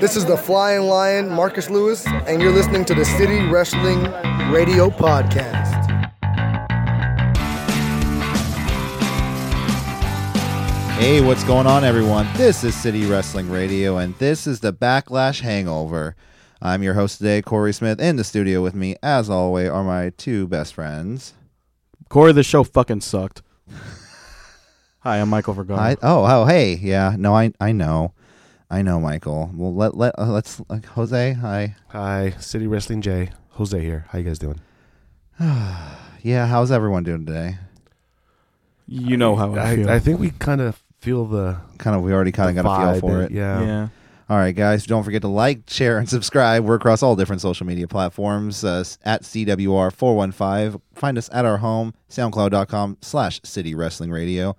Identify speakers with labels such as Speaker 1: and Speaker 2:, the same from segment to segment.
Speaker 1: This is the Flying Lion, Marcus Lewis, and you're listening to the City Wrestling Radio Podcast.
Speaker 2: Hey, what's going on, everyone? This is City Wrestling Radio, and this is the Backlash Hangover. I'm your host today, Corey Smith. In the studio with me, as always, are my two best friends.
Speaker 3: Corey, this show fucking sucked. Hi, I'm Michael Vergara.
Speaker 2: I, oh, oh, hey, yeah, no, I, I know, I know, Michael. Well, let let uh, let's uh, Jose. Hi,
Speaker 4: Hi, City Wrestling J. Jose here. How you guys doing?
Speaker 2: yeah, how's everyone doing today?
Speaker 3: you know how I,
Speaker 4: I,
Speaker 3: feel.
Speaker 4: I think we kind of feel the
Speaker 2: Kind of, we already kind of got a
Speaker 4: vibe
Speaker 2: feel for
Speaker 4: that-
Speaker 2: it.
Speaker 4: Yeah.
Speaker 3: yeah.
Speaker 2: All right, guys, don't forget to like, share, and subscribe. We're across all different social media platforms uh, at CWR415. Find us at our home, soundcloud.com slash City Wrestling Radio.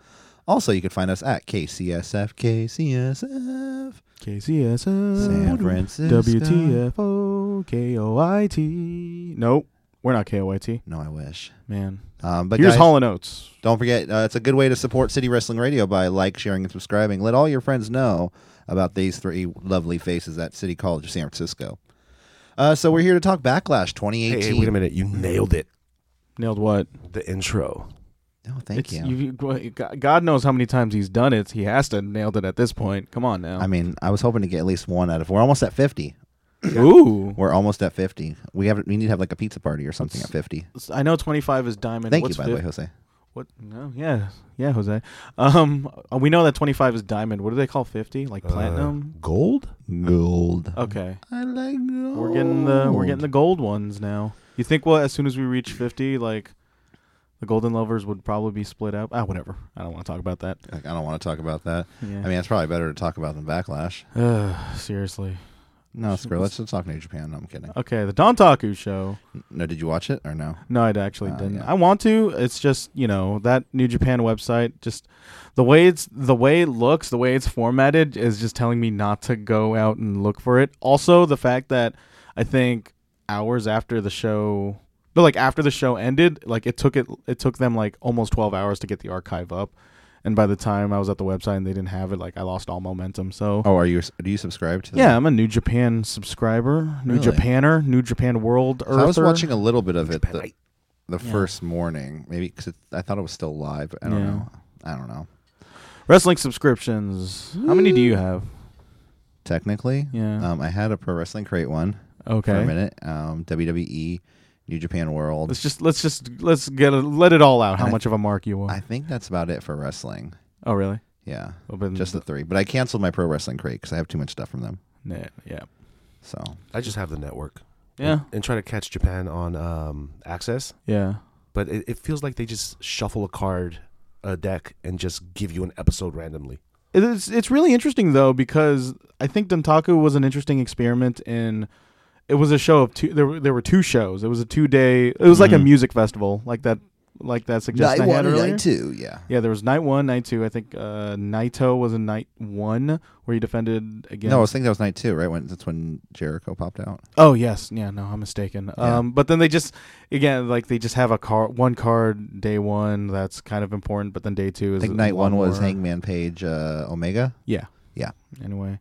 Speaker 2: Also, you can find us at KCSF, KCSF,
Speaker 3: KCSO.
Speaker 2: San Francisco.
Speaker 3: WTFO KOIT. Nope. We're not KOIT.
Speaker 2: No, I wish.
Speaker 3: Man.
Speaker 2: Um, but
Speaker 3: Here's
Speaker 2: guys,
Speaker 3: Hall and Oates.
Speaker 2: Don't forget, uh, it's a good way to support City Wrestling Radio by like, sharing, and subscribing. Let all your friends know about these three lovely faces at City College of San Francisco. Uh, so we're here to talk Backlash 2018.
Speaker 4: Hey, hey, wait a minute. You nailed it.
Speaker 3: Nailed what?
Speaker 4: The intro.
Speaker 2: Oh, thank
Speaker 3: It's-
Speaker 2: you.
Speaker 3: you- God knows how many times he's done it. He has to nailed it at this point. Come on now.
Speaker 2: I mean, I was hoping to get at least one out of. We're almost at fifty.
Speaker 3: Ooh.
Speaker 2: We're almost at fifty. We have we need to have like a pizza party or something at fifty.
Speaker 3: I know 25 is diamond.
Speaker 2: Thank
Speaker 3: What's
Speaker 2: you, by the way,
Speaker 3: fif-
Speaker 2: Jose.
Speaker 3: What? No. Yeah. Yeah, Jose. Um, we know that 25 is diamond. What do they call 50? Like
Speaker 2: Uh,
Speaker 3: platinum?
Speaker 4: Gold?
Speaker 2: Gold.
Speaker 3: okay.
Speaker 2: I like gold.
Speaker 3: Uh, We're getting the we're getting the gold ones now. You think well as soon as we reach fifty, like the golden lovers would probably be split up. Ah, whatever. I don't want to talk about that.
Speaker 2: Like, I don't want to talk about that.
Speaker 3: Yeah.
Speaker 2: I mean, it's probably better to talk about than backlash.
Speaker 3: Ugh, seriously.
Speaker 2: No, screw. it. Let's just talk New Japan. No, I'm kidding.
Speaker 3: Okay, the Don Taku show.
Speaker 2: No, did you watch it or no?
Speaker 3: No, I actually
Speaker 2: Ah,
Speaker 3: didn't.
Speaker 2: yeah.
Speaker 3: I want to. It's just you know that New Japan website. Just the way it's the way it looks, the way it's formatted is just telling me not to go out and look for it. Also, the fact that I think hours after the show, no, like after the show ended, like it took it it took them like almost twelve hours to get the archive up, and by the time I was at the website and they didn't have it, like I lost all momentum. So.
Speaker 2: Oh, are you? Do you subscribe to? the-
Speaker 3: Yeah, I'm a New Japan subscriber, New
Speaker 2: Really?
Speaker 3: Japaner, New Japan World
Speaker 2: So I was
Speaker 3: Earther.
Speaker 2: watching a little bit of it the,
Speaker 4: Japanite.
Speaker 2: the first morning, maybe because I thought it was still live. I don't
Speaker 3: Yeah.
Speaker 2: know. I don't know.
Speaker 3: wrestling subscriptions. How many do you have?
Speaker 2: Technically,
Speaker 3: Yeah.
Speaker 2: Um, I had a pro wrestling crate one.
Speaker 3: Okay.
Speaker 2: for a minute. Um, WWE, New Japan World.
Speaker 3: Let's just let's just let's get a, let it all out. How
Speaker 2: I-
Speaker 3: much of a mark you are?
Speaker 2: I think that's about it for wrestling.
Speaker 3: oh, really?
Speaker 2: Yeah,
Speaker 3: Well, then-
Speaker 2: just the three. But I canceled my pro wrestling crate because I have too much stuff from them.
Speaker 3: Nah, yeah.
Speaker 2: So
Speaker 4: I just have the network.
Speaker 3: Yeah.
Speaker 4: And try to catch Japan on um, Access.
Speaker 3: Yeah.
Speaker 4: But it, it feels like they just shuffle a card, a deck, and just give you an episode randomly.
Speaker 3: It's it's really interesting though because I think Dontaku was an interesting experiment in. It was a show of two. There were there were two shows. It was a two day. It was like a
Speaker 2: Mhm.
Speaker 3: music festival, like that, like that suggestion I had
Speaker 2: and
Speaker 3: earlier.
Speaker 2: night two. Yeah.
Speaker 3: Yeah, there was night one, night two. I think uh, Naito was in night one where he defended against.
Speaker 2: No, I was thinking that was night two, right? When that's when Jericho popped out.
Speaker 3: Oh yes, yeah, no, I'm mistaken.
Speaker 2: Yeah.
Speaker 3: Um, but then they just again like they just have a card, one card day one that's kind of important, but then day two
Speaker 2: I
Speaker 3: is
Speaker 2: think
Speaker 3: a
Speaker 2: night
Speaker 3: lot
Speaker 2: one was
Speaker 3: more-
Speaker 2: Hangman Page, uh, Omega.
Speaker 3: Yeah,
Speaker 2: Yeah.
Speaker 3: Anyway,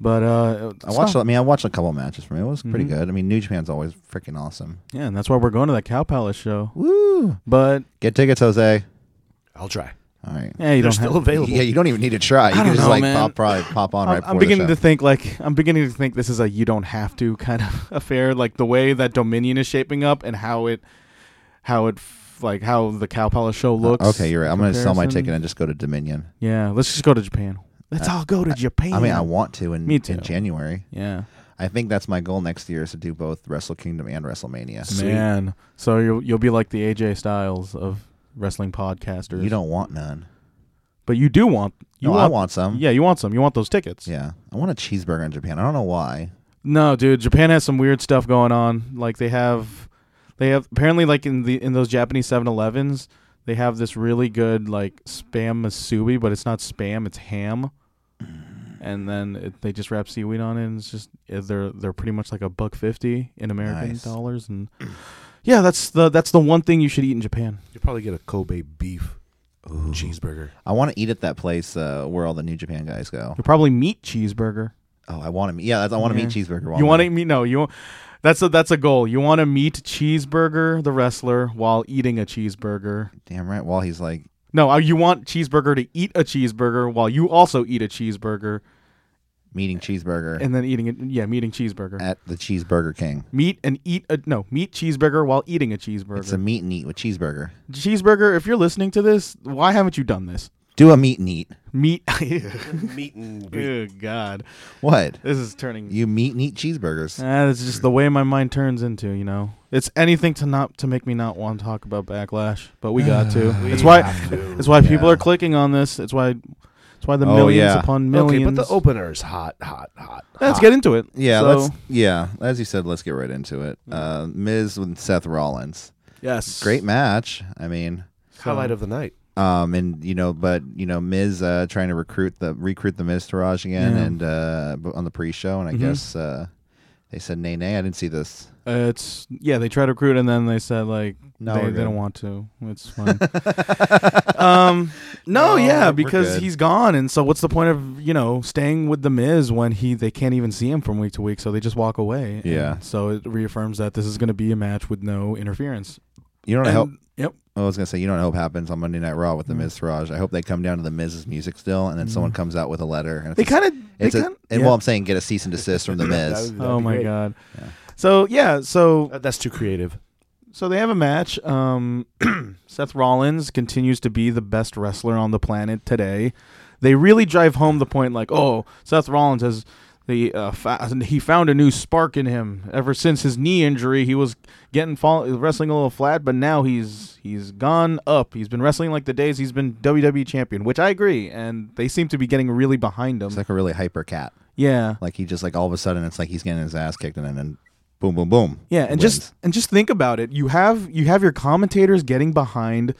Speaker 3: but uh,
Speaker 2: I watched.
Speaker 3: Not,
Speaker 2: I mean, I watched a couple matches from it. It was pretty
Speaker 3: Mhm.
Speaker 2: good. I mean, New Japan's always freaking awesome.
Speaker 3: yeah, and that's why we're going to that Cow Palace show.
Speaker 2: Woo!
Speaker 3: But
Speaker 2: Get tickets, Jose.
Speaker 4: I'll try.
Speaker 2: All right.
Speaker 3: yeah, you
Speaker 4: They're
Speaker 3: don't
Speaker 4: still
Speaker 3: have.
Speaker 4: available.
Speaker 2: Yeah, you don't even need to try. You
Speaker 3: I
Speaker 2: can
Speaker 3: don't
Speaker 2: just
Speaker 3: know,
Speaker 2: like
Speaker 3: man.
Speaker 2: pop right, pop on right.
Speaker 3: I'm
Speaker 2: before
Speaker 3: I'm
Speaker 2: the
Speaker 3: beginning
Speaker 2: show.
Speaker 3: to think like I'm beginning to think this is a you don't have to kind of affair, like the way that Dominion is shaping up and how it, how it, f- like how the Cow Palace show looks.
Speaker 2: Uh, Okay, you're right. I'm going to sell my
Speaker 3: comparison.
Speaker 2: ticket and just go to Dominion.
Speaker 3: Yeah, let's just go to Japan. Let's all go to Japan.
Speaker 2: I mean, I want to in,
Speaker 3: Me too.
Speaker 2: in January.
Speaker 3: Yeah,
Speaker 2: I think that's my goal next year is to do both Wrestle Kingdom and WrestleMania.
Speaker 4: Sweet.
Speaker 3: man. So you'll you'll be like the AJ Styles of wrestling podcasters.
Speaker 2: You don't want none.
Speaker 3: but you do want you
Speaker 2: no,
Speaker 3: want,
Speaker 2: I want some.
Speaker 3: yeah you want some you want those tickets.
Speaker 2: Yeah. I want a cheeseburger in Japan. I don't know why.
Speaker 3: No, dude, Japan has some weird stuff going on. Like they have they have apparently like in the in those Japanese 7-Elevens, they have this really good like spam masubi, but it's not spam, it's ham. And then it, they just wrap seaweed on it, and it's just eh, they're they're pretty much like a buck fifty in American
Speaker 2: Nice.
Speaker 3: dollars, and yeah, that's the that's the one thing you should eat in Japan.
Speaker 4: You'll probably get a Kobe beef cheeseburger.
Speaker 2: I want to eat at that place uh, where all the New Japan guys go.
Speaker 3: You'll probably meat cheeseburger.
Speaker 2: Oh, I want to meet. Yeah, that's, I want to meet Cheeseburger. while
Speaker 3: You
Speaker 2: I'm
Speaker 3: want
Speaker 2: there.
Speaker 3: to meet? No, you. That's a that's a goal. You want to meet Cheeseburger the wrestler while eating a cheeseburger.
Speaker 2: Damn right. While he's like,
Speaker 3: No, uh, you want Cheeseburger to eat a cheeseburger while you also eat a cheeseburger
Speaker 2: meeting Cheeseburger
Speaker 3: and then eating it. Yeah, meeting Cheeseburger.
Speaker 2: at the Cheeseburger King.
Speaker 3: meet and eat a no meet Cheeseburger while eating a cheeseburger.
Speaker 2: It's a meet and eat with Cheeseburger.
Speaker 3: cheeseburger. If you're listening to this, why haven't you done this?
Speaker 2: Do a meet and eat.
Speaker 3: Meet.
Speaker 4: Meat and greet.
Speaker 3: Good God,
Speaker 2: What?
Speaker 3: this is turning.
Speaker 2: You meet and eat cheeseburgers.
Speaker 3: Ah, it's just the way my mind turns into, you know. It's anything to not to make me not want to talk about backlash, but we got to. it's why it's why people are clicking on this. It's why it's why the
Speaker 2: Oh,
Speaker 3: millions
Speaker 2: yeah. Ah.
Speaker 3: upon
Speaker 4: Okay,
Speaker 3: millions.
Speaker 4: but the opener is hot, hot, hot.
Speaker 3: Let's
Speaker 4: hot.
Speaker 3: get into it.
Speaker 2: Yeah,
Speaker 3: So- Mm.
Speaker 2: let's yeah. As you said, let's get right into it. Uh, Miz with Seth Rollins,
Speaker 3: yes.
Speaker 2: great match. I mean,
Speaker 4: highlight of the night.
Speaker 2: um, and you know, but you know, Miz uh, trying to recruit the recruit the Miztourage again,
Speaker 3: Yeah.
Speaker 2: and uh, b- on the pre-show, and I
Speaker 3: Mhm.
Speaker 2: guess uh, they said nay nay. I didn't see this.
Speaker 3: Uh, it's yeah. They tried to recruit, and then they said like
Speaker 2: No,
Speaker 3: they,
Speaker 2: we're
Speaker 3: they
Speaker 2: good.
Speaker 3: don't want to. It's fine. um,
Speaker 2: No,
Speaker 3: no, yeah,
Speaker 2: we're
Speaker 3: because
Speaker 2: good.
Speaker 3: he's gone, and so what's the point of you know staying with the Miz when he they can't even see him from week to week, so they just walk away. and
Speaker 2: Yeah.
Speaker 3: so it reaffirms that this is going to be a match with no interference.
Speaker 2: You don't hope.
Speaker 3: And- Mm. Yep.
Speaker 2: I was gonna say you don't hope happens on Monday Night Raw with the Miztourage. I hope they come down to the Miz's music still, and then someone comes out with a letter. And it's
Speaker 3: Mm. They
Speaker 2: a-
Speaker 3: kind of. They
Speaker 2: it's a-
Speaker 3: kind.
Speaker 2: and well, I'm saying get a cease and desist from the Miz.
Speaker 4: That would- that'd
Speaker 3: Oh
Speaker 4: be
Speaker 3: my
Speaker 4: great.
Speaker 3: god. So yeah. So
Speaker 4: That- that's too creative.
Speaker 3: So they have a match. Um, Seth Rollins continues to be the best wrestler on the planet today. They really drive home the point, like, oh, Seth Rollins has the uh, fa- he found a new spark in him. Ever since his knee injury, he was getting fall- wrestling a little flat, but now he's he's gone up. He's been wrestling like the days he's been WWE champion, which I agree. And they seem to be getting really behind him.
Speaker 2: It's like a really hyper cat.
Speaker 3: yeah,
Speaker 2: Like he just like all of a sudden it's like he's getting his ass kicked and then- then boom boom boom.
Speaker 3: Yeah,
Speaker 2: wins.
Speaker 3: and just and just think about it. You have you have your commentators getting behind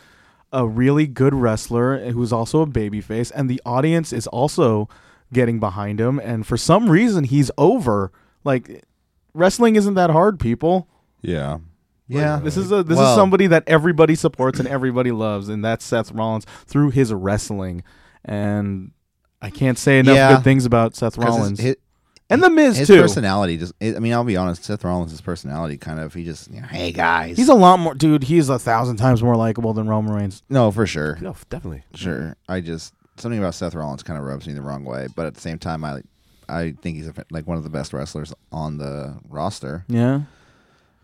Speaker 3: a really good wrestler who's also a babyface, and the audience is also getting behind him. And for some reason, he's over. Like wrestling isn't that hard, people.
Speaker 2: yeah. Yeah.
Speaker 3: This is a this is
Speaker 2: Well-
Speaker 3: somebody that everybody supports and everybody loves, and that's Seth Rollins through his wrestling. And I can't say enough
Speaker 2: Yeah.
Speaker 3: good things about Seth
Speaker 2: 'Cause his-
Speaker 3: Rollins
Speaker 2: His,
Speaker 3: and the Miz
Speaker 2: his
Speaker 3: too.
Speaker 2: personality just I mean, I'll be honest, Seth Rollins' personality kind of he just you know, hey guys.
Speaker 3: He's a lot more, dude. He's a thousand times more likable than Roman Reigns.
Speaker 2: no, for sure.
Speaker 4: No, f- definitely.
Speaker 2: Sure. I just something about Seth Rollins kind of rubs me the wrong way, but at the same time I I think he's a, like one of the best wrestlers on the roster.
Speaker 3: Yeah.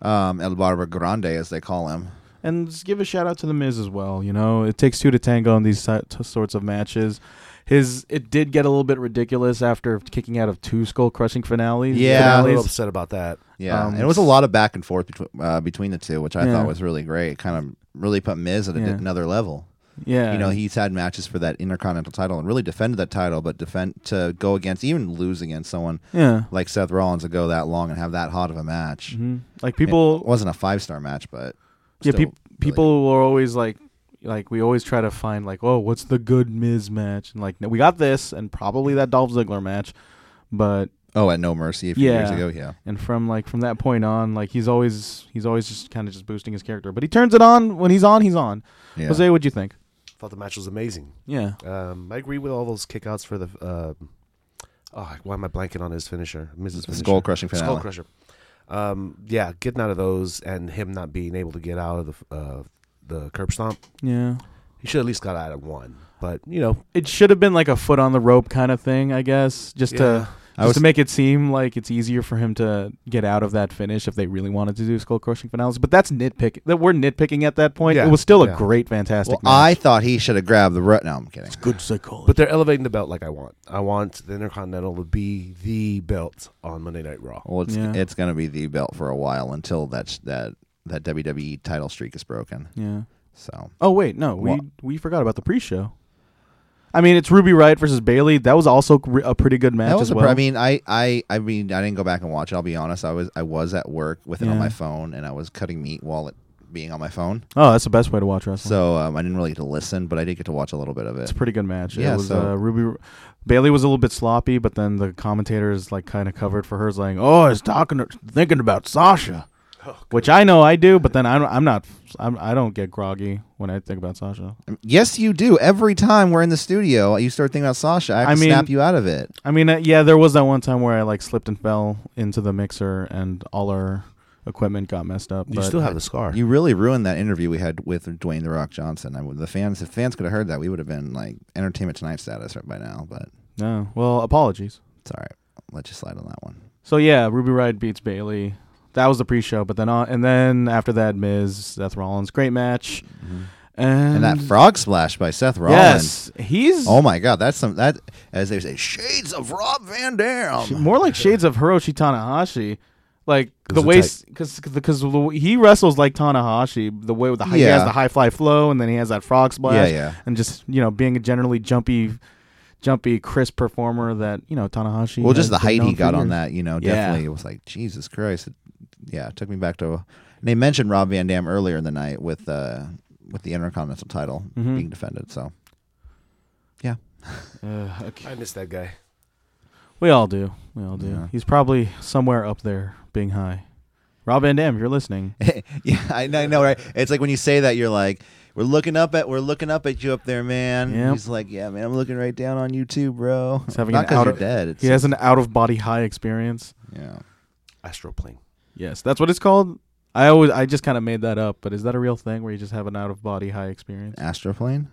Speaker 2: Um El Barba Grande as they call him.
Speaker 3: And just give a shout out to the Miz as well. You know, it takes two to tango in these si- t- sorts of matches. His it did get a little bit ridiculous after kicking out of two skull crushing finales.
Speaker 2: Yeah.
Speaker 4: I'm a little
Speaker 3: finales.
Speaker 4: upset about that.
Speaker 2: Yeah,
Speaker 3: Um,
Speaker 2: and it was a lot of back and forth between uh, between the two, which I
Speaker 3: Yeah.
Speaker 2: thought was really great. Kind of really put Miz at a,
Speaker 3: Yeah.
Speaker 2: another level.
Speaker 3: yeah.
Speaker 2: you know he's had matches for that intercontinental title and really defended that title but defend to go against even lose against someone
Speaker 3: yeah.
Speaker 2: like seth rollins to go that long and have that hot of a match
Speaker 3: Mhm. Like
Speaker 2: it
Speaker 3: people,
Speaker 2: wasn't a five star match but still
Speaker 3: yeah, peop
Speaker 2: really-
Speaker 3: people are always like, like we always try to find like, oh, what's the good Miz match? And like, no, we got this, and probably that Dolph Ziggler match, but
Speaker 2: oh at no mercy a few years
Speaker 3: Yeah.
Speaker 2: ago yeah
Speaker 3: and from like from that point on, like he's always he's always just kind of just boosting his character, but he turns it on when he's on, he's on.
Speaker 2: yeah
Speaker 3: Jose, what'd you think?
Speaker 4: Thought the match was amazing.
Speaker 3: Yeah.
Speaker 4: Um, I agree with all those kickouts for the. Um, oh, why am I blanking on his finisher?
Speaker 2: The
Speaker 4: Mrs. Finisher.
Speaker 2: skull-crushing
Speaker 4: Skull
Speaker 2: finale.
Speaker 4: crusher. Um, yeah, getting out of those and him not being able to get out of the uh, the curb stomp.
Speaker 3: Yeah.
Speaker 4: He should at least got out of one, but you know,
Speaker 3: It should have been like a foot on the rope kind of thing, I guess, just
Speaker 4: Yeah.
Speaker 3: to
Speaker 2: I
Speaker 3: just
Speaker 2: was-
Speaker 3: to make it seem like it's easier for him to get out of that finish if they really wanted to do skull crushing finales. But that's nitpick. That we're nitpicking at that point.
Speaker 4: Yeah,
Speaker 3: It was still
Speaker 4: yeah.
Speaker 3: a great, fantastic.
Speaker 2: well, i thought he should have grabbed the rut no i'm kidding
Speaker 3: good psychology.
Speaker 4: but they're elevating the belt like I want. I want the Intercontinental to be the belt on Monday Night Raw.
Speaker 2: well it's,
Speaker 3: Yeah.
Speaker 2: it's gonna be the belt for a while until that that that wwe title streak is broken
Speaker 3: Yeah.
Speaker 2: so
Speaker 3: Oh wait, no, we
Speaker 2: Wha-
Speaker 3: we forgot about the pre-show. I mean, it's Ruby Riot versus Bailey. That was also re- a pretty good match
Speaker 2: That was
Speaker 3: as
Speaker 2: a
Speaker 3: well.
Speaker 2: pr- I mean, I, I, I mean, I didn't go back and watch it. I'll be honest. I was, I was at work with it on
Speaker 3: Yeah.
Speaker 2: my phone, and I was cutting meat while it being on my phone.
Speaker 3: oh, that's the best way to watch wrestling.
Speaker 2: So um, I didn't really get to listen, but I did get to watch a little bit of
Speaker 3: It's
Speaker 2: it.
Speaker 3: a pretty good match.
Speaker 2: Yeah,
Speaker 3: it was
Speaker 2: so-
Speaker 3: uh, Ruby Bailey was a little bit sloppy, but then the commentators like kind of covered for her, saying, "Oh, I was talking, thinking about Sasha." which I know I do, but then I'm I'm not I'm, I don't get groggy when I think about Sasha.
Speaker 2: Yes, you do. Every time we're in the studio, you start thinking about Sasha. I have
Speaker 3: I
Speaker 2: to
Speaker 3: mean-
Speaker 2: snap you out of it.
Speaker 3: I mean, uh, yeah, there was that one time where I like slipped and fell into the mixer, and all our equipment got messed up.
Speaker 4: You
Speaker 3: but
Speaker 4: still have the scar.
Speaker 2: You really ruined that interview we had with Dwayne the Rock Johnson. I would, the fans, if fans could have heard that, we would have been like Entertainment Tonight status right by now. But
Speaker 3: no. Well, apologies.
Speaker 2: it's all right. I'll let you slide on that one.
Speaker 3: So yeah, Ruby Ride beats Bailey. That was the pre-show, but then uh, and then after that, Miz Seth Rollins, great match,
Speaker 2: And
Speaker 3: and,
Speaker 2: that frog splash by Seth Rollins.
Speaker 3: yes, he's
Speaker 2: Oh my God, that's some that as they say, shades of Rob Van Dam.
Speaker 3: more like shades of Hiroshi Tanahashi, like the
Speaker 4: it's
Speaker 3: way
Speaker 4: like-
Speaker 3: because because he wrestles like Tanahashi, the way with the high, he
Speaker 2: Yeah.
Speaker 3: has the high fly flow, and then he has that frog splash,
Speaker 2: Yeah, yeah.
Speaker 3: and just you know being a generally jumpy, jumpy, crisp performer that you know Tanahashi.
Speaker 2: Well, just the
Speaker 3: has been
Speaker 2: height
Speaker 3: known
Speaker 2: he
Speaker 3: for
Speaker 2: got on
Speaker 3: years.
Speaker 2: that, you know,
Speaker 3: Yeah.
Speaker 2: definitely it was like Jesus Christ. It, yeah, it took me back to. And they mentioned Rob Van Dam earlier in the night with uh with the Intercontinental title
Speaker 3: Mhm.
Speaker 2: being defended. So yeah,
Speaker 3: Uh, okay.
Speaker 4: I miss that guy.
Speaker 3: We all do. We all do.
Speaker 2: Yeah.
Speaker 3: He's probably somewhere up there being high. Rob Van Dam, if you're listening.
Speaker 2: yeah, I know, I know, right? It's like when you say that, you're like, we're looking up at, we're looking up at you up there, man.
Speaker 3: Yep.
Speaker 2: He's like, yeah, man, I'm looking right down on you too, bro.
Speaker 3: He's having
Speaker 2: Not
Speaker 3: an
Speaker 2: because
Speaker 3: outer-
Speaker 2: you're dead. It's
Speaker 3: He has an out of body high experience.
Speaker 2: yeah.
Speaker 4: Astroplane.
Speaker 3: Yes, that's what it's called. I always I just kind of made that up, but is that a real thing where you just have an out of body high experience?
Speaker 2: Astroplane.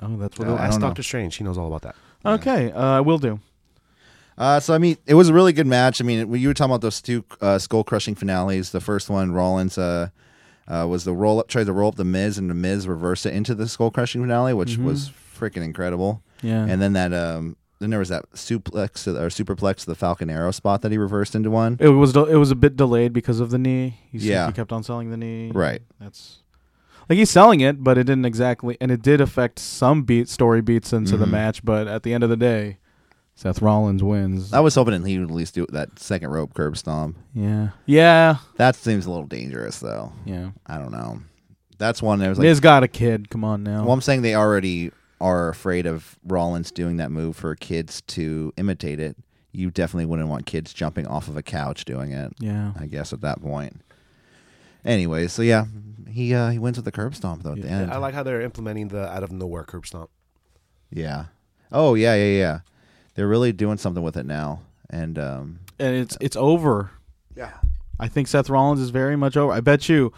Speaker 3: Oh, that's what.
Speaker 2: No,
Speaker 3: it-
Speaker 2: I
Speaker 4: Ask
Speaker 2: don't know.
Speaker 4: Doctor Strange. He knows all about that.
Speaker 3: okay, uh, I will do.
Speaker 2: Uh, so I mean, it was a really good match. I mean, it- you were talking about those two uh, skull crushing finales. The first one, Rollins uh, uh, was the roll up, tried to roll up the Miz, and the Miz reversed it into the skull crushing finale, which was freaking incredible.
Speaker 3: Yeah.
Speaker 2: And then that, um, then there was that suplex or superplex, the Falcon Arrow spot that he reversed into one.
Speaker 3: it was del- it was a bit delayed because of the knee. He,
Speaker 2: Yeah.
Speaker 3: he kept on selling the knee.
Speaker 2: Right.
Speaker 3: That's like he's selling it, but it didn't exactly, and it did affect some beat story beats into
Speaker 2: Mm-hmm.
Speaker 3: the match. But at the end of the day, Seth Rollins wins.
Speaker 2: I was hoping he would at least do that second rope curb stomp.
Speaker 3: yeah. Yeah.
Speaker 2: That seems a little dangerous, though.
Speaker 3: Yeah.
Speaker 2: I don't know. That's one that was like,
Speaker 3: Miz got a kid. Come on now.
Speaker 2: well, I'm saying they already are afraid of Rollins doing that move for kids to imitate it. You definitely wouldn't want kids jumping off of a couch doing it.
Speaker 3: yeah.
Speaker 2: I guess at that point. Anyway, so yeah, he uh, he wins with the curb stomp though at the end.
Speaker 4: I like how they're implementing the out of nowhere curb stomp.
Speaker 2: yeah. Oh yeah, yeah, yeah. They're really doing something with it now, and um,
Speaker 3: And it's it's over.
Speaker 4: Yeah.
Speaker 3: I think Seth Rollins is very much over. I bet you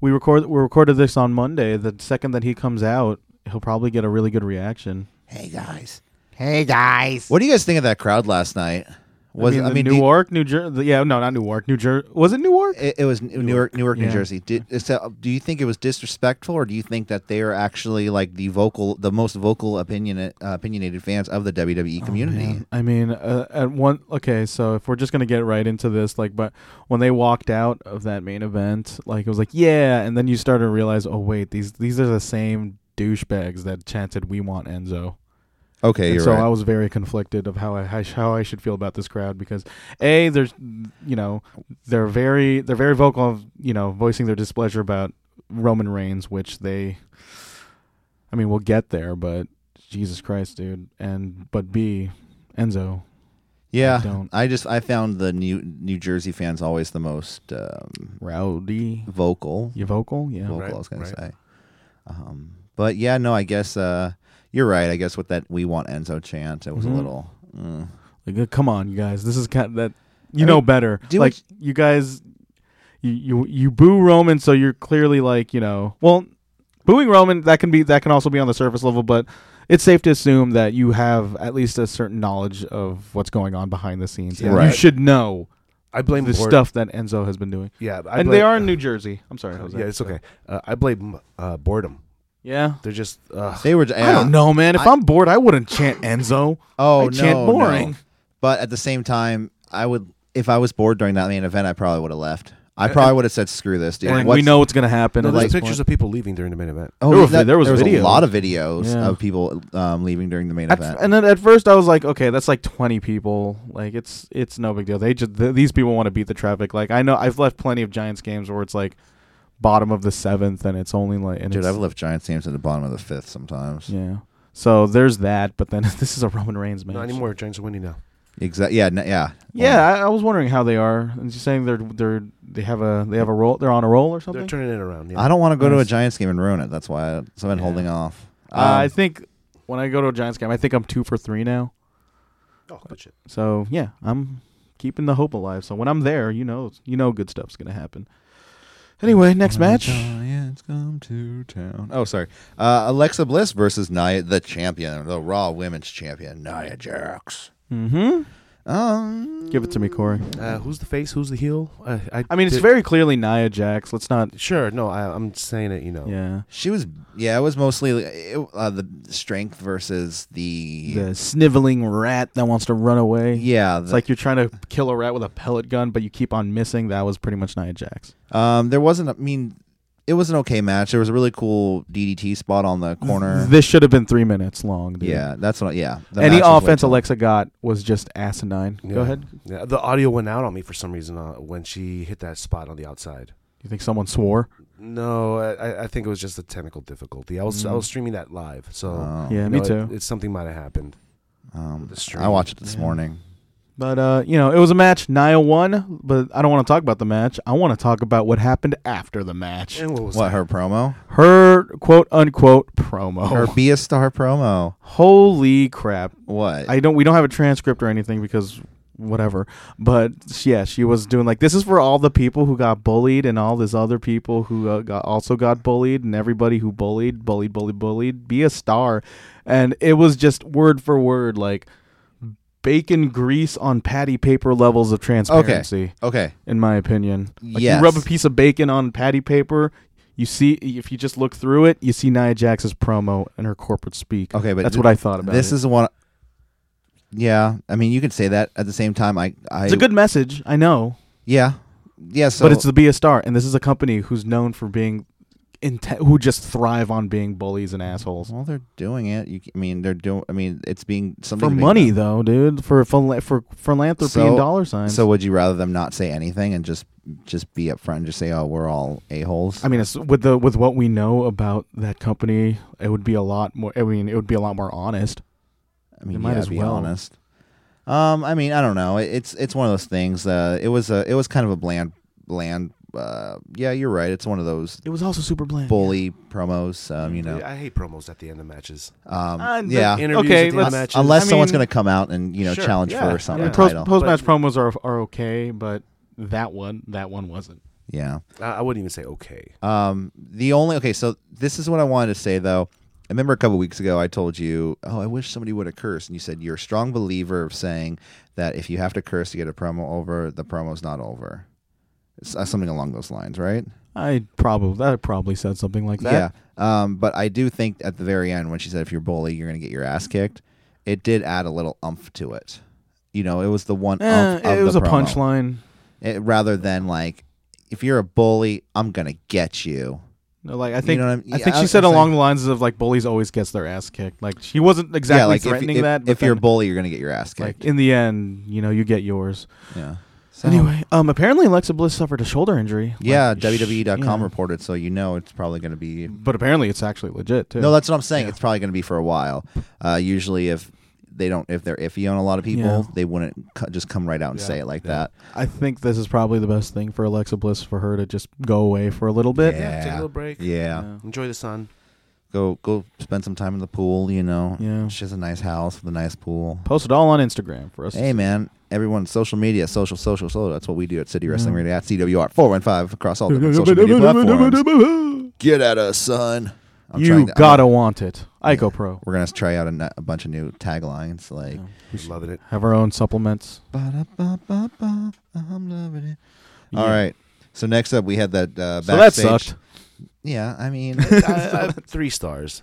Speaker 3: we record we recorded this on Monday. The second that he comes out, he'll probably get a really good reaction.
Speaker 2: hey guys, hey guys, what do you guys think of that crowd last night? Was
Speaker 3: I mean, the
Speaker 2: do you-
Speaker 3: Newark, New Jersey. Yeah, no, not Newark, New Jersey. Was it Newark?
Speaker 2: It, it was Newark, Newark, New
Speaker 3: Yeah.
Speaker 2: Jersey. Did, is that- do you think it was disrespectful, or do you think that they are actually like the vocal, the most vocal opinion, uh, opinionated fans of the
Speaker 3: Oh,
Speaker 2: WWE community?
Speaker 3: Yeah. I mean, uh, at one okay, so if we're just gonna get right into this, like, but when they walked out of that main event, like it was like, yeah, and then you started to realize, oh wait, these these are the same douchebags that chanted, "We want Enzo."
Speaker 2: Okay,
Speaker 3: And
Speaker 2: you're
Speaker 3: so
Speaker 2: right.
Speaker 3: I was very conflicted of how I how sh- how I should feel about this crowd because a there's you know they're very they're very vocal of you know voicing their displeasure about Roman Reigns, which they I mean we'll get there, but Jesus Christ, dude, and but b Enzo,
Speaker 2: yeah,
Speaker 3: I don't-
Speaker 2: I just I found the New New Jersey fans always the most um,
Speaker 3: rowdy,
Speaker 2: vocal.
Speaker 3: you vocal, yeah,
Speaker 2: Vocal,
Speaker 4: Right,
Speaker 2: I was gonna
Speaker 4: right.
Speaker 2: say. Um, but yeah, no, I guess uh, you're right. I guess with that "We want Enzo" chant, it was a
Speaker 3: Mhm.
Speaker 2: little. mm.
Speaker 3: like uh, come on, you guys, this is kind of that you
Speaker 2: I
Speaker 3: know
Speaker 2: mean,
Speaker 3: better,
Speaker 2: do
Speaker 3: like
Speaker 2: what
Speaker 3: you guys, you you you boo Roman, so you're clearly like you know, well, booing Roman that can be that can also be on the surface level, but it's safe to assume that you have at least a certain knowledge of what's going on behind the scenes. and You
Speaker 2: Right.
Speaker 3: should know
Speaker 4: I blame
Speaker 3: the
Speaker 4: Bor-
Speaker 3: stuff that Enzo has been doing,
Speaker 4: Yeah, I
Speaker 3: and
Speaker 4: blame-
Speaker 3: they are in New Jersey. I'm sorry, Jose.
Speaker 4: Yeah, it's okay. Uh, I blame uh, boredom.
Speaker 3: Yeah.
Speaker 4: They're just. Uh,
Speaker 2: They were.
Speaker 3: I don't know, man. If
Speaker 2: I-
Speaker 3: I, am bored, I wouldn't chant Enzo.
Speaker 2: Oh
Speaker 3: I
Speaker 2: no,
Speaker 3: chant
Speaker 2: no.
Speaker 3: boring.
Speaker 2: But at the same time, I would if I was bored during that main event, I probably would have left. I probably would have said, "Screw this, dude."
Speaker 3: Like, we
Speaker 2: What's-
Speaker 3: know what's gonna happen.
Speaker 4: no,
Speaker 3: at
Speaker 4: there's
Speaker 3: this
Speaker 4: pictures
Speaker 3: point.
Speaker 4: of people leaving during the main event.
Speaker 2: Oh,
Speaker 3: There was-
Speaker 2: that-
Speaker 3: there was
Speaker 2: a
Speaker 3: video.
Speaker 2: lot of videos
Speaker 3: Yeah.
Speaker 2: of people um, leaving during the main
Speaker 3: At-
Speaker 2: event.
Speaker 3: and then at first I was like, okay, that's like 20 people. Like it's it's no big deal. They just th- these people want to beat the traffic. Like I know I've left plenty of Giants games where it's like bottom of the seventh and it's only like and
Speaker 2: dude,
Speaker 3: it's,
Speaker 2: I've left Giants games at the bottom of the fifth sometimes.
Speaker 3: yeah. So there's that, but then this is a Roman Reigns match.
Speaker 4: Not anymore. Giants are winning now.
Speaker 2: Exactly. Yeah. n- yeah.
Speaker 3: Yeah, I, I was wondering how they are. And just saying they're they're they have a they have a roll. They're on a roll or
Speaker 4: They're
Speaker 3: something.
Speaker 4: turning it around. Yeah.
Speaker 2: I don't want to go to a
Speaker 3: Nice.
Speaker 2: Giants game and ruin it. That's why I, so I've been
Speaker 3: Yeah.
Speaker 2: holding off.
Speaker 3: uh, I
Speaker 2: Um,
Speaker 3: think when I go to a Giants game, I think I'm two for three now.
Speaker 4: Oh, good shit.
Speaker 3: So yeah, I'm keeping the hope alive. So when I'm there, you know, you know, good stuff's gonna happen. Anyway, next
Speaker 2: When the
Speaker 3: match.
Speaker 2: Giants come to town. Oh, sorry. Uh, Alexa Bliss versus Nia, the champion, the Raw Women's Champion, Nia Jax.
Speaker 3: Mm-hmm.
Speaker 2: Um,
Speaker 3: Give it to me, Corey.
Speaker 4: Uh, who's the face? Who's the heel? I, I,
Speaker 3: I mean, it's
Speaker 4: did-
Speaker 3: very clearly Nia Jax. Let's not.
Speaker 4: sure. No, I, I'm saying it. You know.
Speaker 3: Yeah.
Speaker 2: She was, yeah, it was mostly it, uh, the strength versus the,
Speaker 3: The sniveling rat that wants to run away.
Speaker 2: yeah.
Speaker 3: It's
Speaker 2: the-
Speaker 3: like you're trying to kill a rat with a pellet gun, but you keep on missing. That was pretty much Nia Jax.
Speaker 2: um, there wasn't. I mean, it was an okay match. There was a really cool DDT spot on the corner.
Speaker 3: This should have been three minutes long. Dude.
Speaker 2: yeah, that's what. Yeah, the
Speaker 3: Any
Speaker 2: match was way
Speaker 3: offense
Speaker 2: too-
Speaker 3: Alexa got was just asinine.
Speaker 4: Yeah.
Speaker 3: Go ahead.
Speaker 4: Yeah, the audio went out on me for some reason uh, when she hit that spot on the outside.
Speaker 3: You think someone swore?
Speaker 4: No, I- I, I think it was just a technical difficulty. I was I
Speaker 3: Mm.
Speaker 4: was streaming that live, so
Speaker 2: Oh,
Speaker 3: yeah,
Speaker 4: you
Speaker 3: me
Speaker 4: know,
Speaker 3: too.
Speaker 4: It, it's something might have happened.
Speaker 2: um,
Speaker 4: The stream.
Speaker 2: I watched it this
Speaker 3: Yeah.
Speaker 2: morning.
Speaker 3: but uh, you know, it was a match. Nia won, but I don't want to talk about the match. I want to talk about what happened after the match.
Speaker 4: And what was
Speaker 2: What
Speaker 4: that?
Speaker 2: her promo?
Speaker 3: Her quote unquote promo.
Speaker 2: Her be a star promo.
Speaker 3: Holy crap!
Speaker 2: What?
Speaker 3: I don't. We don't have a transcript or anything because whatever. But yeah, she was doing like this is for all the people who got bullied and all these other people who uh, got also got bullied and everybody who bullied, bullied, bullied, bullied. Be a star, and it was just word for word like bacon grease on patty paper levels of transparency.
Speaker 2: okay.
Speaker 3: In my opinion, like
Speaker 2: Yes.
Speaker 3: you rub a piece of bacon on patty paper. You see, if you just look through it, you see Nia Jax's promo and her corporate speak.
Speaker 2: Okay, but
Speaker 3: that's
Speaker 2: th-
Speaker 3: what I thought about.
Speaker 2: This
Speaker 3: it.
Speaker 2: is the one. Yeah, I mean, you could say that. At the same time, I, I
Speaker 3: it's a good message. I know,
Speaker 2: Yeah, yeah. So,
Speaker 3: but it's to be a star, and this is a company who's known for being, inte- who just thrive on being bullies and assholes
Speaker 2: well, they're doing it. You, c- I mean, they're doing. I mean, it's being something
Speaker 3: for
Speaker 2: being
Speaker 3: money,
Speaker 2: done.
Speaker 3: though, dude. For phila- for philanthropy
Speaker 2: So-
Speaker 3: and dollar signs.
Speaker 2: So, would you rather them not say anything and just just be upfront and just say, "Oh, we're all a holes"?
Speaker 3: I mean, it's, with the with what we know about that company, it would be a lot more. I mean, it would be a lot more honest.
Speaker 2: I mean,
Speaker 3: They might
Speaker 2: yeah,
Speaker 3: as
Speaker 2: be
Speaker 3: well.
Speaker 2: honest. Um, I mean, I don't know. It- It's it's one of those things. Uh, it was a it was kind of a bland bland. Uh, yeah, you're right. It's one of those
Speaker 3: It was also super bland.
Speaker 2: bully promos. Um, you know.
Speaker 4: I hate promos at the end of matches.
Speaker 2: Um,
Speaker 3: Uh, the
Speaker 2: yeah.
Speaker 4: Interviews
Speaker 3: Okay,
Speaker 4: at the end of
Speaker 3: let's-
Speaker 4: matches.
Speaker 2: Unless
Speaker 3: I
Speaker 2: someone's
Speaker 3: mean-
Speaker 2: going to come out and you know
Speaker 4: Sure,
Speaker 2: challenge
Speaker 4: yeah.
Speaker 2: for something
Speaker 4: Yeah.
Speaker 3: Post
Speaker 2: title.
Speaker 3: post match
Speaker 4: But-
Speaker 3: promos are are okay, but that one that one wasn't.
Speaker 2: yeah.
Speaker 4: I, I wouldn't even say okay.
Speaker 2: Um, the only okay, so this is what I wanted to say though. I remember a couple weeks ago I told you, "Oh, I wish somebody would have cursed," and you said you're a strong believer of saying that if you have to curse to get a promo over, the promo's not over. It's, uh, something along those lines, right?
Speaker 3: I probably that probably said something like
Speaker 2: Yeah.
Speaker 3: that.
Speaker 2: Um, but I do think at the very end when she said, "If you're bully, you're going to get your ass kicked," it did add a little umph to it. You know, it was the one.
Speaker 3: Eh,
Speaker 2: umph of
Speaker 3: it was
Speaker 2: the
Speaker 3: a
Speaker 2: promo.
Speaker 3: punchline.
Speaker 2: It- rather than like, if you're a bully, I'm gonna get you.
Speaker 3: No, like I think
Speaker 2: know what
Speaker 3: I,
Speaker 2: I'm- yeah,
Speaker 3: think
Speaker 2: I-
Speaker 3: she said
Speaker 2: I'm
Speaker 3: along
Speaker 2: saying-
Speaker 3: the lines of like bullies always gets their ass kicked. Like she wasn't exactly
Speaker 2: yeah, like if-
Speaker 3: threatening
Speaker 2: if,
Speaker 3: that.
Speaker 2: If,
Speaker 3: but
Speaker 2: you're a
Speaker 3: then,
Speaker 2: bully, you're gonna get your ass
Speaker 3: like
Speaker 2: kicked.
Speaker 3: in the end, you know, you get yours.
Speaker 2: yeah. So,
Speaker 3: Anyway, um, apparently Alexa Bliss suffered a shoulder injury. Like,
Speaker 2: yeah, E
Speaker 3: sh-
Speaker 2: WWE.com
Speaker 3: yeah.
Speaker 2: reported, so you know it's probably gonna be.
Speaker 3: But apparently, it's actually legit too.
Speaker 2: No, that's what I'm saying.
Speaker 3: Yeah.
Speaker 2: It's probably gonna be for a while. Uh, usually, if they don't, if they're iffy on a lot of people,
Speaker 3: Yeah.
Speaker 2: they wouldn't cu- just come right out and say it like that.
Speaker 3: I think this is probably the best thing for Alexa Bliss for her to just go away for a little bit.
Speaker 2: Yeah.
Speaker 4: Take a little break.
Speaker 2: Yeah.
Speaker 3: Yeah.
Speaker 4: Enjoy the sun.
Speaker 2: go go spend some time in the pool. You know,
Speaker 3: Yeah.
Speaker 2: she has a nice house with a nice pool.
Speaker 3: Post it all on Instagram for us.
Speaker 2: Hey man, everyone, social media, social, social, social. That's what we do at City Wrestling Radio at CWR four one five across all different social media platforms. Get at us, son. I'm
Speaker 3: you
Speaker 2: trying to- I'm-
Speaker 3: gotta want it. Ico Pro.
Speaker 2: We're gonna try out a, nu- a bunch of new taglines like.
Speaker 4: Loving it.
Speaker 3: Have our own supplements.
Speaker 2: "Ba-da-ba-ba-ba, I'm loving it. All
Speaker 3: Yeah.
Speaker 2: right. So next up, we had that uh,
Speaker 3: So that
Speaker 2: backstage.
Speaker 3: sucked.
Speaker 2: Yeah, I mean,
Speaker 4: I, I, three stars.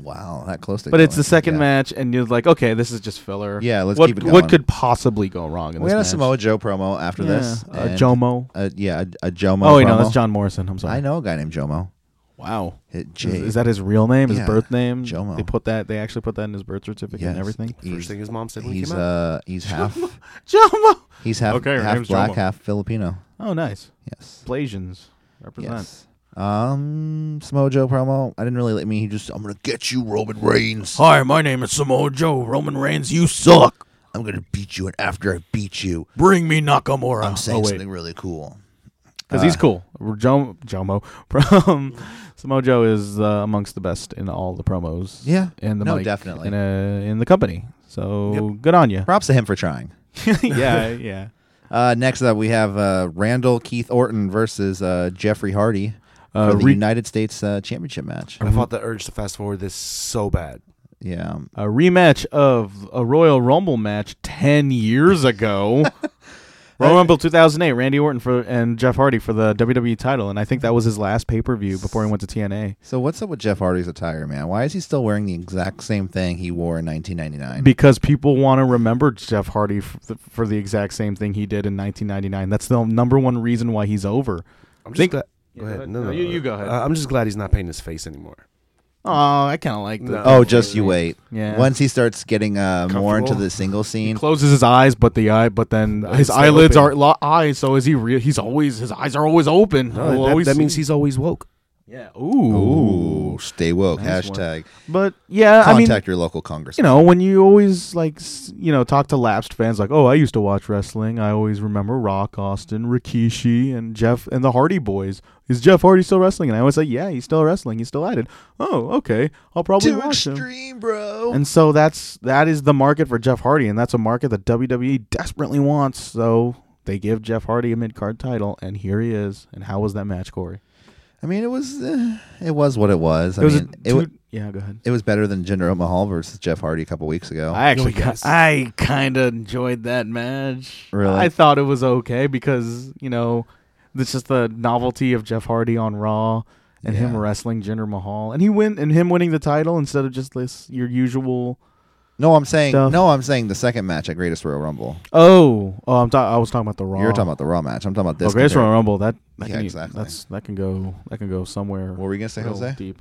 Speaker 2: wow, that close to.
Speaker 3: But it's the
Speaker 2: going.
Speaker 3: second
Speaker 2: Yeah.
Speaker 3: match, and you're like, okay, this is just filler.
Speaker 2: Yeah, let's
Speaker 3: what
Speaker 2: keep it going.
Speaker 3: what could possibly go wrong in
Speaker 2: We
Speaker 3: this
Speaker 2: had a
Speaker 3: match?
Speaker 2: Samoa Joe promo after this.
Speaker 3: Yeah, a
Speaker 2: and-
Speaker 3: Jomo.
Speaker 2: Uh, yeah, a, a Jomo.
Speaker 3: Oh wait,
Speaker 2: promo.
Speaker 3: no, that's John Morrison. I'm sorry.
Speaker 2: I know a guy named Jomo.
Speaker 3: Wow.
Speaker 2: Hit
Speaker 3: Is,
Speaker 2: J.
Speaker 3: is that his real name? His
Speaker 2: Yeah,
Speaker 3: birth name?
Speaker 2: Jomo.
Speaker 3: They put that. They actually put that in his birth certificate
Speaker 2: Yes.
Speaker 3: and everything.
Speaker 2: He's,
Speaker 4: First thing his mom said when he
Speaker 2: he's
Speaker 4: came out.
Speaker 2: uh he's half
Speaker 3: Jomo.
Speaker 2: he's half
Speaker 3: Okay, her
Speaker 2: half
Speaker 3: name's
Speaker 2: black
Speaker 3: Jomo.
Speaker 2: half Filipino.
Speaker 3: Oh, nice.
Speaker 2: Yes.
Speaker 3: Blasians represent.
Speaker 2: Yes. Um, Samoa Joe promo. I didn't really. let me. he just. I'm gonna get you, Roman Reigns.
Speaker 5: Hi, my name is Samoa Joe. Roman Reigns, you suck.
Speaker 2: I'm gonna beat you, and after I beat you,
Speaker 5: Bring me Nakamura.
Speaker 2: I'm saying
Speaker 3: Oh, wait.
Speaker 2: something Uh, really cool.
Speaker 3: because he's cool. Jo- Jomo from Samoa Joe is uh, amongst the best in all the promos.
Speaker 2: Yeah.
Speaker 3: and the
Speaker 2: No,
Speaker 3: mic
Speaker 2: definitely.
Speaker 3: in, uh, in the company. So good on you.
Speaker 2: Props to him for trying.
Speaker 3: yeah, yeah.
Speaker 2: Uh, next up, we have uh, Randall Keith Orton versus uh, Jeffrey Hardy
Speaker 3: Uh,
Speaker 2: for the
Speaker 3: re-
Speaker 2: United States uh, Championship match.
Speaker 4: I fought the urge to fast forward this so bad.
Speaker 2: Yeah, um,
Speaker 3: A rematch of a Royal Rumble match ten years ago. Royal Rumble 2008, Randy Orton for and Jeff Hardy for the WWE title, and I think that was his last pay per view before he went to TNA.
Speaker 2: So what's up with Jeff Hardy's attire, man? Why is he still wearing the exact same thing he wore in 1999?
Speaker 3: because people want to remember Jeff Hardy f- th- for the exact same thing he did in 1999. That's the number one reason why he's over.
Speaker 4: I'm just
Speaker 3: Think-
Speaker 4: glad.
Speaker 3: Yeah,
Speaker 4: Go
Speaker 3: go
Speaker 4: ahead.
Speaker 3: ahead.
Speaker 4: No,
Speaker 3: No,
Speaker 4: no,
Speaker 3: you-
Speaker 4: no.
Speaker 3: you go ahead.
Speaker 4: Uh, I'm just glad he's not painting his face anymore.
Speaker 3: Oh, I kind of like
Speaker 4: that.
Speaker 2: oh, just you wait.
Speaker 3: Yeah.
Speaker 2: Once he starts getting uh, more into
Speaker 4: Comfortable.
Speaker 2: the single
Speaker 3: He
Speaker 2: scene,
Speaker 3: closes his eyes, but the eye, but then his
Speaker 4: stay
Speaker 3: eyelids
Speaker 4: open.
Speaker 3: are lo- eyes. So is he real? He's always his eyes are always open.
Speaker 2: Oh,
Speaker 4: No,
Speaker 3: We'll
Speaker 4: that-
Speaker 3: always
Speaker 4: that, means
Speaker 3: see-
Speaker 4: he's always woke.
Speaker 3: yeah.
Speaker 2: ooh,
Speaker 3: Ooh.
Speaker 2: stay woke.
Speaker 3: Nice one.
Speaker 2: hashtag
Speaker 3: But yeah, I mean,
Speaker 2: contact your local
Speaker 3: you
Speaker 2: congressman.
Speaker 3: know, when you always like, s- you know, talk to lapsed fans, like, oh, I used to watch wrestling. I always remember Rock, Austin, Rikishi, and Jeff and the Hardy Boys. Is Jeff Hardy still wrestling? And I always say, yeah, he's still wrestling. He's still at it. Oh, okay, I'll probably
Speaker 2: Too
Speaker 3: watch him.
Speaker 2: extreme, bro.
Speaker 3: And so that's that is the market for Jeff Hardy, and that's a market that WWE desperately wants. So they give Jeff Hardy a mid card title, and here he is. And how was that match, Corey?
Speaker 2: I mean, it was uh, it was what it was. I
Speaker 3: was
Speaker 2: mean, it,
Speaker 3: two-
Speaker 2: w-
Speaker 3: yeah, go ahead.
Speaker 2: it was better than Jinder Mahal versus Jeff Hardy a couple weeks ago.
Speaker 3: I actually,
Speaker 4: Oh,
Speaker 3: ki-
Speaker 4: yes.
Speaker 3: I kind of enjoyed that match.
Speaker 2: Really?
Speaker 3: I thought it was okay because you know, it's just the novelty of Jeff Hardy on Raw and him
Speaker 2: Yeah.
Speaker 3: wrestling Jinder Mahal, and he win and him winning the title instead of just this your usual.
Speaker 2: no, I'm saying
Speaker 3: Stuff.
Speaker 2: no, I'm saying the second match at Greatest Royal Rumble.
Speaker 3: Oh, oh, I'm ta- I was talking about the Raw.
Speaker 2: You're talking about the Raw match. I'm talking about
Speaker 3: the
Speaker 2: this.
Speaker 3: Greatest Royal
Speaker 2: compared-
Speaker 3: Rumble. That, that
Speaker 2: Yeah,
Speaker 3: can,
Speaker 2: exactly.
Speaker 3: That's that can go that can go somewhere.
Speaker 2: What were you gonna say,
Speaker 3: real
Speaker 2: Jose?
Speaker 3: Deep.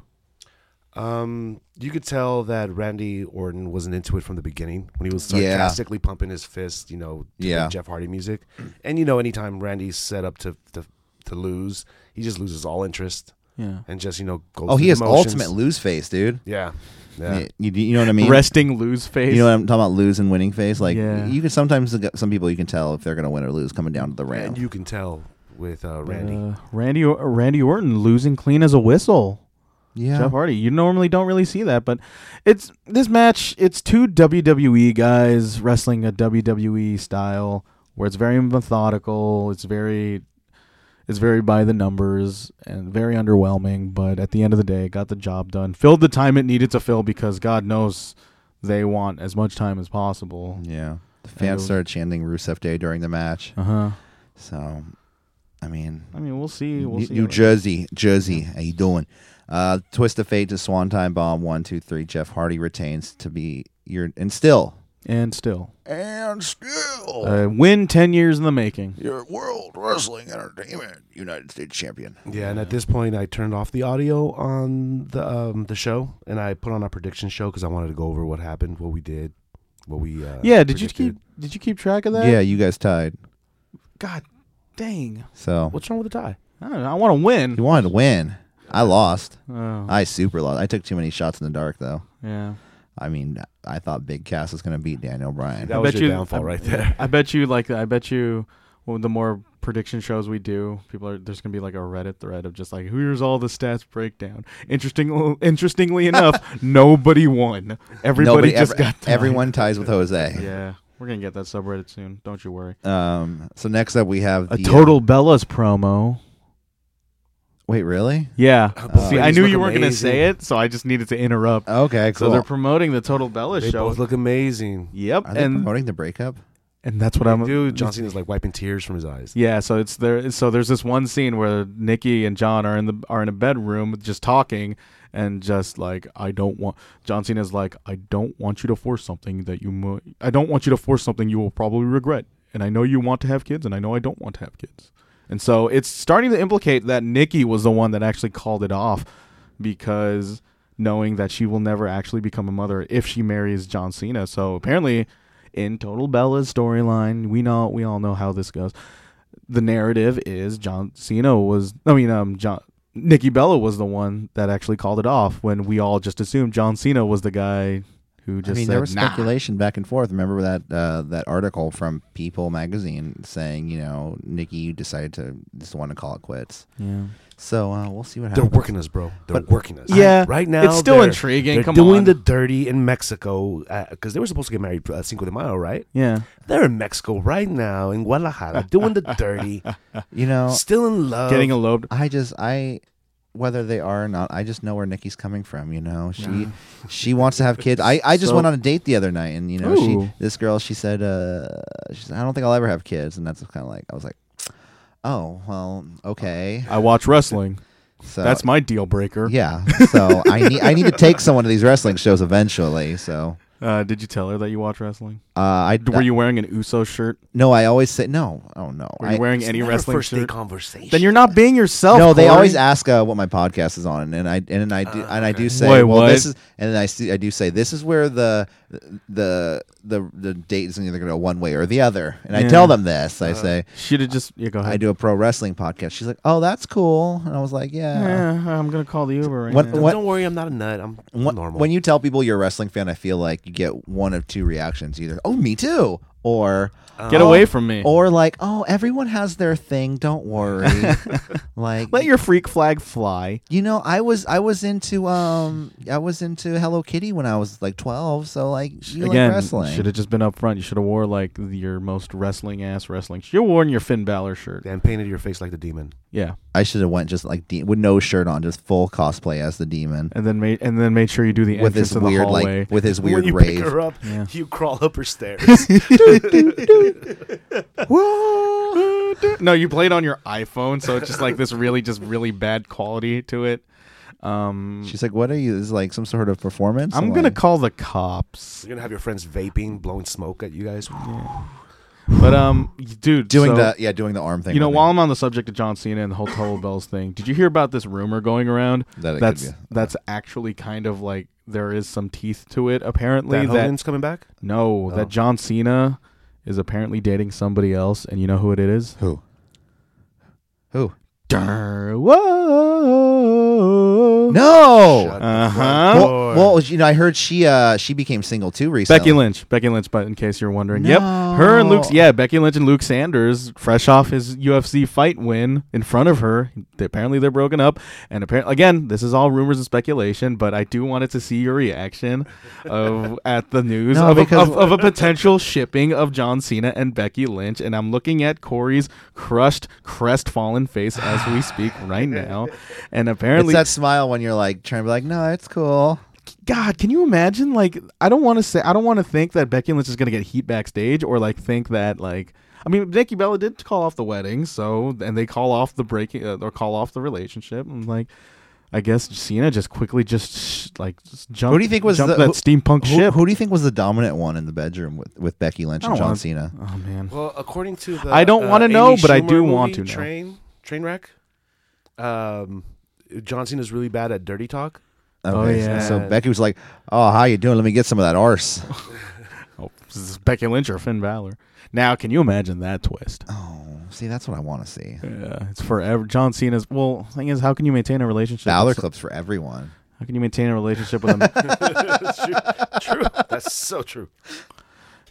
Speaker 4: Um, you could tell that Randy Orton wasn't into it from the beginning when he was
Speaker 2: Yeah.
Speaker 4: sarcastically pumping his fist, you know, to the
Speaker 2: Yeah.
Speaker 4: Jeff Hardy music. And you know, anytime Randy's set up to, to to lose, he just loses all interest
Speaker 3: Yeah.
Speaker 4: and just you know goes.
Speaker 2: Oh,
Speaker 4: through
Speaker 2: he
Speaker 4: the
Speaker 2: is
Speaker 4: motions.
Speaker 2: ultimate lose face, dude.
Speaker 4: Yeah, yeah.
Speaker 2: You, you know what I mean?
Speaker 3: Resting lose face.
Speaker 2: You know what I'm talking about? Lose and winning phase. Like
Speaker 3: Yeah.
Speaker 2: you can sometimes look at- some people you can tell if they're going to win or lose coming down to the
Speaker 4: And
Speaker 2: round.
Speaker 4: you can tell with uh, Randy.
Speaker 3: Uh, Randy Or- Randy Orton losing clean as a whistle.
Speaker 2: yeah,
Speaker 3: Jeff Hardy. You normally don't really see that, but it's this match. It's two WWE guys wrestling a WWE style where it's very methodical. It's very, it's very by the numbers and very underwhelming. But at the end of the day, it got the job done. Filled the time it needed to fill because God knows they want as much time as possible.
Speaker 2: yeah. The
Speaker 3: it
Speaker 2: fans
Speaker 3: was-
Speaker 2: started chanting Rusev Day during the match.
Speaker 3: Uh huh.
Speaker 2: So, I mean,
Speaker 3: I mean, we'll see. We'll
Speaker 2: New,
Speaker 3: see.
Speaker 2: New Jersey, Jersey, how you doing? Uh, twist of fate to Swanton Bomb. One, two, three. Jeff Hardy retains to be your and still
Speaker 3: and still,
Speaker 5: And still,
Speaker 3: uh, win ten years in the making.
Speaker 5: your World Wrestling Entertainment United States Champion.
Speaker 4: Yeah, and at this point, I turned off the audio on the um, the show, and I put on our prediction show because I wanted to go over what happened, what we did, what we. Uh,
Speaker 3: Yeah. Did you
Speaker 4: predicted.
Speaker 3: keep? Did you keep track of that?
Speaker 2: yeah. You guys tied.
Speaker 3: God. Dang.
Speaker 2: So
Speaker 4: What's wrong with the tie?
Speaker 3: I don't know. I want to win.
Speaker 2: you wanted to win. I lost.
Speaker 3: Oh,
Speaker 2: I super lost. I took too many shots in the dark though.
Speaker 3: yeah.
Speaker 2: I mean, I thought Big Cass was going to beat Daniel Bryan.
Speaker 4: That
Speaker 3: I
Speaker 4: was
Speaker 3: bet
Speaker 4: your
Speaker 3: you-
Speaker 4: downfall
Speaker 3: I-
Speaker 4: right there.
Speaker 3: I bet you like I bet you well, the more prediction shows we do, people are there's gonna be like a Reddit thread of just like here's all the stats breakdown. Interesting, interestingly enough, nobody won. Everybody
Speaker 2: Nobody
Speaker 3: just
Speaker 2: ever-
Speaker 3: got tied.
Speaker 2: everyone ties with Jose.
Speaker 3: Yeah, we're gonna get that subreddit soon. Don't you worry.
Speaker 2: Um, so next up we have
Speaker 3: A
Speaker 2: the,
Speaker 3: total
Speaker 2: uh,
Speaker 3: Bella's promo.
Speaker 2: wait, really?
Speaker 3: Yeah.
Speaker 2: Uh,
Speaker 4: Both
Speaker 3: Uh, See, I
Speaker 4: ladies
Speaker 3: knew
Speaker 4: Uh, look
Speaker 3: you weren't gonna say
Speaker 4: amazing.
Speaker 3: it, so I just needed to interrupt.
Speaker 2: Okay,
Speaker 3: so
Speaker 2: Uh, cool.
Speaker 3: they're promoting the Total Bella
Speaker 4: They
Speaker 3: show.
Speaker 4: both look amazing.
Speaker 3: yep,
Speaker 2: Are they
Speaker 3: and
Speaker 2: promoting the breakup?
Speaker 3: and that's what I'm.
Speaker 4: Dude, John Cena's like wiping tears from his eyes.
Speaker 3: Yeah, so it's there. So there's this one scene where Nikki and John are in the are in a bedroom just talking and just like I don't want John Cena's like I don't want you to force something that you mo- I don't want you to force something you will probably regret. And I know you want to have kids, and I know I don't want to have kids. And so it's starting to implicate that Nikki was the one that actually called it off because knowing that she will never actually become a mother if she marries John Cena. So apparently in Total Bella's storyline, we know we all know how this goes. The narrative is John Cena was I mean um John Nikki Bella was the one that actually called it off when we all just assumed John Cena was the guy who
Speaker 2: I
Speaker 3: just
Speaker 2: mean,
Speaker 3: said,
Speaker 2: there was
Speaker 3: "Nah."
Speaker 2: speculation back and forth. Remember that uh, that article from People magazine saying, you know, Nikki decided to just want to call it quits.
Speaker 3: Yeah.
Speaker 2: So uh, we'll see what
Speaker 4: They're
Speaker 2: happens.
Speaker 4: working us, bro. They're
Speaker 2: But-
Speaker 4: working us.
Speaker 3: Yeah,
Speaker 4: right now
Speaker 3: it's still
Speaker 4: they're-
Speaker 3: intriguing.
Speaker 4: They're
Speaker 3: Come
Speaker 4: doing
Speaker 3: on.
Speaker 4: the dirty in Mexico because they were supposed to get married uh, Cinco de Mayo, right?
Speaker 3: yeah.
Speaker 4: They're in Mexico right now in Guadalajara doing the dirty,
Speaker 2: You know,
Speaker 4: still in love.
Speaker 3: Oh, Getting eloped.
Speaker 2: I just I whether they are or not, I just know where Nikki's coming from. You know, she she wants to have kids. I, I just
Speaker 3: So-
Speaker 2: went on a date the other night, and you know, she
Speaker 3: Ooh.
Speaker 2: this girl she said uh she said, I don't think I'll ever have kids, and that's kind of like I was like, oh well, okay.
Speaker 3: I watch wrestling.
Speaker 2: So
Speaker 3: Uh, That's my deal breaker.
Speaker 2: yeah. So I need I need to take someone to these wrestling shows eventually. So
Speaker 3: Uh, did you tell her that you watch wrestling?
Speaker 2: uh, I
Speaker 3: Were you wearing an USO shirt?
Speaker 2: no, I always say no. Oh no,
Speaker 3: Were you
Speaker 2: I-
Speaker 3: wearing
Speaker 4: It's
Speaker 3: any
Speaker 4: not a
Speaker 3: wrestling
Speaker 4: first day
Speaker 3: shirt?
Speaker 4: conversation.
Speaker 3: Then you're not being yourself.
Speaker 2: No, they
Speaker 3: Corey.
Speaker 2: always ask uh, what my podcast is on, and I and I do and I do say,
Speaker 3: Wait,
Speaker 2: well, this
Speaker 3: what?
Speaker 2: is, and then I see, I do say this is where the the the the date is either going to go one way or the other, and I
Speaker 3: Yeah. Uh,
Speaker 2: tell them this. I say
Speaker 3: Should have just. Yeah, go ahead.
Speaker 2: I do a pro wrestling podcast. She's like, oh, that's cool, and I was like, yeah.
Speaker 3: Yeah, I'm gonna call the Uber right
Speaker 2: What-
Speaker 3: now.
Speaker 2: what-
Speaker 4: Don't worry, I'm not a nut. I'm
Speaker 2: When,
Speaker 4: normal.
Speaker 2: when you tell people you're a wrestling fan, I feel like you get one of two reactions: either "Oh, me too," or
Speaker 3: Get
Speaker 2: "Oh,"
Speaker 3: away from me.
Speaker 2: or like "Oh, everyone has their thing. Don't worry." like
Speaker 3: let your freak flag fly.
Speaker 2: You know, I was I was into um I was into Hello Kitty when I was like twelve, so like you
Speaker 3: Again,
Speaker 2: like wrestling.
Speaker 3: should have just been up front. You should have wore like your most wrestling ass wrestling. Should have worn your Finn Balor shirt.
Speaker 4: and painted your face like the demon.
Speaker 3: Yeah,
Speaker 2: I should have went just like de- with no shirt on, just full cosplay as the demon
Speaker 3: and then made and then made sure you do the
Speaker 2: with
Speaker 3: entrance
Speaker 2: his
Speaker 3: to the
Speaker 2: weird
Speaker 3: hallway.
Speaker 2: like with his
Speaker 4: when
Speaker 2: weird
Speaker 4: you
Speaker 2: rave.
Speaker 4: pick her up,
Speaker 3: Yeah.
Speaker 4: you crawl up her stairs.
Speaker 3: no, you played on your iPhone, so it's just like this really, just really bad quality to it. Um,
Speaker 2: She's like, "What are you? This is like some sort of performance."
Speaker 3: I'm
Speaker 2: like,
Speaker 3: gonna call the cops,
Speaker 4: You're gonna have your friends vaping, blowing smoke at you guys.
Speaker 3: but um, dude,
Speaker 2: doing
Speaker 3: so-
Speaker 2: the yeah doing the arm thing.
Speaker 3: You know,
Speaker 2: with
Speaker 3: while
Speaker 2: him.
Speaker 3: I'm on the subject of John Cena and the whole Total Bells thing, did you hear about this rumor going around?
Speaker 2: That it could
Speaker 3: that's
Speaker 2: be a-
Speaker 3: that's actually kind of like there is some teeth to it. Apparently,
Speaker 4: That
Speaker 3: that,
Speaker 4: Hogan's coming back.
Speaker 3: no, that John Cena is apparently dating somebody else, and you know who it is?
Speaker 2: who who
Speaker 3: Durr, whoa,
Speaker 2: no.
Speaker 3: uh
Speaker 2: Well,
Speaker 3: huh.
Speaker 2: well, you know, I heard she uh she became single too recently.
Speaker 3: Becky Lynch, Becky Lynch, but in case you're wondering, yep, her and
Speaker 2: No.
Speaker 3: Luke, yeah, Becky Lynch and Luke Sanders, fresh off his UFC fight win in front of her, they- apparently they're broken up, and apparently again, this is all rumors and speculation, but I do wanted to see your reaction of at the news
Speaker 2: No,
Speaker 3: of, a,
Speaker 2: because-
Speaker 3: of, of a potential shipping of John Cena and Becky Lynch, and I'm looking at Corey's crushed, crestfallen face as we speak right now, and
Speaker 2: It's
Speaker 3: apparently
Speaker 2: that smile when you're like trying to be like, no, it's cool.
Speaker 3: God, can you imagine? Like, I don't want to say, I don't want to think that Becky Lynch is going to get heat backstage, or like think that like, I mean, Nikki Bella did call off the wedding, so and they call off the breaking uh, or call off the relationship, and like, I guess Cena just quickly just sh- like just jumped.
Speaker 2: do you think was
Speaker 3: jumped
Speaker 2: the-
Speaker 3: that steampunk
Speaker 2: Who,
Speaker 3: ship?
Speaker 2: who do you think was the dominant one in the bedroom with, with Becky Lynch
Speaker 3: I
Speaker 2: and
Speaker 3: don't
Speaker 2: John
Speaker 3: wanna-
Speaker 2: Cena?
Speaker 3: oh man,
Speaker 4: Well, according to the
Speaker 3: I don't
Speaker 4: uh,
Speaker 3: wanna
Speaker 4: Amy
Speaker 3: know, but I do
Speaker 4: Schumer
Speaker 3: want
Speaker 4: movie,
Speaker 3: to know.
Speaker 4: Train, train wreck. Um, John Cena's really bad at dirty talk.
Speaker 3: Oh,
Speaker 2: Okay, so-
Speaker 3: yeah.
Speaker 2: So Becky was like, "Oh, how you doing? Let me get some of that arse."
Speaker 3: oh, is this Becky Lynch or Finn Balor? Now, can you imagine that twist?
Speaker 2: Oh, see, that's what I want to see.
Speaker 3: Yeah, it's forever. John Cena's. Well, thing is, how can you maintain a relationship?
Speaker 2: Valor
Speaker 3: with so-
Speaker 2: clips for everyone.
Speaker 3: How can you maintain a relationship with a
Speaker 4: true, true. That's so true.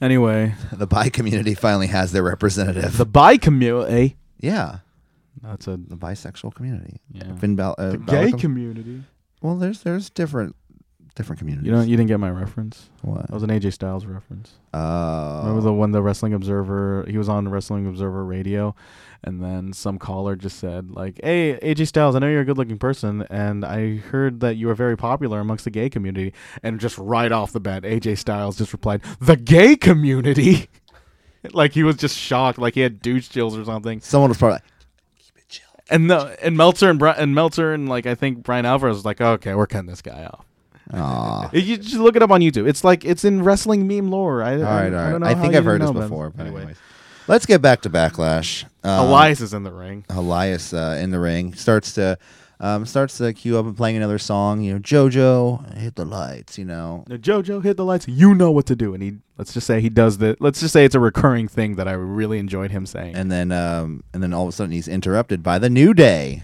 Speaker 3: anyway?
Speaker 2: The bi community finally has their representative.
Speaker 3: The eh? bi community.
Speaker 2: yeah,
Speaker 3: That's a
Speaker 2: the bisexual community.
Speaker 3: Yeah.
Speaker 2: Finn Bal- uh, Balor
Speaker 3: gay
Speaker 2: com-
Speaker 3: community.
Speaker 2: well, there's there's different different communities.
Speaker 3: You know, you didn't get my reference.
Speaker 2: what?
Speaker 3: That was an AJ Styles reference.
Speaker 2: Uh,
Speaker 3: Remember the one the Wrestling Observer? He was on Wrestling Observer Radio, and then some caller just said like, "Hey, AJ Styles, I know you're a good-looking person, and I heard that you are very popular amongst the gay community." And just right off the bat, AJ Styles just replied, "The gay community." like he was just shocked, like he had douche chills or something.
Speaker 2: someone was probably like,
Speaker 3: And the and Meltzer and Bri- and Meltzer and like I think Brian Alvarez was like, "Okay, we're cutting this guy off."
Speaker 2: "Aw."
Speaker 3: You- You just look it up on YouTube. It's like it's in wrestling meme lore. I,
Speaker 2: All right, all
Speaker 3: I,
Speaker 2: right.
Speaker 3: don't know
Speaker 2: I,
Speaker 3: how
Speaker 2: think
Speaker 3: you
Speaker 2: I've heard this
Speaker 3: didn't know about
Speaker 2: before, but anyways. Let's get back to backlash. Um,
Speaker 3: Elias is in the ring.
Speaker 2: Elias uh, in the ring starts to um, starts to queue up and playing another song. You know, JoJo hit the lights. You know,
Speaker 3: Now, JoJo hit the lights. You know what to do, and he let's just say he does the. Let's just say it's a recurring thing that I really enjoyed him saying.
Speaker 2: and then um, and then all of a sudden he's interrupted by the New Day,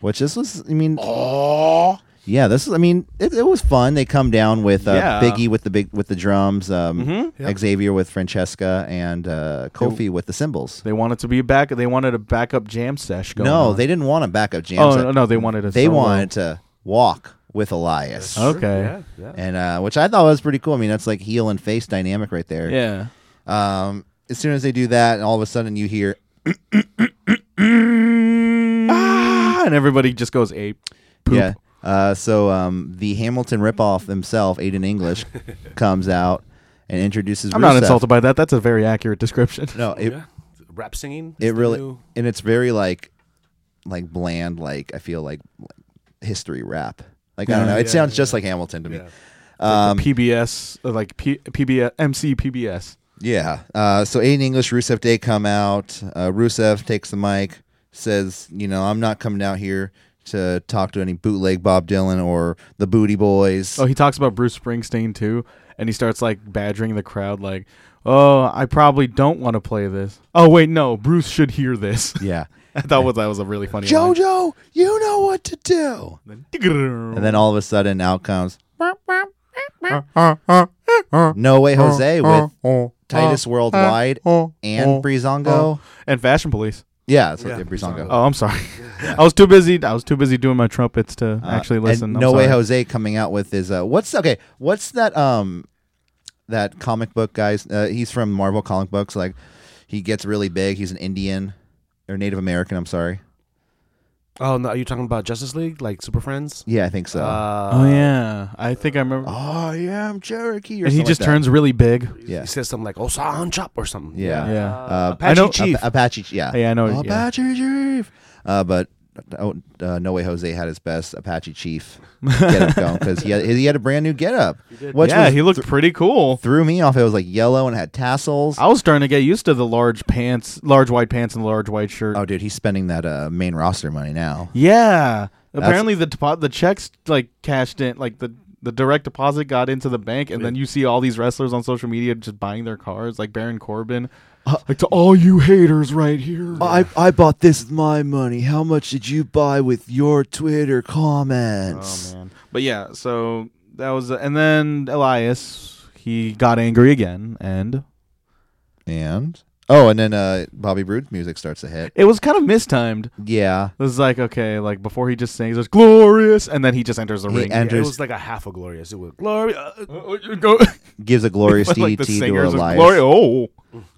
Speaker 2: which this was. I mean, Yeah, this is. I mean, it, it was fun. They come down with uh,
Speaker 3: Yeah. Mm-hmm.
Speaker 2: Biggie with the big with the drums, um,
Speaker 4: Yep.
Speaker 2: Xavier with Francesca, and uh, Kofi with the cymbals.
Speaker 3: They wanted to be back. They wanted a backup jam sesh going.
Speaker 2: No,
Speaker 3: on.
Speaker 2: they didn't want a backup jam.
Speaker 3: Oh
Speaker 2: set.
Speaker 3: no, no, they wanted a.
Speaker 2: they
Speaker 3: solo.
Speaker 2: wanted to walk with Elias,
Speaker 3: Okay.
Speaker 4: Yeah, yeah.
Speaker 2: and uh, which I thought was pretty cool. I mean, that's like heel and face dynamic right there.
Speaker 3: Yeah.
Speaker 2: Um, as soon as they do that, and all of a sudden you hear
Speaker 3: Ah, and everybody just goes ape. Poop.
Speaker 2: Yeah. Uh, so um, the Hamilton ripoff himself, Aiden English, comes out and introduces.
Speaker 3: I'm not
Speaker 2: Rusev.
Speaker 3: insulted by that. That's a very accurate description.
Speaker 2: No, it
Speaker 4: Yeah. Rap singing. is
Speaker 2: it
Speaker 4: the
Speaker 2: really
Speaker 4: new-
Speaker 2: and it's very like like bland. Like I feel like, history rap. Like I don't know. It sounds just like Hamilton to me.
Speaker 4: Yeah.
Speaker 2: Um,
Speaker 3: PBS, uh, like P- PBS, MC PBS.
Speaker 2: yeah. Uh, so Aiden English, Rusev Day come out. Uh, Rusev takes the mic, says, "You know, I'm not coming out here." To talk to any bootleg Bob Dylan or the Booty Boys.
Speaker 3: Oh, he talks about Bruce Springsteen too, and he starts like badgering the crowd, like, "Oh, I probably don't want to play this." Oh wait, no, Bruce should hear this.
Speaker 2: Yeah.
Speaker 3: I thought was that was a really funny.
Speaker 2: JoJo, you know what to do.
Speaker 3: line.
Speaker 2: And then all of a sudden, out comes No Way Jose with Titus Worldwide and Brizongo.
Speaker 3: and Fashion Police.
Speaker 2: Yeah, that's what
Speaker 4: Yeah,
Speaker 2: they Brizongo.
Speaker 3: Oh, I'm sorry. I was too busy. I was too busy doing my trumpets to
Speaker 2: Uh,
Speaker 3: actually listen.
Speaker 2: And
Speaker 3: I'm
Speaker 2: no Way
Speaker 3: sorry.
Speaker 2: Jose coming out with his uh, what's okay? What's that um that comic book guys? Uh, he's from Marvel comic books. Like he gets really big. He's an Indian or Native American. I'm sorry.
Speaker 4: Oh no, are you talking about Justice League, like Super Friends?
Speaker 2: Yeah, I think so.
Speaker 4: Uh,
Speaker 3: Oh yeah, I think I remember.
Speaker 2: I am Cherokee. Or
Speaker 3: and he
Speaker 2: Oh, something
Speaker 3: just
Speaker 2: like that.
Speaker 3: turns really big.
Speaker 2: Yeah.
Speaker 4: He says something like "Osan Chop" or something.
Speaker 2: Yeah.
Speaker 3: Yeah.
Speaker 2: Uh,
Speaker 4: Apache
Speaker 3: I know-
Speaker 4: Chief.
Speaker 2: Ap- Apache, yeah.
Speaker 3: Yeah, I know, yeah.
Speaker 2: Apache Chief. Uh, but oh, uh, No Way Jose had his best Apache Chief get up going because he had, he had a brand new get up, which
Speaker 3: yeah,
Speaker 2: was,
Speaker 3: he looked pretty cool.
Speaker 2: threw me off. It was like yellow and had tassels.
Speaker 3: I was starting to get used to the large pants, large white pants, and large white shirt.
Speaker 2: Oh, dude, he's spending that uh, main roster money now.
Speaker 3: Yeah. Apparently the depo- the checks like cashed in like the the direct deposit got into the bank and then you see all these wrestlers on social media just buying their cars like Baron Corbin. like to all you haters right here.
Speaker 2: Uh, I, I bought this with my money. How much did you buy with your Twitter comments?
Speaker 3: Oh, man. But yeah, so that was and then Elias he got angry again and
Speaker 2: And oh, and then uh, Bobby Roode's music starts to hit.
Speaker 3: it was kind of mistimed.
Speaker 2: Yeah,
Speaker 3: It was like okay, like before he just sings it's glorious and then he just enters the
Speaker 2: He
Speaker 3: ring.
Speaker 4: Yeah, it
Speaker 2: Andrews-
Speaker 4: was like a half a glorious. It was glorious.
Speaker 3: Go-
Speaker 2: gives a glorious DDT
Speaker 3: like the
Speaker 2: to
Speaker 3: singers of
Speaker 2: Elias.
Speaker 3: glory. Oh.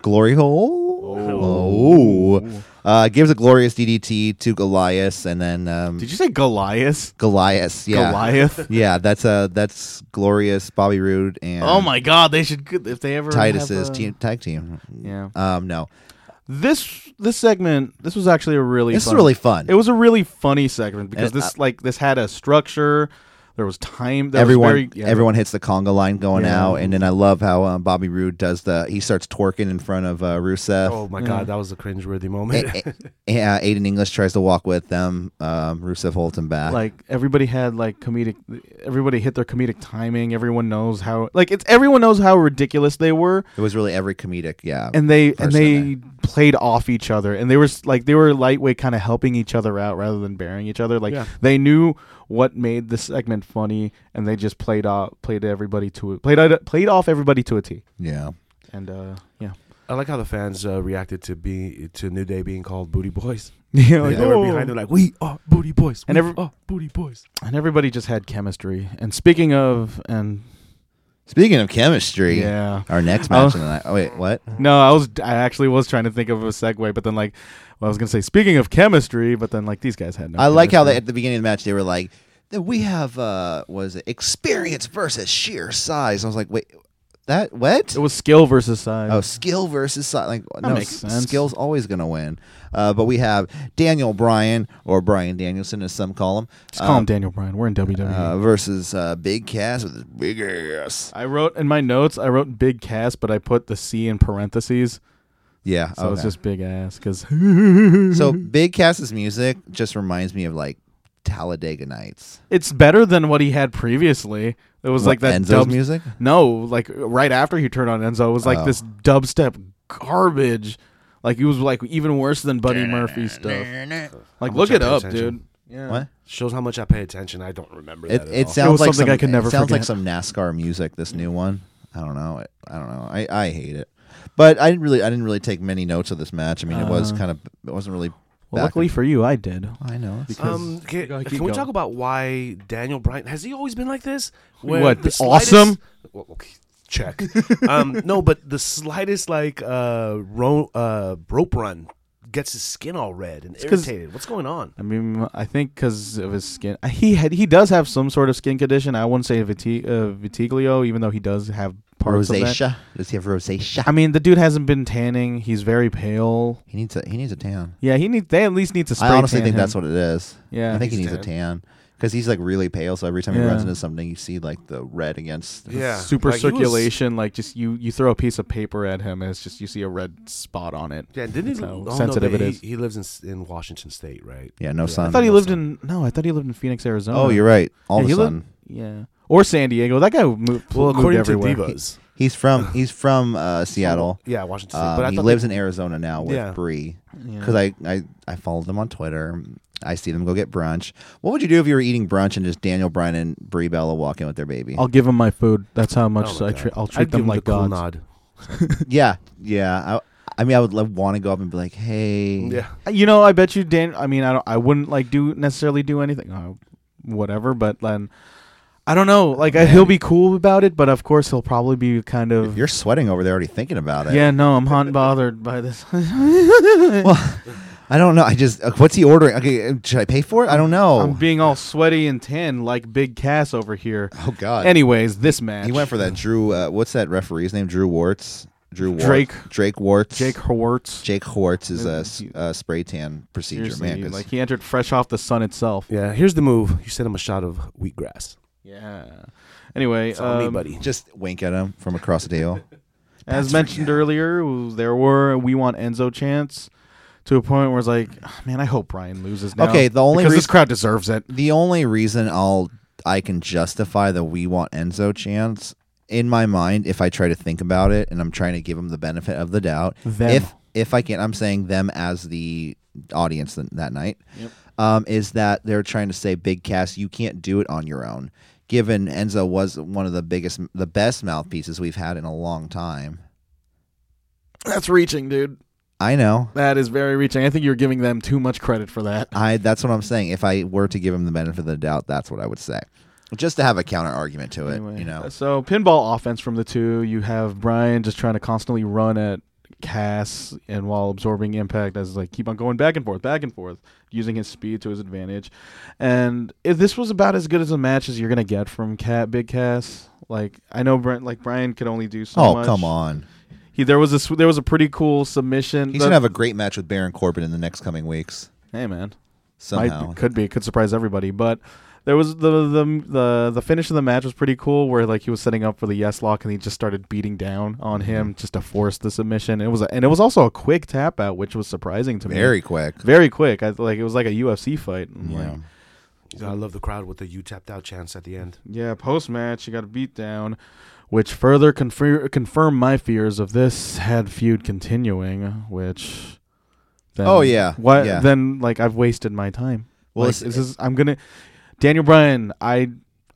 Speaker 2: Glory hole. Oh. Uh, gives a glorious DDT to Goliath, and then um,
Speaker 3: Did you say Goliath?
Speaker 2: Goliath. Yeah.
Speaker 3: Goliath?
Speaker 2: Yeah, that's uh, that's glorious. Bobby Roode and
Speaker 3: Oh my God! They should if they ever
Speaker 2: Titus's
Speaker 3: have a-
Speaker 2: team, tag team.
Speaker 3: Yeah.
Speaker 2: Um, no,
Speaker 3: This this segment this was actually a really
Speaker 2: this
Speaker 3: fun,
Speaker 2: is really fun.
Speaker 3: it was a really funny segment because
Speaker 2: And, uh,
Speaker 3: this like this had a structure. There was time. There
Speaker 2: everyone
Speaker 3: was very, yeah.
Speaker 2: everyone hits the conga line going
Speaker 3: Yeah.
Speaker 2: out, and then I love how um, Bobby Roode does the he starts twerking in front of uh, Rusev.
Speaker 4: Oh my
Speaker 3: Yeah.
Speaker 4: god, that was a cringeworthy
Speaker 2: A-
Speaker 4: moment.
Speaker 2: a- yeah, Aiden English tries to walk with them. Um, Rusev holds him back.
Speaker 3: Like everybody had like comedic. Everybody hit their comedic timing. Everyone knows how like it's everyone knows how ridiculous they were,
Speaker 2: it was really every comedic. Yeah,
Speaker 3: and they
Speaker 2: Person
Speaker 3: and they played off each other, and they were s- like they were lightweight, kind of helping each other out rather than bearing each other. Like
Speaker 4: Yeah.
Speaker 3: they knew what made the segment funny, and they just played off played everybody to it played out- played off everybody to a T.
Speaker 2: yeah.
Speaker 3: And uh, yeah,
Speaker 4: I like how the fans uh, reacted to be to New Day being called Booty Boys.
Speaker 3: yeah,
Speaker 4: Like, They were behind them like, "We are Booty
Speaker 3: oh.
Speaker 4: Boys."
Speaker 3: And
Speaker 4: And
Speaker 3: every-
Speaker 4: every are Booty Boys.
Speaker 3: and everybody just had chemistry. And speaking of, and
Speaker 2: Speaking of chemistry,
Speaker 3: yeah,
Speaker 2: Our next
Speaker 3: Oh.
Speaker 2: match of the night. Oh wait, what?
Speaker 3: no, I was I actually was trying to think of a segue, but then like well, I was gonna say speaking of chemistry, but then like these guys had no.
Speaker 2: I like how they,
Speaker 3: chemistry.
Speaker 2: at the beginning of the match they were like, "That "We have uh, was it experience versus sheer size." I was like, "Wait, that what?"
Speaker 3: it was skill versus size.
Speaker 2: Oh, skill versus size. Like no,
Speaker 3: makes
Speaker 2: s-
Speaker 3: sense.
Speaker 2: skill's always gonna win. Uh, but we have Daniel Bryan or Brian Danielson, as some call him,
Speaker 3: Just call him Daniel Bryan. We're in E. WWE.
Speaker 2: um, uh, versus uh, Big Cass with his big ass.
Speaker 3: I wrote in my notes. I wrote big cast, but I put the C in parentheses,
Speaker 2: Yeah,
Speaker 3: so it's
Speaker 2: okay.
Speaker 3: just big ass. Because
Speaker 2: so Big Cass's music just reminds me of like Talladega Nights.
Speaker 3: it's better than what he had previously. It was like that
Speaker 2: Enzo's
Speaker 3: dub-
Speaker 2: music.
Speaker 3: No, like right after he turned on Enzo, it was like
Speaker 2: Oh.
Speaker 3: this dubstep garbage. Like it was like even worse than Buddy Murphy stuff. Like
Speaker 4: gonna
Speaker 3: look
Speaker 4: check
Speaker 3: it
Speaker 4: my
Speaker 3: up,
Speaker 4: attention.
Speaker 3: dude. Yeah.
Speaker 2: What?
Speaker 4: Shows how much I pay attention. I don't remember
Speaker 2: It,
Speaker 4: that. at
Speaker 2: it
Speaker 4: all.
Speaker 2: sounds
Speaker 3: was
Speaker 2: like
Speaker 3: something
Speaker 2: some,
Speaker 3: I could
Speaker 2: it
Speaker 3: never
Speaker 2: sounds like
Speaker 3: forget.
Speaker 2: some NASCAR music. This new one, I don't know. I, I don't know. I, I hate it. But I didn't really I didn't really take many notes of this match. I mean, it was
Speaker 3: Uh,
Speaker 2: kind of it wasn't really.
Speaker 3: Well,
Speaker 2: back
Speaker 3: luckily
Speaker 2: and-
Speaker 3: for you, I did.
Speaker 2: I know. it's-
Speaker 4: Um, can,
Speaker 3: Go ahead,
Speaker 4: can
Speaker 3: keep
Speaker 4: we
Speaker 3: going.
Speaker 4: talk about why Daniel Bryan has he always been like this?
Speaker 3: What,
Speaker 4: the
Speaker 3: awesome?
Speaker 4: Well, okay, check. um, no, but the slightest like uh, ro- uh, rope run gets his skin all red and
Speaker 3: 'cause-
Speaker 4: irritated. What's going on?
Speaker 3: I mean, I think because of his skin, he had he does have some sort of skin condition. I wouldn't say viti- uh, vitiglio, even though he does have parts of that.
Speaker 2: rosacea. Does he have rosacea?
Speaker 3: I mean, the dude hasn't been tanning. He's very pale.
Speaker 2: he needs a he needs a tan.
Speaker 3: Yeah, he need. They at least need to. Spray
Speaker 2: I honestly
Speaker 3: tan
Speaker 2: think
Speaker 3: him.
Speaker 2: that's what it is.
Speaker 3: Yeah,
Speaker 2: I think he
Speaker 4: he's
Speaker 2: needs a tan because he's like really pale. So every time he
Speaker 3: Yeah.
Speaker 2: runs into something, you see like the red against.
Speaker 4: Yeah,
Speaker 3: super
Speaker 4: like, he was-
Speaker 3: circulation. like just you, you throw a piece of paper at him, and it's just you see a red spot on it.
Speaker 4: Yeah, didn't
Speaker 3: That's
Speaker 4: he?
Speaker 3: how
Speaker 4: oh, no,
Speaker 3: sensitive
Speaker 4: but
Speaker 3: it
Speaker 4: he,
Speaker 3: is.
Speaker 4: He lives in s- in Washington State, right?
Speaker 2: Yeah, no
Speaker 3: I
Speaker 2: sun.
Speaker 3: thought he lived in no. I thought he lived in Phoenix, Arizona.
Speaker 2: oh, you're right. All
Speaker 3: Yeah,
Speaker 2: of
Speaker 3: he
Speaker 2: a
Speaker 3: lived-
Speaker 2: sudden,
Speaker 3: Yeah, or San Diego. That guy moved.
Speaker 4: Well,
Speaker 3: moved
Speaker 4: according to
Speaker 3: everywhere.
Speaker 4: Divas,
Speaker 2: he's from he's from uh, Seattle.
Speaker 4: yeah, Washington
Speaker 3: Uh,
Speaker 4: State. but I
Speaker 2: Um, he
Speaker 4: thought
Speaker 2: lives
Speaker 4: they-
Speaker 2: in Arizona now with
Speaker 4: Yeah.
Speaker 2: Bree
Speaker 3: Yeah.
Speaker 2: because I, I I followed them on Twitter. I see them go get brunch. What would you do if you were eating brunch and just Daniel Bryan and Brie Bella walk in with their baby?
Speaker 3: I'll give him my food. That's how
Speaker 4: oh
Speaker 3: much
Speaker 4: my
Speaker 3: I
Speaker 4: God.
Speaker 3: tre- I'll
Speaker 4: I'd
Speaker 3: treat
Speaker 4: give
Speaker 3: them
Speaker 4: him the
Speaker 3: like
Speaker 4: cool
Speaker 3: gods.
Speaker 4: nod.
Speaker 2: Yeah, yeah. I, I mean, I would love, want to go up and be like, hey,
Speaker 4: Yeah,
Speaker 3: You know, I bet you Dan. I mean, I don't. I wouldn't like do necessarily do anything. Uh, whatever, but then. I don't know. Like I, he'll be cool about it, but of course he'll probably be kind of.
Speaker 2: you're sweating over there already thinking about it.
Speaker 3: yeah, no, I'm hot and bothered by this.
Speaker 2: I don't know. I just uh, what's he ordering? Okay, uh, should I pay for it? I don't know.
Speaker 3: I'm being all sweaty and tan like Big Cass over here.
Speaker 2: oh God.
Speaker 3: Anyways, this match.
Speaker 2: he went for that Drew. Uh, what's that referee's name? Drew Warts. Drew Warts.
Speaker 3: Drake.
Speaker 2: Drake Warts.
Speaker 3: Jake Horwitz.
Speaker 2: Jake Hortz is a, s-
Speaker 3: Mm,
Speaker 2: a spray tan procedure
Speaker 3: Seriously,
Speaker 2: man. 'cause-
Speaker 3: like he entered fresh off the sun itself.
Speaker 4: yeah. Here's the move. You send him a shot of wheatgrass.
Speaker 3: Yeah. Anyway,
Speaker 4: It's on me,
Speaker 3: um,
Speaker 4: buddy.
Speaker 2: just wink at him from across the table.
Speaker 3: as mentioned earlier, there were we want Enzo chance to a point where it's like, "Ah, man, I hope Brian loses now.
Speaker 2: Okay, the only
Speaker 3: because this
Speaker 2: reas-
Speaker 3: crowd deserves it.
Speaker 2: the only reason I'll I can justify the we want Enzo chance in my mind if I try to think about it and I'm trying to give him the benefit of the doubt.
Speaker 3: Them.
Speaker 2: If if I can, I'm saying them as the audience th- that night. Um, is that they're trying to say big cast you can't do it on your own. Given Enzo was one of the biggest, the best mouthpieces we've had in a long time.
Speaker 3: That's reaching, dude.
Speaker 2: I know.
Speaker 3: That is very reaching. I think you're giving them too much credit for that.
Speaker 2: I that's what I'm saying. If I were to give him the benefit of the doubt, that's what I would say. Just to have a counter argument to it, you know.
Speaker 3: uh, So pinball offense from the two. You have Brian just trying to constantly run at Cass, and while absorbing impact, as like keep on going back and forth, back and forth, using his speed to his advantage. And if this was about as good as a match as you're gonna get from Cat Big Cass, like I know Brent, like Brian could only do so
Speaker 2: oh
Speaker 3: much.
Speaker 2: come on!
Speaker 3: He there was a sw- there was a pretty cool submission.
Speaker 2: He's
Speaker 3: The-
Speaker 2: gonna have a great match with Baron Corbin in the next coming weeks.
Speaker 3: hey man, Might-
Speaker 2: Somehow,
Speaker 3: could be could surprise everybody, but. There was the, the the the finish of the match was pretty cool, where like he was setting up for the yes lock, and he just started beating down on him
Speaker 2: Mm-hmm.
Speaker 3: just to force the submission. It was a, and it was also a quick tap out, which was surprising to me.
Speaker 2: very quick.
Speaker 3: very quick. I, like it was like a UFC fight. I'm
Speaker 2: Yeah.
Speaker 3: like,
Speaker 4: I love the crowd with the you tapped out chance at the end.
Speaker 3: yeah, post match, you got a beat down, which further confir- confirmed my fears of this had feud continuing, which. Then,
Speaker 2: Oh, yeah,
Speaker 3: What
Speaker 2: yeah.
Speaker 3: then? Like I've wasted my time.
Speaker 2: Well,
Speaker 3: Well,
Speaker 2: it's-
Speaker 3: this is I'm gonna Daniel Bryan. I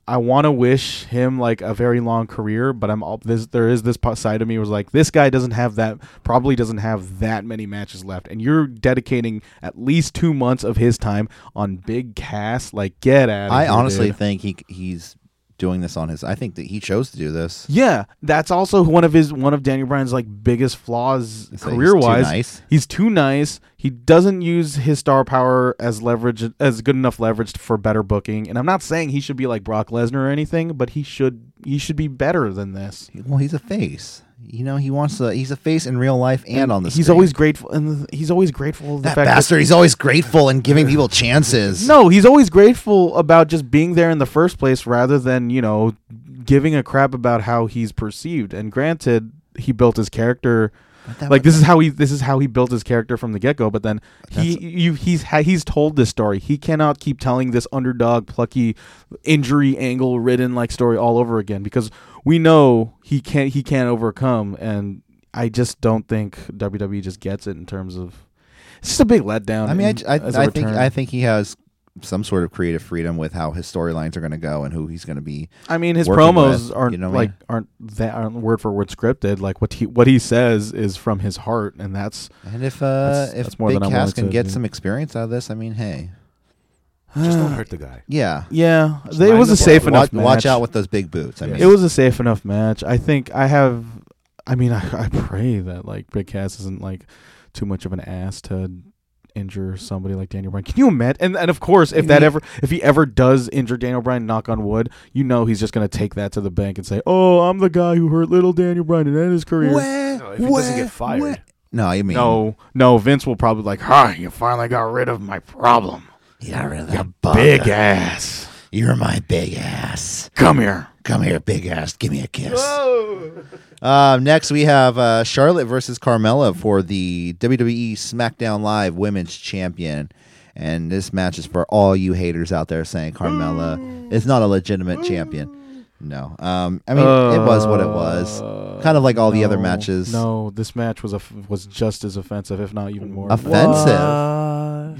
Speaker 3: I want to wish him like a very long career, but I'm all this. There is this po- side of me was like this guy doesn't have that. Probably doesn't have that many matches left, and you're dedicating at least two months of his time on big cast. Like get at.
Speaker 2: I honestly think he he's doing this on his. I think that he chose to do this.
Speaker 3: Yeah, that's also one of his one of Daniel Bryan's like biggest
Speaker 2: Is
Speaker 3: flaws
Speaker 2: that he's too
Speaker 3: career wise.
Speaker 2: nice?
Speaker 3: He's too nice. He doesn't use his star power as leverage as good enough leverage for better booking. And I'm not saying he should be like Brock Lesnar or anything, but he should he should be better than this.
Speaker 2: Well, he's a face. You know, he wants to. He's a face in real life and on the.
Speaker 3: He's
Speaker 2: screen.
Speaker 3: always grateful and he's always grateful of the
Speaker 2: that
Speaker 3: fact that-
Speaker 2: bastard. he's always grateful and giving people chances.
Speaker 3: No, he's always grateful about just being there in the first place rather than, you know, giving a crap about how he's perceived. And granted, he built his character
Speaker 2: that
Speaker 3: like this is how he this is how he built his character from the get-go, but then he you he's ha- he's told this story. He cannot keep telling this underdog plucky injury angle ridden like story all over again because we know he can't he can't overcome and I just don't think E WWE just gets it in terms of it's just a big letdown.
Speaker 2: I mean, I,
Speaker 3: in-
Speaker 2: j- I-
Speaker 3: as a
Speaker 2: I think
Speaker 3: return.
Speaker 2: I think he has some sort of creative freedom with how his storylines are going to go and who he's going to be.
Speaker 3: I mean, his
Speaker 2: working
Speaker 3: promos
Speaker 2: with,
Speaker 3: aren't
Speaker 2: you know what I
Speaker 3: like
Speaker 2: mean?
Speaker 3: aren't that aren't word for word scripted. Like what he what he says is from his heart, and that's
Speaker 2: And if uh,
Speaker 3: That's-
Speaker 2: if
Speaker 3: that's more
Speaker 2: Big
Speaker 3: than I'm
Speaker 2: Cass
Speaker 3: willing
Speaker 2: can
Speaker 3: to
Speaker 2: get
Speaker 3: do.
Speaker 2: some experience out of this, I mean, hey,
Speaker 4: Just don't hurt the guy.
Speaker 2: yeah,
Speaker 3: yeah. They, it was a
Speaker 4: lineup
Speaker 3: safe
Speaker 4: up.
Speaker 3: enough.
Speaker 2: watch, watch
Speaker 3: match.
Speaker 2: out with those big boots. I mean,
Speaker 3: It was a safe enough match. I think I have. I mean, I, I pray that like Big Cass isn't like too much of an ass to injure somebody like Daniel Bryan. Can you imagine? And and of course, if that ever, if he ever does injure Daniel Bryan, knock on wood, you know he's just gonna take that to the bank and say, "Oh, I'm the guy who hurt little Daniel Bryan and ended his career."
Speaker 4: No, if he doesn't get fired.
Speaker 2: no, I mean,
Speaker 3: No, no, Vince will probably like, "Huh, you finally got rid of my problem,
Speaker 2: you're really
Speaker 3: big ass.
Speaker 2: You're my big ass.
Speaker 3: Come here."
Speaker 2: Come here, big ass. Give me a kiss. Um, next, we have uh, Charlotte versus Carmella for the WWE SmackDown Live Women's Champion. And this match is for all you haters out there saying Carmella is not a legitimate champion. No. Um, I mean, it was what it was. Kind of like all the other
Speaker 3: Uh, No,
Speaker 2: matches.
Speaker 3: No, this match was a was just as offensive, if not even more.
Speaker 2: Offensive.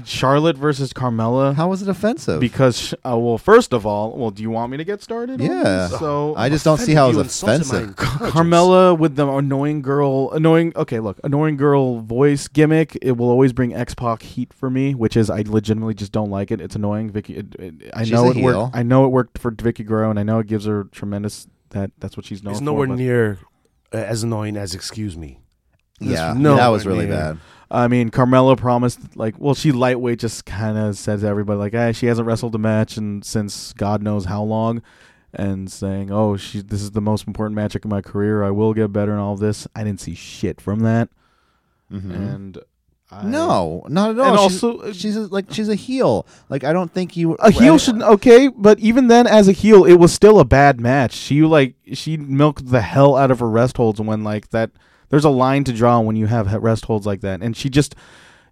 Speaker 3: Charlotte versus Carmella.
Speaker 2: How was it offensive?
Speaker 3: because uh, well, first of all, well, do you want me to get started? on
Speaker 2: Yeah.
Speaker 3: this? So
Speaker 2: I just don't see how it
Speaker 4: You
Speaker 2: was
Speaker 4: insulted my
Speaker 2: offensive.
Speaker 4: intelligence.
Speaker 3: Carmella with the annoying girl, annoying. Okay, look, annoying girl voice gimmick. It will always bring X Pac heat for me, which is I legitimately just don't like it. It's annoying, Vicky. It, it, I
Speaker 2: She's
Speaker 3: know
Speaker 2: a
Speaker 3: it
Speaker 2: heel.
Speaker 3: worked. I know it worked for Vicky Guerrero, and I know it gives her tremendous. That that's what she's known
Speaker 4: It's
Speaker 3: for.
Speaker 4: nowhere
Speaker 3: but-
Speaker 4: near uh, as annoying as excuse me.
Speaker 2: Yeah,
Speaker 4: No.
Speaker 2: that was really
Speaker 4: Yeah.
Speaker 2: bad.
Speaker 3: I mean, Carmella promised like, well, she lightweight just kind of says to everybody like, hey, she hasn't wrestled a match and since God knows how long, and saying, oh, she this is the most important match of my career. I will get better and all this. I didn't see shit from that,
Speaker 2: Mhm.
Speaker 3: and I,
Speaker 2: No, not at all.
Speaker 3: and
Speaker 2: she's,
Speaker 3: also. uh,
Speaker 2: she's a, like she's a heel. Like I don't think you
Speaker 3: a heel should okay, but even then, as a heel, it was still a bad match. She like she milked the hell out of her rest holds when like that. There's a line to draw when you have he- rest holds like that, and she just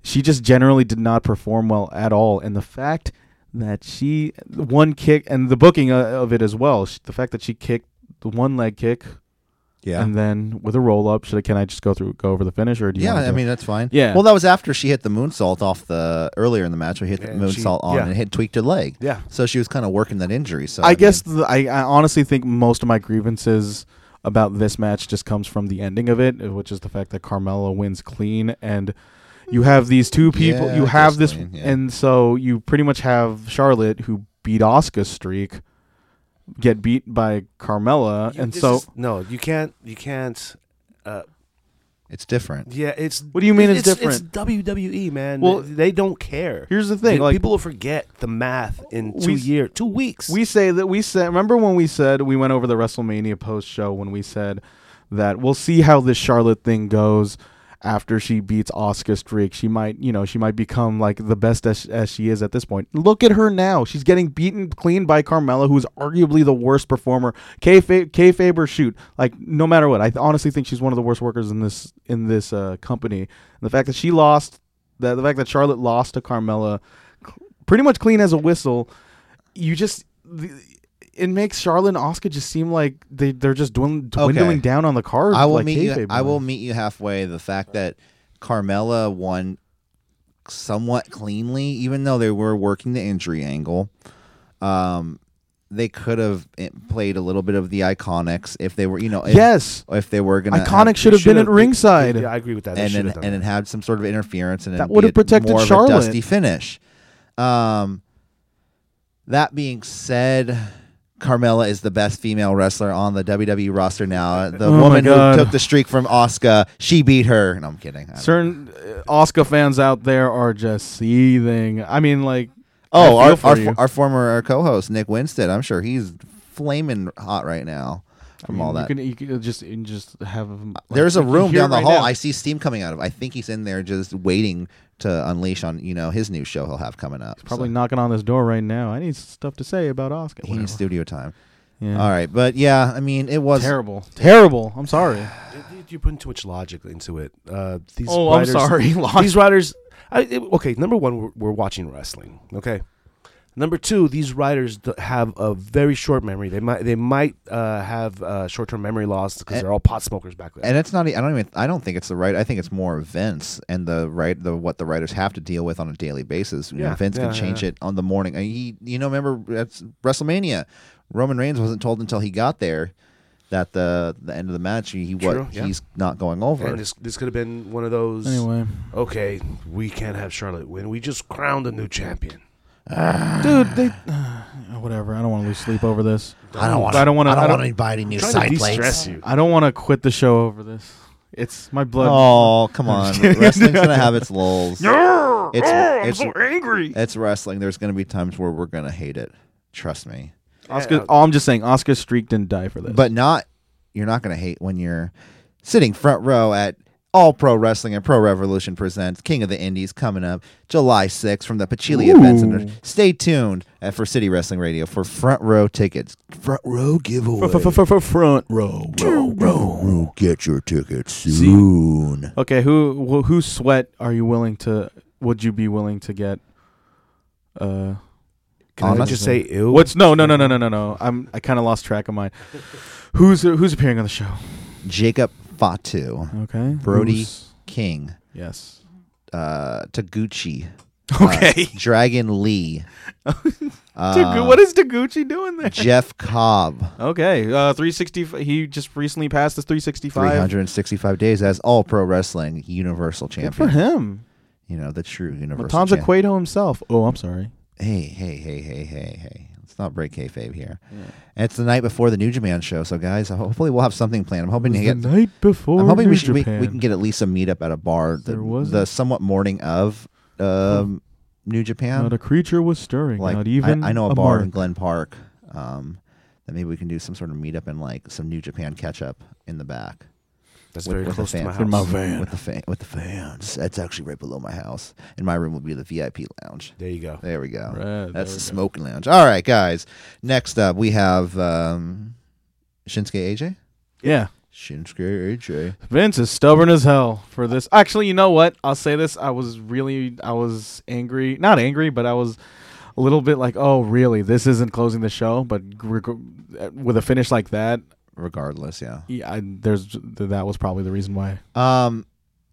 Speaker 3: she just generally did not perform well at all. And the fact that she one kick and the booking uh, of it as well, sh- the fact that she kicked the one leg kick
Speaker 2: Yeah,
Speaker 3: and then with a roll up, should I, can I just go through go over the finish or do you
Speaker 2: yeah.
Speaker 3: wanna
Speaker 2: I
Speaker 3: do-
Speaker 2: mean that's fine.
Speaker 3: Yeah.
Speaker 2: Well, that was after she hit the moonsault off the earlier in the match. We hit the
Speaker 4: And she-
Speaker 2: moonsault on
Speaker 4: yeah.
Speaker 2: and hit tweaked her leg.
Speaker 4: Yeah.
Speaker 2: So she was kind of working that injury. So
Speaker 3: I, guess the, I, I honestly think most of my grievances about this match just comes from the ending of it, which is the fact that Carmella wins clean and you have these two people
Speaker 2: Yeah,
Speaker 3: you
Speaker 2: I
Speaker 3: have
Speaker 2: guess
Speaker 3: this
Speaker 2: clean, yeah.
Speaker 3: and so you pretty much have Charlotte who beat Oscar's streak get beat by Carmella
Speaker 4: You-
Speaker 3: and
Speaker 4: this
Speaker 3: so
Speaker 4: is- no, you can't. You can't. Uh,
Speaker 2: it's different.
Speaker 4: yeah, it's.
Speaker 3: What do you mean it's
Speaker 4: It's
Speaker 3: different?
Speaker 4: WWE, man.
Speaker 3: Well-
Speaker 4: Well, they don't care.
Speaker 3: here's the thing
Speaker 4: They-
Speaker 3: like
Speaker 4: people will forget the math in two
Speaker 3: We-
Speaker 4: years, two weeks.
Speaker 3: We say that we said. Remember when we said we went over the WrestleMania post show when we said that we'll see how this Charlotte thing goes after she beats Oscar streak. She might, you know, she might become like the best as, as she is at this point. Look at her now. She's getting beaten clean by Carmella, who's arguably the worst performer. K kayfabe or shoot, like no matter what. I th- honestly think she's one of the worst workers in this in this uh, company. And the fact that she lost, the, the fact that Charlotte lost to Carmella, cl- pretty much clean as a whistle you just th- it makes Charlotte and Oscar just seem like they they're just dwindling, dwindling
Speaker 2: Okay.
Speaker 3: down on the card.
Speaker 2: I will
Speaker 3: like
Speaker 2: meet you.
Speaker 3: kayfabe
Speaker 2: I will
Speaker 3: wise.
Speaker 2: meet you halfway. The fact that Carmella won somewhat cleanly, even though they were working the injury angle, um, they could have eh, played a little bit of the iconics if they were, you know, if,
Speaker 3: Yes,
Speaker 2: if they were gonna have-
Speaker 3: iconic should have been at ringside.
Speaker 4: Yeah, I agree with that. They
Speaker 2: and
Speaker 4: should've
Speaker 2: then,
Speaker 4: done
Speaker 2: and then
Speaker 4: that.
Speaker 2: had some sort of interference and
Speaker 3: That
Speaker 2: it'd be
Speaker 3: would've
Speaker 2: a-
Speaker 3: protected
Speaker 2: more of
Speaker 3: Charlotte.
Speaker 2: a dusty finish. Um, that being said, Carmella is the best female wrestler on the WWE roster now. The
Speaker 3: Oh my
Speaker 2: woman who
Speaker 3: God.
Speaker 2: took the streak from Oscar, she beat her. No, I'm kidding. I don't-
Speaker 3: Certain uh, Oscar fans out there are just seething. I mean, like
Speaker 2: oh,
Speaker 3: I
Speaker 2: our
Speaker 3: feel for
Speaker 2: our,
Speaker 3: you.
Speaker 2: fo- our former co-host Nick Winstead. I'm sure he's flaming hot right now from all that.
Speaker 3: You can, you can just you can just have. them, like,
Speaker 2: There's a
Speaker 3: you can
Speaker 2: room
Speaker 3: hear
Speaker 2: down the
Speaker 3: right
Speaker 2: hall.
Speaker 3: now.
Speaker 2: I see steam coming out of. I think he's in there just waiting to unleash on you know his new show he'll have coming up. So
Speaker 3: Probably knocking on this door right now. I need stuff to say about Oscar.
Speaker 2: he needs studio time.
Speaker 3: yeah.
Speaker 2: All right, but yeah, I mean, it was
Speaker 3: Terrible, terrible. I'm sorry.
Speaker 4: You- you're putting too much logic into it. Uh, these
Speaker 3: oh,
Speaker 4: writers,
Speaker 3: I'm sorry. Lost.
Speaker 4: These writers. I, it- okay, number one, we're, we're watching wrestling. Okay, Number two, these riders d- have a very short memory. They might they might uh, have uh, short term memory loss because they're all pot smokers back then.
Speaker 2: and it's not. e- I don't even. I don't think it's the right. I think it's more events and the right. The what the writers have to deal with on a daily basis. You know,
Speaker 4: Yeah,
Speaker 2: events
Speaker 4: yeah,
Speaker 2: can change
Speaker 4: yeah.
Speaker 2: it on the morning. And he, you know, remember that's WrestleMania. Roman Reigns wasn't told until he got there that the the end of the match he, he
Speaker 4: True,
Speaker 2: what
Speaker 4: yeah.
Speaker 2: he's not going over.
Speaker 4: And this this could have been one of those.
Speaker 3: Anyway,
Speaker 4: Okay, we can't have Charlotte win. We just crowned a new champion.
Speaker 3: dude, they whatever. I don't want to lose sleep over this.
Speaker 5: I don't want.
Speaker 3: I don't want to. I don't.
Speaker 5: anybody new
Speaker 4: Trying
Speaker 5: side
Speaker 4: to
Speaker 5: plates.
Speaker 4: de-stress
Speaker 2: Uh,
Speaker 4: you.
Speaker 3: I don't want to quit the show over this. It's my blood.
Speaker 2: Oh come on! Wrestling's gonna have its lulls. it's, it's,
Speaker 3: angry.
Speaker 2: it's wrestling. There's gonna be times where we're gonna hate it. Trust me.
Speaker 3: Oscar. Oh, I'm just saying, Oscar Streak didn't die for this.
Speaker 2: but not you're not going to hate when you're sitting front row at all pro wrestling and pro revolution presents king of the indies coming up july 6th from the pachili event center stay tuned uh, for city wrestling radio for front row tickets
Speaker 5: Front row giveaway.
Speaker 3: front
Speaker 5: row, row, row, row. Get your tickets soon.
Speaker 3: Okay, who wh- whose sweat are you willing to? Would you be willing to get? Uh,
Speaker 4: Can I
Speaker 2: Honestly.
Speaker 4: just say ew?
Speaker 3: what's no no no no no no no. I'm I kind of lost track of mine. Who's who's appearing on the show?
Speaker 2: jacob fatu
Speaker 3: Okay,
Speaker 2: Brody.
Speaker 3: Who's-
Speaker 2: king
Speaker 3: yes.
Speaker 2: uh taguchi uh,
Speaker 3: Okay.
Speaker 2: dragon lee Uh,
Speaker 3: Tagu- what is Taguchi doing there?
Speaker 2: jeff cobb
Speaker 3: Okay, uh, 360. He just recently passed his 365.
Speaker 2: 365 days as all pro wrestling universal
Speaker 3: Good for
Speaker 2: champion
Speaker 3: him.
Speaker 2: you know the true universal
Speaker 3: Matanza
Speaker 2: champion.
Speaker 3: Cueto himself. Oh, I'm sorry.
Speaker 2: hey, hey, hey, hey, hey, hey. Let's not break kayfabe here. And It's the night before the New Japan show, so guys, hopefully we'll have something planned. I'm hoping to get.
Speaker 3: night before.
Speaker 2: I'm hoping we, should, we, we can get at least a meetup at a bar. The,
Speaker 3: There was
Speaker 2: the
Speaker 3: a-
Speaker 2: somewhat morning of um, New Japan.
Speaker 3: Not a creature was stirring.
Speaker 2: like
Speaker 3: not even.
Speaker 2: I, I know a, bar in
Speaker 3: mark.
Speaker 2: Glen Park. Um, that maybe we can do some sort of meetup and like some New Japan catch up in the back.
Speaker 4: That's
Speaker 2: with-
Speaker 4: very
Speaker 2: with the
Speaker 4: close to my
Speaker 2: fans.
Speaker 4: house.
Speaker 2: with the fan with the fans. That's actually right below my house, and my room will be the VIP lounge.
Speaker 4: There you go.
Speaker 2: There we go.
Speaker 3: Right, there
Speaker 2: That's the
Speaker 3: we go.
Speaker 2: smoking lounge. All right, guys. Next up, we have um, Shinsuke AJ.
Speaker 3: Yeah.
Speaker 2: Shinsuke AJ.
Speaker 3: Vince is stubborn as hell for this. Actually, you know what? I'll say this. I was really, I was angry. Not angry, but I was a little bit like, oh, really? This isn't closing the show. But reg- with a finish like that,
Speaker 2: Regardless, yeah.
Speaker 3: yeah, I, there's that was probably the reason why.
Speaker 2: Um,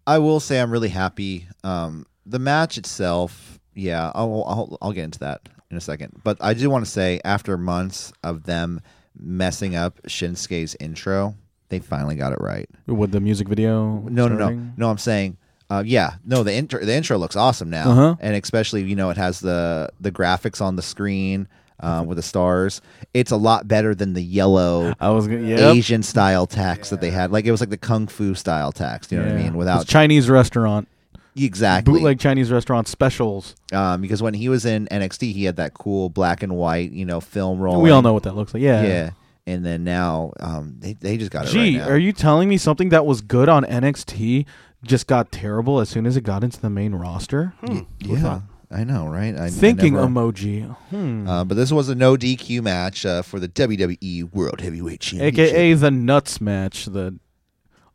Speaker 2: I will say I'm really happy. Um, the match itself, yeah, I'll, I'll I'll get into that in a second. But I do want to say, after months of them messing up Shinsuke's intro, they finally got it right.
Speaker 3: With the music video.
Speaker 2: No, no, no, no. I'm saying, uh, yeah, no. The intro, the intro looks awesome now,
Speaker 3: Uh-huh.
Speaker 2: and especially you know it has the the graphics on the screen uh, with the stars. It's a lot better than the yellow
Speaker 3: I was gonna. Yep.
Speaker 2: Asian style text that they had. Like it was like the kung fu style text. You know what I
Speaker 3: Yeah.
Speaker 2: mean?
Speaker 3: It's
Speaker 2: Without
Speaker 3: Chinese restaurant,
Speaker 2: exactly
Speaker 3: bootleg Chinese restaurant specials.
Speaker 2: um, because when he was in NXT, he had that cool black and white you know film roll.
Speaker 3: We all know what that looks like. Yeah.
Speaker 2: yeah. And then now, um, they they just got it
Speaker 3: Gee,
Speaker 2: right now.
Speaker 3: are you telling me something that was good on NXT just got terrible as soon as it got into the main roster?
Speaker 2: yeah, I know, right? I, I
Speaker 3: Thinking
Speaker 2: Hmm. never-
Speaker 3: emoji, hmm.
Speaker 4: Mm-hmm.
Speaker 2: Uh, but this was a no DQ match uh, for the WWE World Heavyweight Championship.
Speaker 3: aka the nuts match, the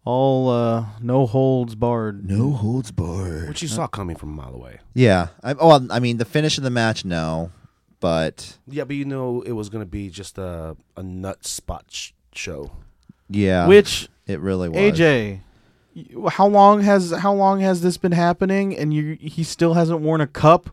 Speaker 3: all uh, no holds barred.
Speaker 5: No holds barred.
Speaker 4: Which you saw coming from a mile away.
Speaker 2: Yeah. I, well, I mean, the finish of the match, no. But
Speaker 4: Yeah, but you know it was gonna be just a a nut spot sh- show.
Speaker 2: yeah,
Speaker 3: Which
Speaker 2: it really was.
Speaker 3: AJ, y- how long has how long has this been happening? And you he still hasn't worn a cup.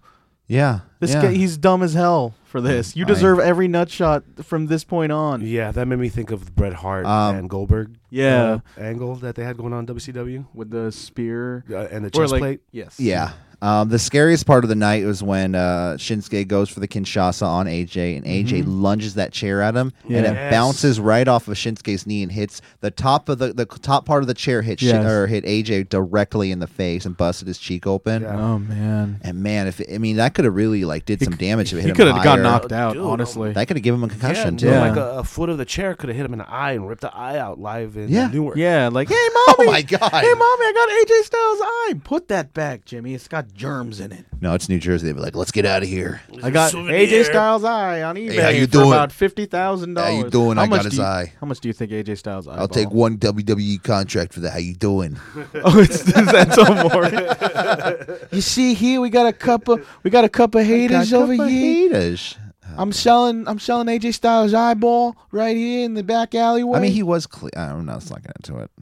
Speaker 2: Yeah.
Speaker 3: This
Speaker 2: yeah.
Speaker 3: guy, he's dumb as hell for this. You
Speaker 2: I-
Speaker 3: deserve every nut shot from this point on.
Speaker 4: Yeah, that made me think of Bret Hart
Speaker 2: Um,
Speaker 4: and Goldberg.
Speaker 3: Yeah.
Speaker 4: uh, angle that they had going on WCW
Speaker 3: With the spear
Speaker 4: uh, and the chest plate.
Speaker 3: Yes.
Speaker 2: Yeah. Um, the scariest part of the night was when uh, Shinsuke goes for the Kinshasa on AJ, and AJ lunges that chair at him, and it
Speaker 4: Mm-hmm. Yes.
Speaker 2: bounces right off of Shinsuke's knee and hits the top of the the top part of the chair hit Shin-
Speaker 3: Yes.
Speaker 2: or hit AJ directly in the face and busted his cheek open.
Speaker 4: Yeah.
Speaker 3: Oh man.
Speaker 2: And man, if I mean that could have really like did some damage. If it
Speaker 3: He
Speaker 2: hit
Speaker 3: could
Speaker 2: him
Speaker 3: have got
Speaker 2: higher.
Speaker 3: knocked out,
Speaker 6: oh
Speaker 4: Dude,
Speaker 3: honestly.
Speaker 2: That could have given him a concussion
Speaker 4: yeah, no,
Speaker 2: too.
Speaker 4: like a, a foot of the chair could have hit him in the eye and ripped the eye out live in
Speaker 2: Yeah.
Speaker 4: Newark.
Speaker 3: yeah, like, hey mommy.
Speaker 2: Oh my god!
Speaker 3: Hey mommy, I got AJ Styles' eye. Put that back, Jimmy. It's got
Speaker 6: germs in it.
Speaker 2: No, it's New Jersey. They'd be like, let's get out of here.
Speaker 3: I got AJ Styles' eye on eBay
Speaker 2: how you
Speaker 3: for
Speaker 2: doing?
Speaker 3: about fifty thousand dollars.
Speaker 2: How you doing? I
Speaker 3: much
Speaker 2: got his
Speaker 3: do you-
Speaker 2: eye.
Speaker 3: How much do you think AJ Styles' eye?
Speaker 2: I'll take one WWE contract for that. How you doing?
Speaker 3: Oh, it's, is that Tom Morgan?
Speaker 6: You see here, we got a cup of we got a cup of haters
Speaker 2: Got a
Speaker 6: over
Speaker 2: couple
Speaker 6: here.
Speaker 2: haters.
Speaker 6: I'm selling I'm selling AJ Styles' eyeball right here in the back alleyway.
Speaker 2: I mean, he was. Cle- I'm not slacking into it.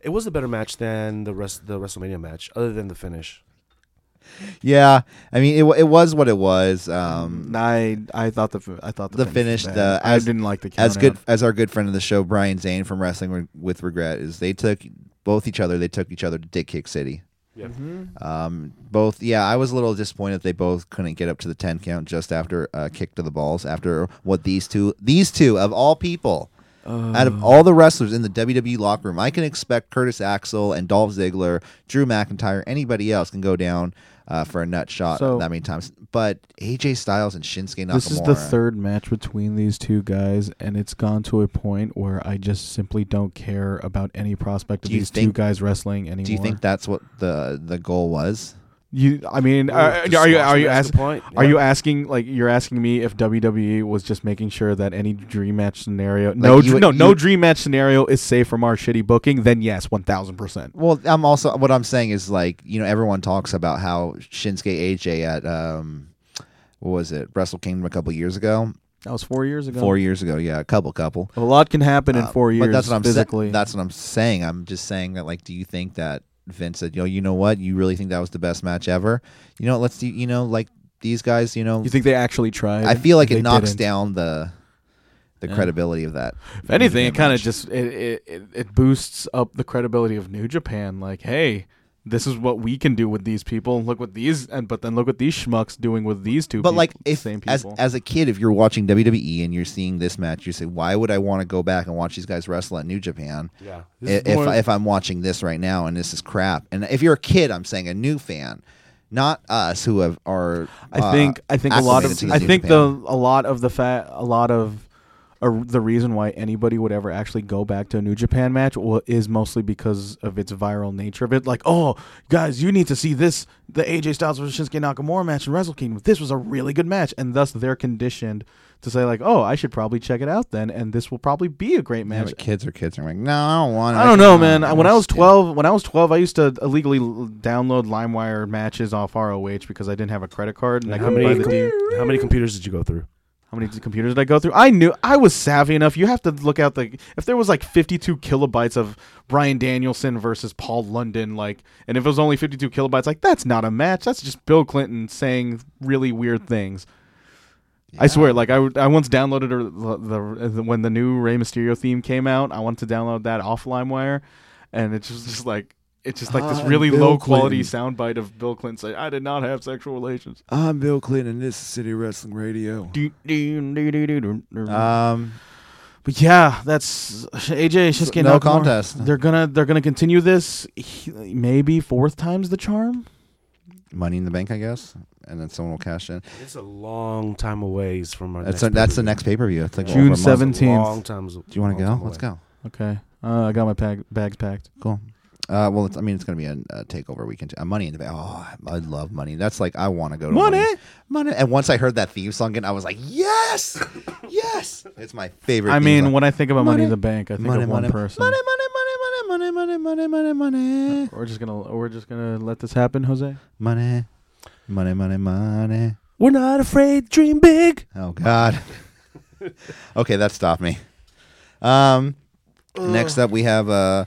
Speaker 4: It was a better match than the rest the WrestleMania match, other than the finish.
Speaker 2: Yeah, I mean, it, wa- it was what it was. Um,
Speaker 3: I I thought the fi- I thought the,
Speaker 2: The
Speaker 3: finish,
Speaker 2: finish,
Speaker 3: was
Speaker 2: the-
Speaker 3: bad. I
Speaker 2: as-
Speaker 3: didn't like the count
Speaker 2: as good
Speaker 3: out.
Speaker 2: as our good friend of the show, Brian Zane from Wrestling Re- with Regret, is they took both each other. They took each other to Dick Kick City.
Speaker 4: Yeah.
Speaker 3: Mm-hmm.
Speaker 2: Um, both. Yeah, I was a little disappointed they both couldn't get up to the ten count just after a kick to the balls. After what these two, these two of all people, out of all the wrestlers in the WWE locker room, I can expect Curtis Axel and Dolph Ziggler, Drew McIntyre, anybody else can go down uh, for a nut shot
Speaker 3: So-
Speaker 2: that many times. But AJ Styles and Shinsuke Nakamura.
Speaker 3: This is the third match between these two guys, and it's gone to a point where I just simply don't care about any prospect of
Speaker 2: Do you
Speaker 3: these two
Speaker 2: think-
Speaker 3: guys wrestling anymore.
Speaker 2: Do you think that's what the the goal was?
Speaker 3: You, I mean, are,
Speaker 4: the
Speaker 3: are you
Speaker 4: squash
Speaker 3: are you
Speaker 4: match,
Speaker 3: asking?
Speaker 4: the point,
Speaker 3: Are
Speaker 4: yeah.
Speaker 3: you asking like you're asking me if WWE was just making sure that any dream match scenario, no,
Speaker 2: you
Speaker 3: dr-
Speaker 2: would-
Speaker 3: no,
Speaker 2: you
Speaker 3: no
Speaker 2: would-
Speaker 3: dream match scenario is safe from our shitty booking? Then yes, one thousand percent.
Speaker 2: Well, I'm also what I'm saying is like you know everyone talks about how Shinsuke AJ at um what was it Wrestle Kingdom a couple years ago,
Speaker 3: That was four years ago.
Speaker 2: four years ago, yeah, a couple couple.
Speaker 3: A lot can happen in
Speaker 2: Uh,
Speaker 3: four years.
Speaker 2: but that's what I'm sa-
Speaker 3: physically.
Speaker 2: that's what I'm saying. I'm just saying that like, do you think that Vince said, you know, you know what, you really think that was the best match ever? You know, let's do, you know, like these guys, you know,
Speaker 3: you think they actually tried?
Speaker 2: I feel like
Speaker 3: They
Speaker 2: it knocks
Speaker 3: didn't.
Speaker 2: down the the credibility of that.
Speaker 3: If anything, it
Speaker 2: Dream
Speaker 3: kind of
Speaker 2: match.
Speaker 3: just it, it it it boosts up the credibility of New Japan. Like, hey, this is what we can do with these people. Look what these and but then look what these schmucks doing with these two.
Speaker 2: But
Speaker 3: people,
Speaker 2: like, if
Speaker 3: same
Speaker 2: as
Speaker 3: people.
Speaker 2: as a kid, if you're watching WWE and you're seeing this match, you say, "Why would I want to go back and watch these guys wrestle at New Japan?"
Speaker 4: Yeah.
Speaker 2: I- If
Speaker 3: more-
Speaker 2: if I'm watching this right now and this is crap, and if you're a kid, I'm saying a new fan, not us who have are. uh,
Speaker 3: I think I think a lot
Speaker 2: acclimated
Speaker 3: of
Speaker 2: to the
Speaker 3: I
Speaker 2: New
Speaker 3: think the
Speaker 2: Japan.
Speaker 3: a lot of the fat a lot of uh, the reason why anybody would ever actually go back to a New Japan match wa- is mostly because of its viral nature of it. Like, oh, guys, you need to see this the AJ Styles versus Shinsuke Nakamura match in Wrestle Kingdom. This was a really good match, and thus they're conditioned to say like, oh, I should probably check it out then, and this will probably be a great
Speaker 2: Yeah,
Speaker 3: match.
Speaker 2: but kids are kids. and I'm like, no, I don't want.
Speaker 3: I don't know, man. I- When I was twelve, when I was twelve, I used to illegally l- download LimeWire matches off ROH because I didn't have a credit card and I
Speaker 4: How
Speaker 3: couldn't buy
Speaker 4: many
Speaker 3: the D-
Speaker 4: how many computers did you go through?
Speaker 3: how many computers did I go through? I knew I was savvy enough. You have to look out the if there was like 52 kilobytes of Brian Danielson versus Paul London, like, and if it was only 52 kilobytes, like that's not a match. That's just Bill Clinton saying really weird things. I swear, like I, w- I once downloaded a, the, the when the new Rey Mysterio theme came out. I wanted to download that off LimeWire, and it's just, just like it's just like this
Speaker 2: Ah,
Speaker 3: really
Speaker 2: Bill
Speaker 3: low quality
Speaker 2: Clinton.
Speaker 3: soundbite of Bill Clinton saying, "I did not have sexual relations."
Speaker 2: I'm Bill Clinton, and this is City Wrestling Radio.
Speaker 3: Do, do, do, do, do, do.
Speaker 2: Um,
Speaker 3: But yeah, that's AJ Shinsuke.
Speaker 2: no
Speaker 3: Nakamura.
Speaker 2: contest.
Speaker 3: They're gonna they're gonna continue this. He- maybe fourth time's the charm.
Speaker 2: money in the bank, I guess, and then someone will cash in.
Speaker 4: It's a long time away from our.
Speaker 2: That's
Speaker 4: next
Speaker 2: a, that's the next
Speaker 4: pay-per-view.
Speaker 2: pay per view. It's like
Speaker 3: June
Speaker 2: over a month.
Speaker 3: seventh.
Speaker 4: It's a Long
Speaker 3: 17th.
Speaker 4: time.
Speaker 2: Do you want to go? Let's go.
Speaker 3: Okay, uh, I got my pack, bags packed.
Speaker 2: Cool. Uh, well, it's, I mean, it's going to be a, a takeover weekend. Uh, money in the bank. Oh, I I love money. That's like I want to go to money. money, And once I heard that theme song again, I was like, yes, yes. It's my favorite.
Speaker 3: I
Speaker 2: theme
Speaker 3: mean,
Speaker 2: song.
Speaker 3: when I think about Money,
Speaker 2: Money.
Speaker 3: in the Bank, I think
Speaker 2: money,
Speaker 3: of one
Speaker 2: money,
Speaker 3: person.
Speaker 2: money, money, money, money, money, money, money,
Speaker 3: We're just gonna we're just gonna let this happen, Jose.
Speaker 2: money, money, money, money, money.
Speaker 4: We're not afraid. Dream big.
Speaker 2: Oh God. okay, that stopped me. Um, next up we have uh,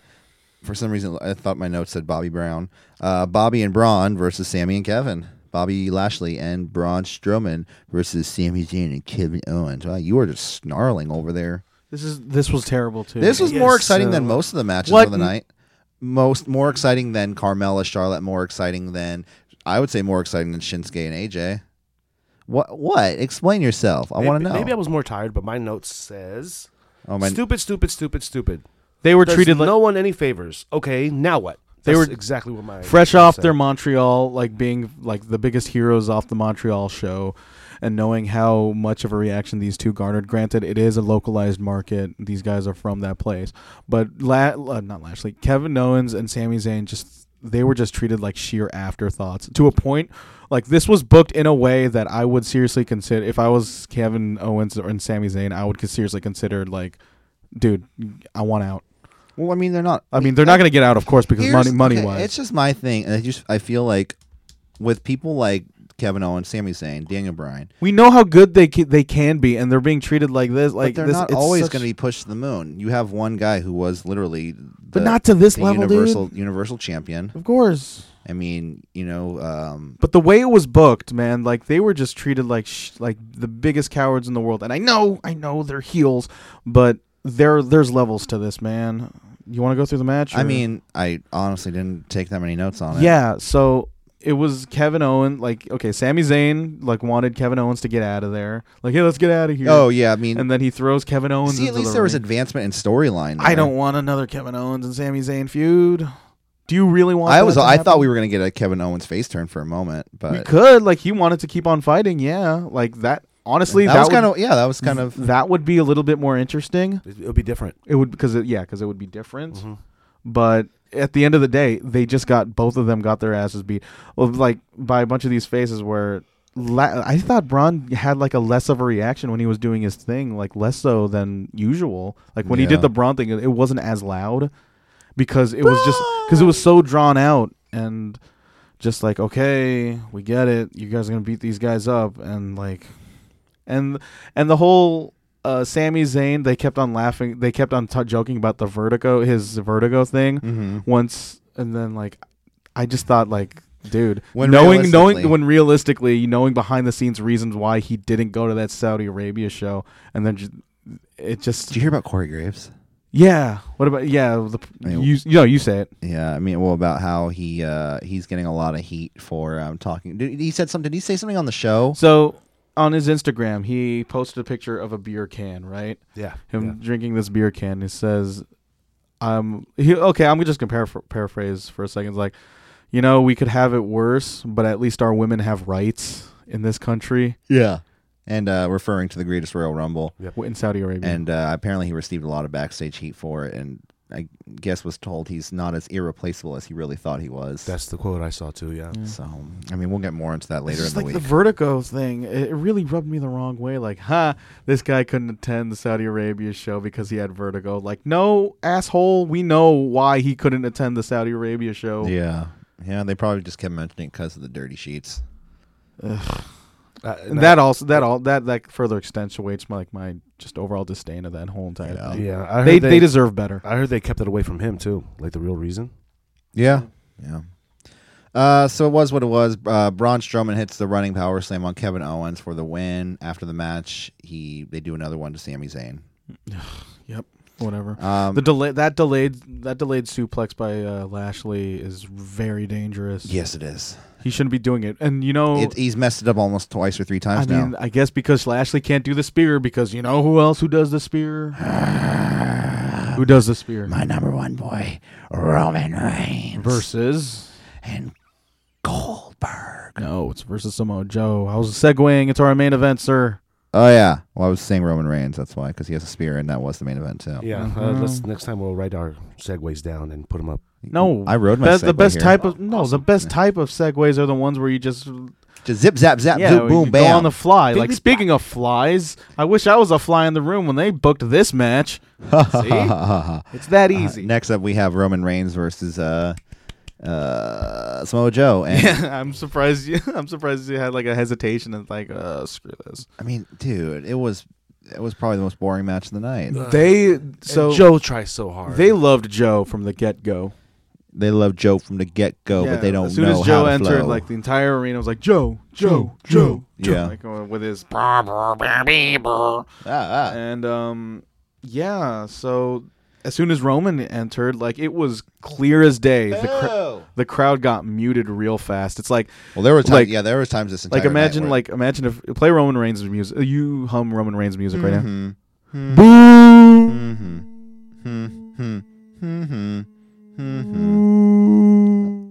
Speaker 2: for some reason I thought my notes said Bobby Brown, uh, Bobby and Braun versus Sammy and Kevin, Bobby Lashley and Braun Strowman versus Sami Zayn and Kevin Owens. Wow, you are just snarling over there.
Speaker 3: This is this was terrible too.
Speaker 2: This was more
Speaker 4: Yes,
Speaker 2: exciting than
Speaker 4: uh,
Speaker 2: most of the matches
Speaker 3: what
Speaker 2: of the
Speaker 3: n-
Speaker 2: night. Most more exciting than Carmella, Charlotte. More exciting than I would say more exciting than Shinsuke and AJ. What? What? Explain yourself. I want to know.
Speaker 4: Maybe I was more tired, but my notes says
Speaker 2: oh my!
Speaker 4: stupid, stupid, stupid, stupid.
Speaker 3: they were
Speaker 4: Does
Speaker 3: treated like
Speaker 4: no one any favors. Okay, now what?
Speaker 3: They
Speaker 4: That's
Speaker 3: were
Speaker 4: exactly what my
Speaker 3: fresh
Speaker 4: notes
Speaker 3: off
Speaker 4: said.
Speaker 3: their Montreal, like being like the biggest heroes off the Montreal show, and knowing how much of a reaction these two garnered. Granted, it is a localized market; these guys are from that place. But La- uh, not Lashley, Kevin Owens and Sami Zayn just they were just treated like sheer afterthoughts to a point. Like this was booked in a way that I would seriously consider. If I was Kevin Owens or and Sami Zayn, I would con- seriously consider like, dude, I want out.
Speaker 2: Well, I mean, they're not.
Speaker 3: I mean, they're not going to get out, of course, because money,
Speaker 2: Here's-
Speaker 3: money
Speaker 2: okay,
Speaker 3: wise.
Speaker 2: It's just my thing, and I just I feel like with people like Kevin Owens, Sami Zayn, Daniel Bryan,
Speaker 3: We know how good they ca- they can be, and they're being treated like this. Like
Speaker 2: but they're
Speaker 3: this,
Speaker 2: not
Speaker 3: it's
Speaker 2: always
Speaker 3: such-
Speaker 2: going to be pushed to the moon. You have one guy who was literally, the,
Speaker 6: But not to this
Speaker 2: the
Speaker 6: level, dude.
Speaker 2: universal universal champion.
Speaker 6: Of course.
Speaker 2: I mean, you know, um,
Speaker 3: But the way it was booked, man, like they were just treated like sh- like the biggest cowards in the world. And I know, I know they're heels, but there there's levels to this, man. You want to go through the match?
Speaker 2: I
Speaker 3: or-
Speaker 2: mean, I honestly didn't take that many notes on it.
Speaker 3: yeah. So it was Kevin Owens. Like, okay, Sami Zayn like wanted Kevin Owens to get out of there. Like, hey, let's get out of here.
Speaker 2: Oh yeah, I mean,
Speaker 3: and then he throws Kevin Owens.
Speaker 2: see, at
Speaker 3: into
Speaker 2: least
Speaker 3: the
Speaker 2: there was
Speaker 3: ring.
Speaker 2: advancement in storyline.
Speaker 3: I
Speaker 2: there.
Speaker 3: don't want another Kevin Owens and Sami Zayn feud. Do you really want?
Speaker 2: I
Speaker 3: that
Speaker 2: was.
Speaker 3: to
Speaker 2: I
Speaker 3: happen?
Speaker 2: thought we were going to get a Kevin Owens face turn for a moment, but
Speaker 3: we could. Like he wanted to keep on fighting. Yeah, like that. Honestly,
Speaker 2: that,
Speaker 3: that,
Speaker 2: was
Speaker 3: would,
Speaker 2: kind of yeah. That was kind of
Speaker 3: that would be a little bit more interesting.
Speaker 4: It, it'll be different.
Speaker 3: It would because it, yeah, because it would be different. But at the end of the day, they just got both of them got their asses beat. Well, like by a bunch of these faces where. La- I thought Braun had like a less of a reaction when he was doing his thing, like less so than usual. Like when he
Speaker 2: Yeah.
Speaker 3: did the Braun thing, it wasn't as loud because it was just because it was so drawn out and just like okay, we get it. You guys are gonna beat these guys up and like and and the whole uh, Sami Zayn, they kept on laughing. They kept on t- joking about the vertigo, his vertigo thing.
Speaker 2: Mm-hmm.
Speaker 3: Once and then, like, I just thought, like, dude,
Speaker 2: When
Speaker 3: knowing, knowing,
Speaker 2: realistically-
Speaker 3: when realistically, knowing behind the scenes reasons why he didn't go to that Saudi Arabia show, and then just, it
Speaker 2: Did
Speaker 3: just,
Speaker 2: you hear about Corey Graves?
Speaker 3: yeah. What about yeah? The,
Speaker 2: I-
Speaker 3: you, you know, you say it.
Speaker 2: Yeah, I mean, well, about how he uh he's getting a lot of heat for um, talking. Did, he said something. Did he say something on the show?
Speaker 3: So on his Instagram, he posted a picture of a beer can, right?
Speaker 4: Yeah.
Speaker 3: him drinking this beer can. He says, "Um, he, okay, I'm just gonna paraphr- paraphrase for a second. It's like, you know, we could have it worse, but at least our women have rights in this country,
Speaker 2: Yeah, and uh referring to the Greatest Royal Rumble,
Speaker 3: w- in Saudi Arabia."
Speaker 2: and uh, apparently he received a lot of backstage heat for it, and I guess was told he's not as irreplaceable as he really thought he was.
Speaker 4: That's the quote I saw too. Yeah.
Speaker 2: so. I mean, we'll get more into that later in
Speaker 3: it's just
Speaker 2: the week.
Speaker 3: like the vertigo thing. It it really rubbed me the wrong way. Like, ha, this guy couldn't attend the Saudi Arabia show because he had vertigo. Like, no, asshole, we know why he couldn't attend the Saudi Arabia show.
Speaker 2: yeah, yeah, they probably just kept mentioning because of the dirty sheets.
Speaker 4: Uh, and
Speaker 3: And that also that all that that further accentuates my like my just overall disdain of that whole entire
Speaker 2: Yeah.
Speaker 3: thing.
Speaker 4: I- yeah. I heard
Speaker 3: they,
Speaker 4: they, Uh,
Speaker 3: they, deserve better.
Speaker 4: I heard they kept it away from him too. Like the real reason.
Speaker 2: Yeah. Yeah. Uh, so it was what it was. Uh, Braun Strowman hits the running power slam on Kevin Owens for the win. After the match, he they do another one to Sami Zayn.
Speaker 3: Yep. Whatever.
Speaker 2: Um,
Speaker 3: the delay that delayed that delayed suplex by uh, Lashley is very dangerous.
Speaker 2: yes, it is.
Speaker 3: He shouldn't be doing it. And you know,
Speaker 2: It, he's messed it up almost twice or three
Speaker 3: I
Speaker 2: times now.
Speaker 3: mean, I guess because Lashley can't do the spear because you know who else who does the spear? who does the spear?
Speaker 5: My number one boy, Roman Reigns.
Speaker 3: versus
Speaker 5: And Goldberg.
Speaker 3: No, it's versus Samoa Joe. I was segueing into our main event, sir.
Speaker 2: oh yeah. Well, I was saying Roman Reigns. That's why, because he has a spear, and that was the main event too.
Speaker 4: Yeah. Uh, let's next time we'll write our segues down and put them up.
Speaker 3: No,
Speaker 2: I rode my
Speaker 3: Best- the
Speaker 2: segue
Speaker 3: best
Speaker 2: here.
Speaker 3: type of no, the best type of segues are the ones where you just
Speaker 2: Just zip, zap, zap,
Speaker 3: yeah,
Speaker 2: zoom,
Speaker 3: you
Speaker 2: boom,
Speaker 3: go
Speaker 2: bam.
Speaker 3: on the fly. Like speaking of flies, I wish I was a fly in the room when they booked this match. See, it's that easy.
Speaker 2: Uh, Next up, we have Roman Reigns versus uh, uh, Samoa Joe. And
Speaker 3: I'm surprised you. I'm surprised you had like a hesitation and like, uh, screw this.
Speaker 2: I mean, dude, it was it was probably the most boring match of the night.
Speaker 3: Uh, They
Speaker 4: So Joe tries so hard.
Speaker 3: they loved Joe from the get go,
Speaker 2: They love Joe from the get go, but they don't
Speaker 3: As soon
Speaker 2: know
Speaker 3: as Joe
Speaker 2: how to
Speaker 3: entered,
Speaker 2: flow.
Speaker 3: like the entire arena was like Joe, Joe, Joe, Joe,
Speaker 2: Yeah.
Speaker 3: like, uh, with his
Speaker 2: Ah, ah.
Speaker 3: and um yeah so as soon as roman entered like it was clear as day the, cr- the crowd got muted real fast it's like
Speaker 2: Well, there were times,
Speaker 3: like-
Speaker 2: yeah, there was times this entire
Speaker 3: like imagine
Speaker 2: night where-
Speaker 3: like imagine if play roman reigns music uh, you hum roman reigns music right now
Speaker 2: Mhm. Mhm. Mhm. Mhm.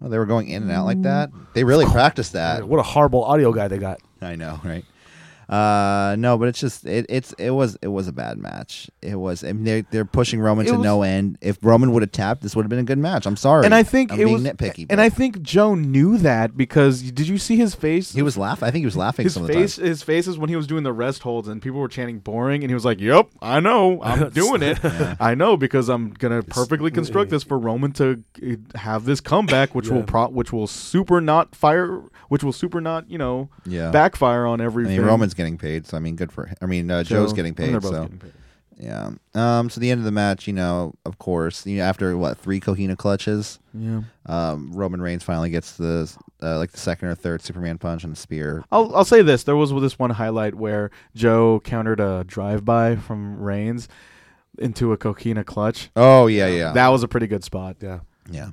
Speaker 2: Well, they were going in and out like that. They really practiced that.
Speaker 4: what a horrible audio guy they got.
Speaker 2: I know, right? Uh, no, but it's just it, it's it was it was a bad match. It was. I mean, they're they're pushing Roman
Speaker 3: It
Speaker 2: to no end. If Roman would have tapped, this would have been a good match. I'm sorry.
Speaker 3: And I think
Speaker 2: I'm
Speaker 3: it
Speaker 2: being
Speaker 3: was
Speaker 2: nitpicky. but
Speaker 3: And I think Joe knew that because did you see his face?
Speaker 2: he was laughing. I think he was laughing
Speaker 3: his
Speaker 2: some
Speaker 3: face,
Speaker 2: of
Speaker 3: his face is when he was doing the rest holds, and people were chanting "boring," and he was like, "Yep, I know, I'm doing it. I know because I'm gonna perfectly construct this for Roman to uh, have this comeback, which will pro, which will super not fire, which will super not, you know,
Speaker 2: the time. Yeah.
Speaker 3: backfire on
Speaker 2: I
Speaker 3: everything.
Speaker 2: mean, Roman's getting paid, so I mean, good for. Him. I mean, uh, Joe's
Speaker 3: So-
Speaker 2: getting
Speaker 3: I mean, they're
Speaker 2: paid,
Speaker 3: both
Speaker 2: so
Speaker 3: getting paid.
Speaker 2: yeah. Um, so the end of the match, you know, of course, you know, after what three Kohina clutches,
Speaker 3: yeah.
Speaker 2: um, Roman Reigns finally gets the uh, like the second or third Superman punch and spear.
Speaker 3: I'll I'll say this: there was this one highlight where Joe countered a drive-by from Reigns into a coquina clutch.
Speaker 2: Oh yeah, yeah,
Speaker 3: That was a pretty good spot.
Speaker 4: Yeah.
Speaker 2: yeah.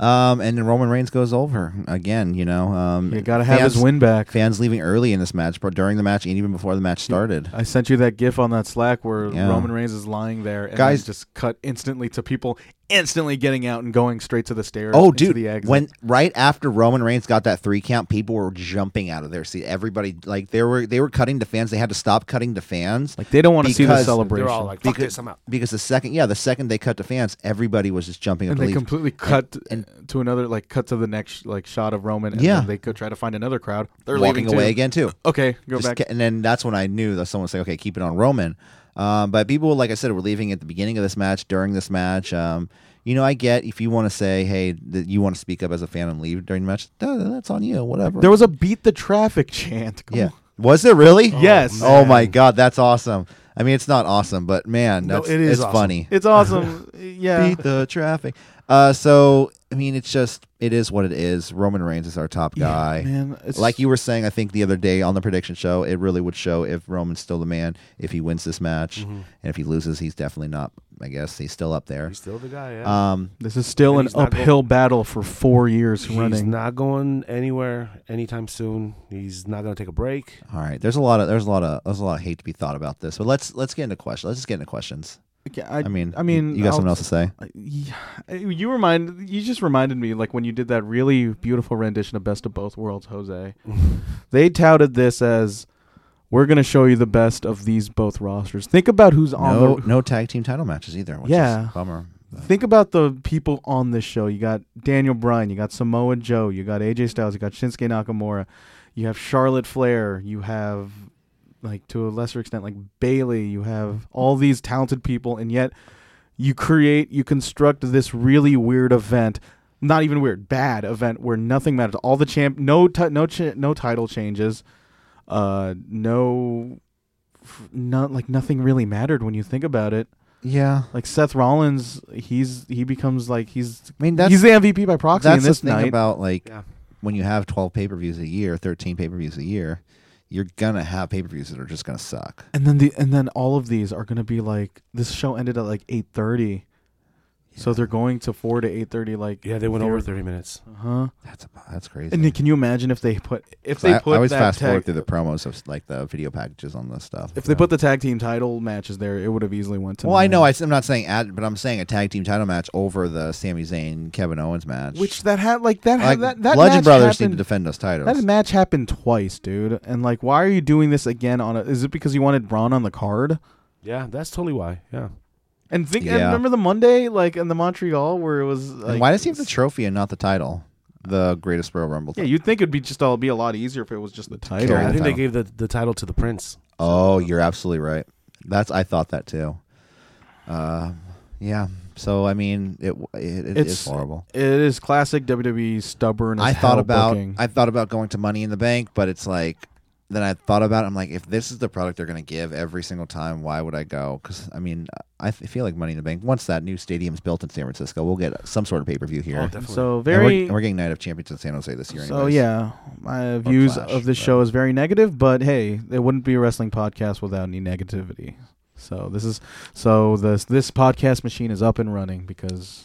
Speaker 2: Um, and then Roman Reigns goes over again. You know, um,
Speaker 3: You gotta have his
Speaker 2: fans-
Speaker 3: win back.
Speaker 2: Fans leaving early in this match, but during the match and even before the match started.
Speaker 3: I sent you that GIF on that Slack where
Speaker 2: Yeah.
Speaker 3: Roman Reigns is lying there, and
Speaker 2: Guys-
Speaker 3: then just cut instantly to people instantly getting out and going straight to the stairs.
Speaker 2: Oh,
Speaker 3: into
Speaker 2: dude!
Speaker 3: the exit.
Speaker 2: When right after Roman Reigns got that three count, people were jumping out of their seat. Everybody like they were they were cutting to fans. They had to stop cutting to fans
Speaker 3: like they don't want to see the
Speaker 2: because-
Speaker 3: celebration,
Speaker 4: They're all like, fuck this, I'm out.
Speaker 2: because the second yeah the second they cut to fans, everybody was just jumping up
Speaker 3: and
Speaker 2: to
Speaker 3: they
Speaker 2: leave.
Speaker 3: completely cut
Speaker 2: and-
Speaker 3: to another, like cut to the next like shot of Roman, and
Speaker 2: Yeah.
Speaker 3: then they could try to find another crowd. They're
Speaker 2: walking
Speaker 3: leaving
Speaker 2: away
Speaker 3: too.
Speaker 2: again too.
Speaker 3: Okay, go
Speaker 2: Just
Speaker 3: back.
Speaker 2: ca- and then that's when I knew that someone was like, okay, keep it on Roman. Um, but people, like I said, were leaving at the beginning of this match, during this match. Um, you know, I get if you want to say, hey, that you want to speak up as a fan and leave during the match, th- that's on you, whatever.
Speaker 3: there was a beat the traffic chant. Come
Speaker 2: yeah.
Speaker 3: on.
Speaker 2: Was there really?
Speaker 3: Yes.
Speaker 2: Oh my God, that's awesome. I mean, it's not awesome, but man,
Speaker 4: No,
Speaker 2: that's,
Speaker 4: it is
Speaker 2: it's
Speaker 4: awesome.
Speaker 2: funny.
Speaker 3: it's awesome. yeah,
Speaker 2: Beat the traffic. Uh, so I mean, it's just it is what it is. Roman Reigns is our top guy.
Speaker 3: man. It's
Speaker 2: Like you were saying, I think the other day on the prediction show, it really would show if Roman's still the man if he wins this match,
Speaker 3: Mm-hmm.
Speaker 2: and if he loses, he's definitely not. I guess he's still up there.
Speaker 4: He's still the guy, yeah.
Speaker 2: Um,
Speaker 3: This is still
Speaker 4: And
Speaker 3: an
Speaker 4: he's not
Speaker 3: uphill battle for four years
Speaker 4: He's
Speaker 3: running.
Speaker 4: not going anywhere anytime soon. He's not going to take a break.
Speaker 2: all right, there's a lot of there's a lot of there's a lot of hate to be thought about this, but let's let's get into questions. Let's just get into questions.
Speaker 3: Okay,
Speaker 2: I, mean,
Speaker 3: I mean,
Speaker 2: you got something
Speaker 3: I'll-
Speaker 2: else to say?
Speaker 3: Yeah, you remind you just reminded me like when you did that really beautiful rendition of Best of Both Worlds, Jose. they touted this as we're going to show you the best of these both rosters. Think about who's on
Speaker 2: No,
Speaker 3: the
Speaker 2: no tag team title matches either. Which
Speaker 3: Yeah.
Speaker 2: is a bummer. but-
Speaker 3: Think about the people on this show. You got Daniel Bryan, you got Samoa Joe, you got AJ Styles, you got Shinsuke Nakamura, you have Charlotte Flair, you have like to a lesser extent like Bailey, you have all these talented people and yet you create, you construct this really weird event, not even weird, bad event where nothing matters. All the champ no ti- no cha- no title changes. Uh no f- not like nothing really mattered when you think about it
Speaker 2: Yeah,
Speaker 3: like Seth Rollins, he's he becomes like he's
Speaker 2: I mean that's
Speaker 3: he's the MVP by proxy in
Speaker 2: that's the
Speaker 3: this
Speaker 2: thing
Speaker 3: night.
Speaker 2: about like
Speaker 4: Yeah.
Speaker 2: when you have 12 pay per views a year, 13 pay per views a year, you're gonna have pay per views that are just gonna suck.
Speaker 3: and then the and then all of these are gonna be like this show ended at like eight thirty, so they're going to four to eight thirty. Like
Speaker 4: Yeah, they went over 30 minutes.
Speaker 3: huh?
Speaker 2: That's a- that's crazy.
Speaker 3: And then can you imagine if they put if
Speaker 2: 'Cause
Speaker 3: they
Speaker 2: I,
Speaker 3: put
Speaker 2: I always
Speaker 3: that
Speaker 2: fast
Speaker 3: tag,
Speaker 2: forward through the promos of like the video packages on this stuff.
Speaker 3: if they put the tag team title matches there, it would have easily went to.
Speaker 2: well, I
Speaker 3: nine.
Speaker 2: know I, am not saying ad, but I'm saying a tag team title match over the Sami Zayn Kevin Owens match.
Speaker 3: which that had like that
Speaker 2: like,
Speaker 3: had that that
Speaker 2: Legend
Speaker 3: match
Speaker 2: Brothers need to
Speaker 3: happened,
Speaker 2: defend those titles.
Speaker 3: That match happened twice, dude. And like, why are you doing this again? On a, is it because you wanted Braun on the card?
Speaker 4: Yeah, that's totally why. Yeah.
Speaker 3: And think and
Speaker 2: Yeah.
Speaker 3: remember the Monday like in the Montreal where it was
Speaker 2: And
Speaker 3: like
Speaker 2: why does he have the trophy and not the title? The greatest Royal Rumble.
Speaker 3: Yeah,
Speaker 2: title.
Speaker 3: you'd think it'd be just all be a lot easier if it was just the title.
Speaker 2: Carry
Speaker 4: I
Speaker 2: the
Speaker 4: think they
Speaker 2: title.
Speaker 4: gave the, the title to the prince.
Speaker 2: Oh, you're absolutely right. That's I thought that too. Uh, yeah. So I mean, it it, it is
Speaker 3: It's-
Speaker 2: horrible.
Speaker 3: It is classic WWE stubborn. As
Speaker 2: I thought
Speaker 3: hell
Speaker 2: about
Speaker 3: booking.
Speaker 2: I thought about going to Money in the Bank, but it's like then I thought about it, I'm like if this is the product they're going to give every single time, why would I go? Cuz I mean, I f- feel like Money in the Bank once that new stadium's built in San Francisco, we'll get some sort of pay-per-view
Speaker 4: Oh,
Speaker 2: here. And
Speaker 3: so
Speaker 2: we're-
Speaker 3: very.
Speaker 2: and we're, getting Night of Champions in San Jose this year.
Speaker 3: so
Speaker 2: anyways.
Speaker 3: yeah, my views
Speaker 2: Flash,
Speaker 3: of this
Speaker 2: but-
Speaker 3: show is very negative, but hey, it wouldn't be a wrestling podcast without any negativity. So this is so this this podcast machine is up and running because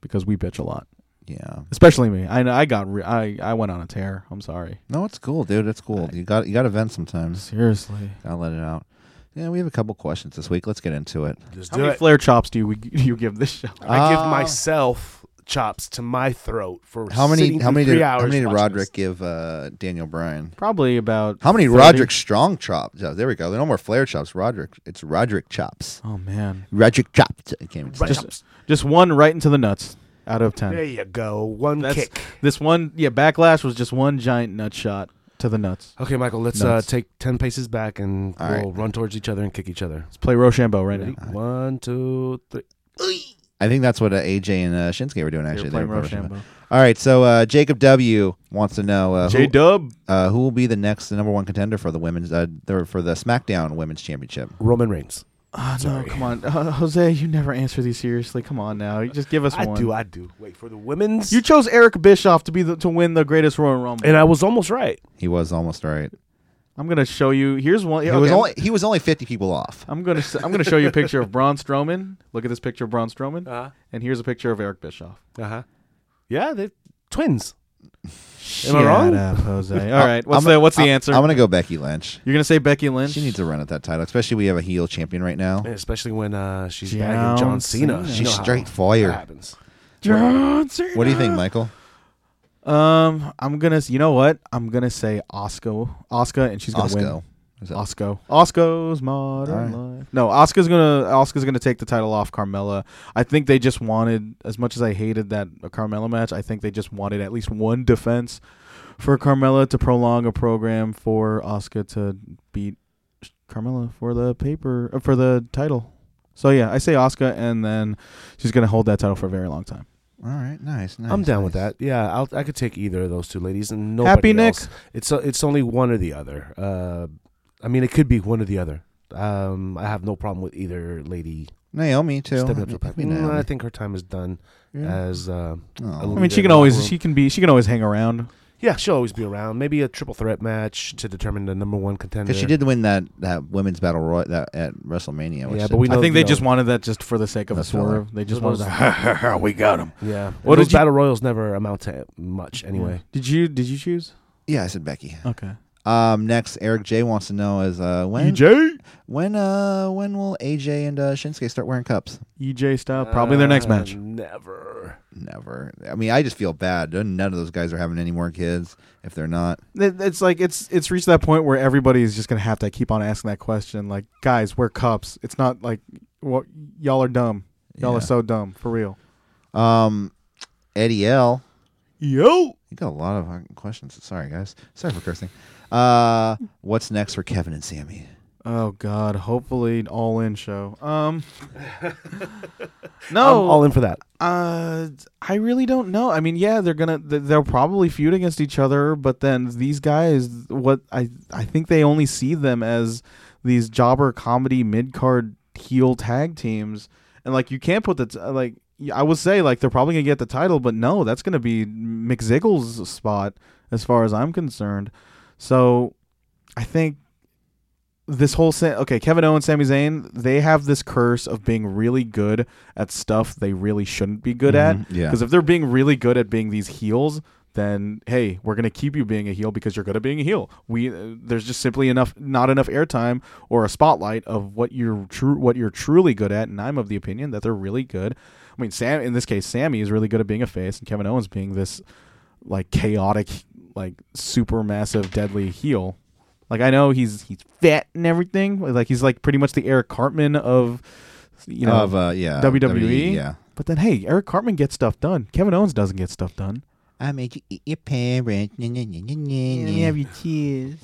Speaker 3: because we bitch a lot,
Speaker 2: Yeah.
Speaker 3: especially me. I I got re- I I went on a tear. I'm sorry.
Speaker 2: No, it's cool, dude. It's cool. You got you got to vent sometimes.
Speaker 3: Seriously.
Speaker 2: Got to let it out. Yeah, we have a couple questions this week. Let's get into it.
Speaker 4: Just
Speaker 3: How many flare chops do you you give this show?
Speaker 4: I give
Speaker 2: Ah.
Speaker 4: myself chops to my throat for
Speaker 2: How many?
Speaker 4: sitting
Speaker 2: How
Speaker 4: through
Speaker 2: many
Speaker 4: three
Speaker 2: did?
Speaker 4: hours
Speaker 2: How many did
Speaker 4: watching
Speaker 2: Roderick
Speaker 4: this.
Speaker 2: give uh, Daniel Bryan?
Speaker 3: Probably about.
Speaker 2: How many
Speaker 3: 30?
Speaker 2: Roderick Strong chops? Oh, there we go. There are no more flare chops. Roderick. It's Roderick chops.
Speaker 3: Oh man,
Speaker 2: Roderick chopped. I can't.
Speaker 4: Right
Speaker 2: Just,
Speaker 4: chops.
Speaker 3: just one right into the nuts out of ten.
Speaker 4: There you go. One
Speaker 3: That's
Speaker 4: kick.
Speaker 3: this one. Yeah, backlash was just one giant nut shot to the nuts.
Speaker 4: Okay, Michael. Let's uh,
Speaker 3: Nuts.
Speaker 4: take ten paces back and
Speaker 2: All
Speaker 4: we'll run towards each other and kick each other.
Speaker 3: Let's play Rochambeau right
Speaker 4: Ready?
Speaker 3: now.
Speaker 4: One, two, three.
Speaker 2: I think that's what uh, AJ and uh, Shinsuke were doing. Actually,
Speaker 3: They
Speaker 2: They were
Speaker 3: were playing
Speaker 2: probably-
Speaker 3: Rochambeau.
Speaker 2: All right. So uh, Jacob W wants to know uh,
Speaker 3: J
Speaker 2: who,
Speaker 3: Dub.
Speaker 2: uh, who will be the next number one contender for the women's uh, the- for the SmackDown Women's Championship.
Speaker 4: Roman Reigns.
Speaker 3: Oh, no,
Speaker 4: Sorry.
Speaker 3: come on, uh, Jose. You never answer these seriously. Come on now, You just give us
Speaker 4: I
Speaker 3: one.
Speaker 4: do. I do. Wait for the women's.
Speaker 3: you chose Eric Bischoff to be the, to win the greatest Royal Rumble.
Speaker 4: and I was almost right.
Speaker 2: He was almost right.
Speaker 3: I'm gonna show you. Here's one.
Speaker 2: He
Speaker 3: okay,
Speaker 2: was
Speaker 3: I'm-
Speaker 2: only he was only fifty people off.
Speaker 3: I'm gonna s- I'm gonna show you a picture of Braun Strowman. Look at this picture of Braun Strowman,
Speaker 4: Uh-huh.
Speaker 3: and here's a picture of Eric Bischoff.
Speaker 4: Uh huh. Yeah, they twins.
Speaker 3: Am
Speaker 4: I wrong?
Speaker 3: Up, Jose. All right, what's
Speaker 2: I'm-
Speaker 3: the what's the
Speaker 2: I'm-
Speaker 3: answer?
Speaker 2: I'm gonna go Becky Lynch.
Speaker 3: You're gonna say Becky Lynch.
Speaker 2: She needs a run at that title, especially we have a heel champion right now.
Speaker 4: And especially when uh, she's
Speaker 3: John
Speaker 4: bagging John Cena.
Speaker 3: Cena.
Speaker 4: You
Speaker 2: She's
Speaker 4: know how
Speaker 2: straight
Speaker 4: That
Speaker 2: fire.
Speaker 4: happens.
Speaker 3: John Cena.
Speaker 2: What do you think, Michael?
Speaker 3: Um, I'm gonna. s- You know what? I'm gonna say Osco, Oscar, and she's gonna
Speaker 2: Osco.
Speaker 3: win. Osco, Osco's modern life. No, Oscar's gonna Oscar's gonna take the title off Carmella. I think they just wanted, as much as I hated that Carmella match, I think they just wanted at least one defense for Carmella to prolong a program for Oscar to beat Carmella for the paper uh, for the title. So yeah, I say Oscar, and then she's gonna hold that title for a very long time.
Speaker 2: All right, nice. nice
Speaker 4: I'm down with
Speaker 2: nice.
Speaker 4: that. Yeah, I'll, I could take either of those two ladies and nobody
Speaker 3: Happy Nick.
Speaker 4: else. It's uh, it's only one or the other. Uh, I mean, it could be one or the other. Um, I have no problem with either lady
Speaker 2: Naomi too.
Speaker 4: stepping up to the
Speaker 2: Happy
Speaker 4: plate. Mm,
Speaker 2: Naomi.
Speaker 4: I think her time is done.
Speaker 2: Yeah. Oh.
Speaker 4: As uh,
Speaker 2: Aw.
Speaker 4: a
Speaker 3: I mean, she
Speaker 4: leader in
Speaker 3: can
Speaker 4: the
Speaker 3: always
Speaker 4: room.
Speaker 3: she can be she can always hang around.
Speaker 4: yeah, she'll always be around. Maybe a triple threat match to determine the number one contender.
Speaker 2: Because she did win that, that women's battle roy- that at WrestleMania. Which
Speaker 4: Yeah, but we
Speaker 3: I
Speaker 4: know-
Speaker 3: think
Speaker 4: you
Speaker 3: they just wanted that just for the sake of a
Speaker 2: That's filler.
Speaker 3: swerve. They just
Speaker 4: Well,
Speaker 3: wanted
Speaker 4: those-
Speaker 3: that.
Speaker 5: we got him.
Speaker 4: Yeah.
Speaker 3: What
Speaker 4: Well, those
Speaker 3: did you-
Speaker 4: battle royals never amount to much anyway.
Speaker 3: Did you did you choose?
Speaker 2: Yeah, I said Becky.
Speaker 3: Okay. E
Speaker 2: Um, next, Eric J wants to know is uh when
Speaker 3: EJ?
Speaker 2: when uh when will AJ and uh, Shinsuke start wearing cups?
Speaker 3: EJ E style. Probably their next
Speaker 4: Uh,
Speaker 2: Um,
Speaker 3: match.
Speaker 4: Never. Never.
Speaker 2: I mean, I just feel bad. None of those guys are having any more kids if they're not.
Speaker 3: It- It's like it's it's reached that point where everybody is just gonna have to keep on asking that question. Like, guys, we're cups. It's not like what y'all are dumb. Y'all
Speaker 2: Yeah.
Speaker 3: are so dumb for real.
Speaker 2: Um, Eddie L.
Speaker 3: Yo.
Speaker 2: You got a lot of fucking questions. Sorry, guys. Sorry for cursing. Uh, what's next for Kevin and Sammy?
Speaker 3: Oh God. Hopefully, an all in show. Um.
Speaker 4: I'm
Speaker 3: no.
Speaker 4: all in for that.
Speaker 3: Uh, I really don't know. I mean, yeah, they're gonna th- they'll probably feud against each other, but then these guys, what I I think they only see them as these jobber comedy mid card heel tag teams, and like you can't put the t- like y- I would say like they're probably gonna get the title, but no, that's gonna be McZiggle's spot as far as I'm concerned. So I think this whole sa- okay, Kevin Owens, Sami Zayn, they have this curse of being really good at stuff they really shouldn't be good
Speaker 2: Mhm,
Speaker 3: at.
Speaker 2: yeah.
Speaker 3: Because if they're being really good at being these heels, then hey, we're gonna keep you being a heel because you're good at being a heel. We uh, there's just simply enough not enough airtime or a spotlight of what you're true what you're truly good at. And I'm of the opinion that they're really good. I mean, Sam in this case, Sammy is really good at being a face, and Kevin Owens being this like chaotic, like super massive, deadly heel. Like I know he's he's fat and everything. Like he's like pretty much the Eric Cartman of you know.
Speaker 2: of uh, yeah,
Speaker 3: WWE?
Speaker 4: E?
Speaker 2: Yeah,
Speaker 3: but then hey, Eric Cartman gets stuff done. Kevin Owens doesn't get stuff done.
Speaker 2: I made you eat your parents. Have your tears.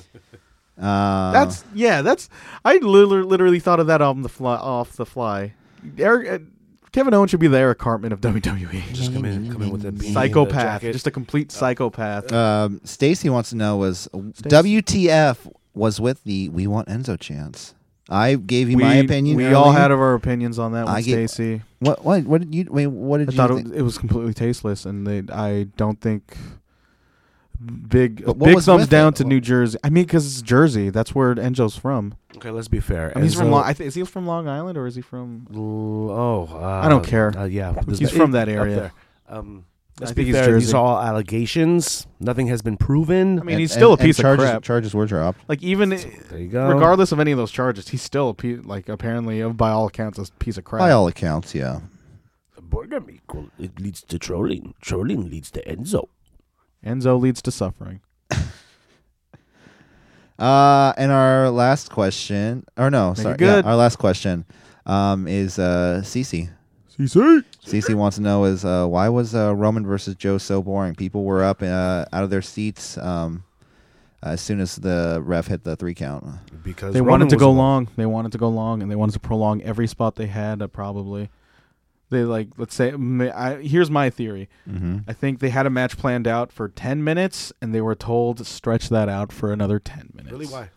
Speaker 2: Uh,
Speaker 3: That's yeah. That's I literally, literally thought of that on the fly off the fly. Eric uh, Kevin Owens should be the Eric Cartman of WWE.
Speaker 4: Just come in, come in with that beanie and the
Speaker 3: Mm-hmm. Psychopath,
Speaker 4: jacket.
Speaker 3: just a
Speaker 2: Uh,
Speaker 3: complete psychopath.
Speaker 2: Um, Stacy wants to know was WTF was with the We Want Enzo chance. I gave you my opinion.
Speaker 3: We all
Speaker 2: earlier.
Speaker 3: had our opinions on that
Speaker 2: I
Speaker 3: one,
Speaker 2: get-
Speaker 3: Stacy.
Speaker 2: what what what did you wait, what did
Speaker 3: I
Speaker 2: you
Speaker 3: thought
Speaker 2: think?
Speaker 3: it, it was completely tasteless, and they, I don't think big
Speaker 2: But what
Speaker 3: big
Speaker 2: was
Speaker 3: thumbs
Speaker 2: with
Speaker 3: down
Speaker 2: it?
Speaker 3: to New Jersey. I mean, because it's Jersey. That's where Enzo's from.
Speaker 4: Okay, let's be fair.
Speaker 3: I mean, he's from
Speaker 4: Enzo-
Speaker 3: Long. I th- is he from Long Island or is he from?
Speaker 4: L- Oh, uh,
Speaker 3: I don't care.
Speaker 4: Uh, yeah, this
Speaker 3: He's
Speaker 4: guy-
Speaker 3: from that
Speaker 4: up
Speaker 3: area.
Speaker 4: there. Um, let's
Speaker 3: I
Speaker 4: be
Speaker 3: think he's
Speaker 4: fair. These
Speaker 3: Jersey.
Speaker 4: are all allegations. Nothing has been proven.
Speaker 3: I mean, he's still a piece of
Speaker 2: charges,
Speaker 3: crap.
Speaker 2: Charges were dropped.
Speaker 3: Like even
Speaker 4: there you go.
Speaker 3: regardless of any of those charges, he's still a pe- like apparently uh, by all accounts a piece of crap.
Speaker 2: By all accounts, yeah.
Speaker 7: Polygamy equal- it leads to trolling. Trolling leads to Enzo.
Speaker 3: Enzo leads to suffering.
Speaker 2: Uh, and our last question, or no, sorry, yeah,
Speaker 3: good.
Speaker 2: our last question, um, is uh, Cece.
Speaker 3: CC.
Speaker 2: Cece wants to know is uh, why was uh, Roman versus Joe so boring? People were up uh, out of their seats um, as soon as the ref hit the three count.
Speaker 4: because
Speaker 3: They
Speaker 4: Roman
Speaker 3: wanted to
Speaker 4: was
Speaker 3: go
Speaker 4: the one-
Speaker 3: long. They wanted to go long, and they wanted to prolong every spot they had. Uh, probably, they like let's say. mm, I, here's my theory.
Speaker 2: Mm-hmm.
Speaker 3: I think they had a match planned out for ten minutes, and they were told to stretch that out for another ten minutes.
Speaker 4: Really? Why?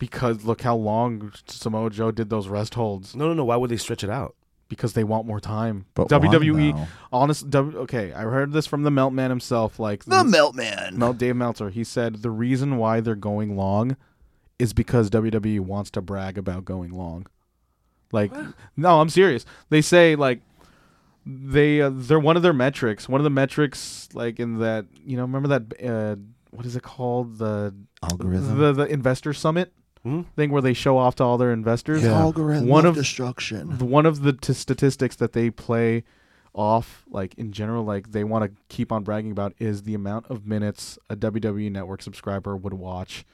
Speaker 3: Because look how long Samoa Joe did those rest holds.
Speaker 4: No, no, no. Why would they stretch it out?
Speaker 3: Because they want more time.
Speaker 2: But why,
Speaker 3: WWE,
Speaker 2: though?
Speaker 3: honest. W, okay, I heard this from the Melt Man himself. Like
Speaker 5: The Melt Man.
Speaker 3: Mel Dave Meltzer, he said the reason why they're going long is because WWE wants to brag about going long. Like, no, I'm serious. They say like they uh, they're one of their metrics. One of the metrics, like in that you know, remember that uh, what is it called the
Speaker 2: algorithm.
Speaker 3: the, the investor summit
Speaker 4: Mhm.
Speaker 3: thing where they show off to all their investors.
Speaker 5: Algorithm
Speaker 3: One
Speaker 5: one
Speaker 3: of-
Speaker 5: of destruction.
Speaker 3: The- One of the t- statistics that they play off, like in general, like they want to keep on bragging about is the amount of minutes a WWE network subscriber would watch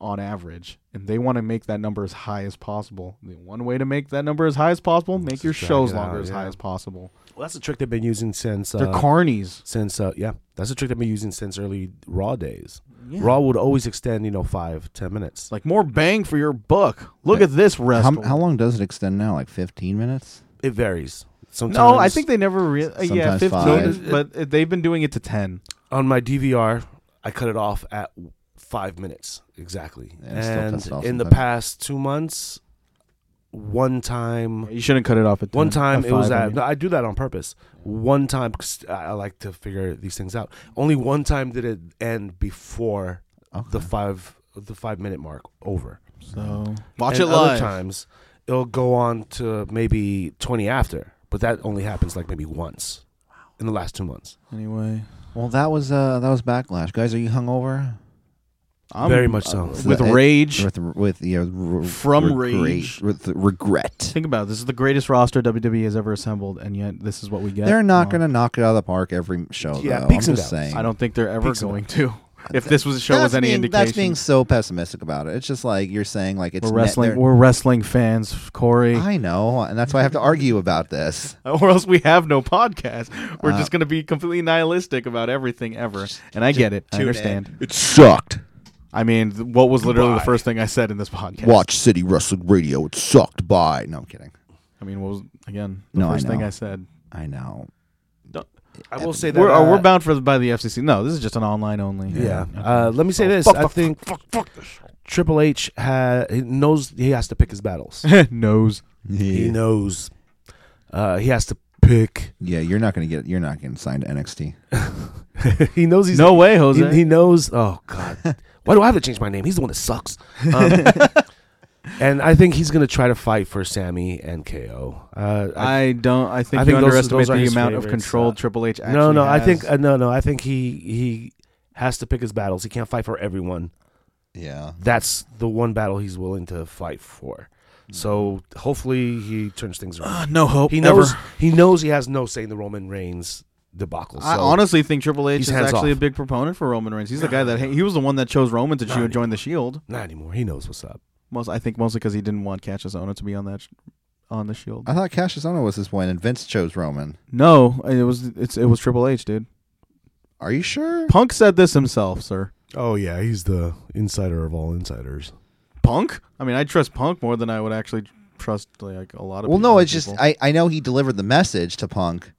Speaker 3: on average. And they want to make that number as high as possible. The one way to make that number as high as possible, make your
Speaker 4: drag
Speaker 3: shows
Speaker 4: it
Speaker 3: longer
Speaker 4: out,
Speaker 3: as high
Speaker 4: yeah.
Speaker 3: as possible.
Speaker 4: Well, that's a trick they've been using since. Uh,
Speaker 3: They're carnies.
Speaker 4: since uh, yeah, that's a trick they've been using since early Raw days. Raw would always extend, you know, five, ten minutes.
Speaker 3: It's like more bang for your buck. Look at this
Speaker 2: How,
Speaker 3: wrestle.
Speaker 2: how long does it extend now? Like 15 minutes?
Speaker 4: It varies. Sometimes
Speaker 3: no, I think they never really. Yeah,
Speaker 2: Sometimes five.
Speaker 3: 15, but uh, they've been doing it to 10.
Speaker 4: on my DVR, I cut it off at five minutes exactly.
Speaker 2: Yeah, it still cuts
Speaker 4: and
Speaker 2: it off
Speaker 4: in the
Speaker 2: sometime.
Speaker 4: past two months, one time,
Speaker 3: You shouldn't cut it off at 10.
Speaker 4: one time
Speaker 3: At
Speaker 4: it was
Speaker 3: five, I
Speaker 4: at.
Speaker 3: mean.
Speaker 4: no, I do that on purpose. One time, 'cause I I like to figure these things out. Only one time did it end before the five the five minute mark over.
Speaker 3: So watch
Speaker 4: And
Speaker 3: it live.
Speaker 4: Other times, it'll go on to maybe twenty after, but that only happens like maybe once in the last two months.
Speaker 3: Anyway,
Speaker 2: Well, that was uh, that was backlash. Guys, are you hungover?
Speaker 3: I'm
Speaker 4: Very much so.
Speaker 3: with
Speaker 2: It-
Speaker 3: rage.
Speaker 2: With with you know, re-
Speaker 3: From
Speaker 2: regret-
Speaker 3: rage.
Speaker 2: with regret.
Speaker 3: Think about it. This is the greatest roster WWE has ever assembled, and yet this is what we get.
Speaker 2: They're not
Speaker 3: Um,
Speaker 2: going to knock it out of the park every show.
Speaker 4: Yeah,
Speaker 2: though.
Speaker 4: peaks
Speaker 2: I'm
Speaker 4: and
Speaker 2: just
Speaker 4: downs.
Speaker 2: saying.
Speaker 3: I don't think they're ever
Speaker 4: Peaks and
Speaker 3: going to. If this was show was any
Speaker 2: being,
Speaker 3: indication,
Speaker 2: That's being so pessimistic about it. It's just like you're saying, like it's
Speaker 3: we're
Speaker 2: net-
Speaker 3: wrestling.
Speaker 2: they're-
Speaker 3: we're wrestling fans, Corey,
Speaker 2: I know, and that's why I have to argue about this.
Speaker 3: or else we have no podcast. We're just going to be completely nihilistic about everything ever. And I get it. I
Speaker 2: Uh, tune in.
Speaker 3: understand.
Speaker 5: It sucked.
Speaker 3: I mean, th- what was literally the first thing I said in this podcast?
Speaker 5: Watch City Wrestling Radio. It sucked. Bye.
Speaker 2: No, I'm kidding.
Speaker 3: I mean, what was again the
Speaker 2: No, I
Speaker 3: first thing
Speaker 2: know.
Speaker 3: I said?
Speaker 2: I know.
Speaker 4: I will say that
Speaker 3: We're,
Speaker 4: uh,
Speaker 3: we're bound for by the FCC. No, this is just an online only.
Speaker 4: Yeah.
Speaker 3: Okay.
Speaker 4: Uh, let me say this. I think Triple H ha- he knows he has to pick his battles.
Speaker 3: knows.
Speaker 4: He
Speaker 2: Uh, Yeah,
Speaker 4: knows. Uh, he has to pick.
Speaker 2: you're not going to get. You're not getting signed to NXT.
Speaker 4: he knows he's.
Speaker 3: no way,
Speaker 4: he,
Speaker 3: Jose.
Speaker 4: he knows. Oh, God. Why do I have to change my name? He's the one that sucks. Um, and I think he's going to try to fight for Sammy and KO. Uh, I,
Speaker 3: I don't. I think
Speaker 4: I
Speaker 3: you
Speaker 4: think those-
Speaker 3: underestimate
Speaker 4: those are
Speaker 3: the
Speaker 4: his
Speaker 3: amount of
Speaker 4: favorites,
Speaker 3: control
Speaker 4: uh,
Speaker 3: Triple H. Actually
Speaker 4: no, no. I
Speaker 3: has.
Speaker 4: think. Uh, no, no. I think he he has to pick his battles. He can't fight for everyone.
Speaker 2: Yeah.
Speaker 4: That's the one battle he's willing to fight for. So hopefully he turns things around.
Speaker 3: Mm-hmm. Uh, no hope.
Speaker 4: He
Speaker 3: ever.
Speaker 4: knows he knows he has no say in the Roman Reigns debacle. So
Speaker 3: I honestly think Triple H
Speaker 4: He's
Speaker 3: is
Speaker 4: hands
Speaker 3: actually
Speaker 4: off.
Speaker 3: a big proponent for Roman Reigns. He's the guy that he was the one that chose Roman to jo- join the Shield.
Speaker 4: not anymore. He knows what's up.
Speaker 3: Most I think mostly because he didn't want Cassius Ohno to be on that sh- on the Shield.
Speaker 2: I thought Cassius Ohno was his point, and Vince chose Roman.
Speaker 3: No, it was it's it was Triple H, dude.
Speaker 2: Are you sure?
Speaker 3: Punk said this himself, sir.
Speaker 4: Oh yeah, he's the insider of all insiders.
Speaker 3: Punk. I mean, I trust Punk more than I would actually trust like a lot of.
Speaker 2: Well,
Speaker 3: people-
Speaker 2: no. It's just
Speaker 3: people.
Speaker 2: I, I know he delivered the message to Punk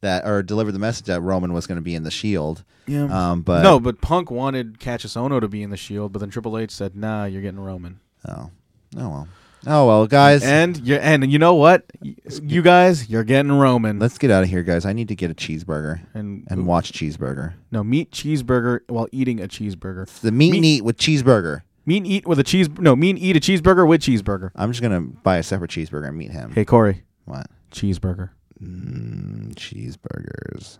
Speaker 2: that, or delivered the message that Roman was going to be in the Shield.
Speaker 3: Yeah.
Speaker 2: Um, but
Speaker 3: Mm. no, but Punk wanted Cassius Ohno to be in the Shield, but then Triple H said, "Nah, you're getting Roman."
Speaker 2: Oh, oh well. Oh well, guys.
Speaker 3: And you and you know what? Y- You guys, you're getting Roman.
Speaker 2: Let's get out of here, guys. I need to get a cheeseburger
Speaker 3: and,
Speaker 2: and watch Cheeseburger.
Speaker 3: no meat cheeseburger while eating a cheeseburger.
Speaker 2: The meat,
Speaker 3: Meat-
Speaker 2: and eat with cheeseburger.
Speaker 3: Mean eat with a cheese. No, mean eat a cheeseburger with cheeseburger.
Speaker 2: I'm just gonna buy a separate cheeseburger and meet him.
Speaker 3: Hey Corey,
Speaker 2: What?
Speaker 3: cheeseburger.
Speaker 2: Mm, cheeseburgers.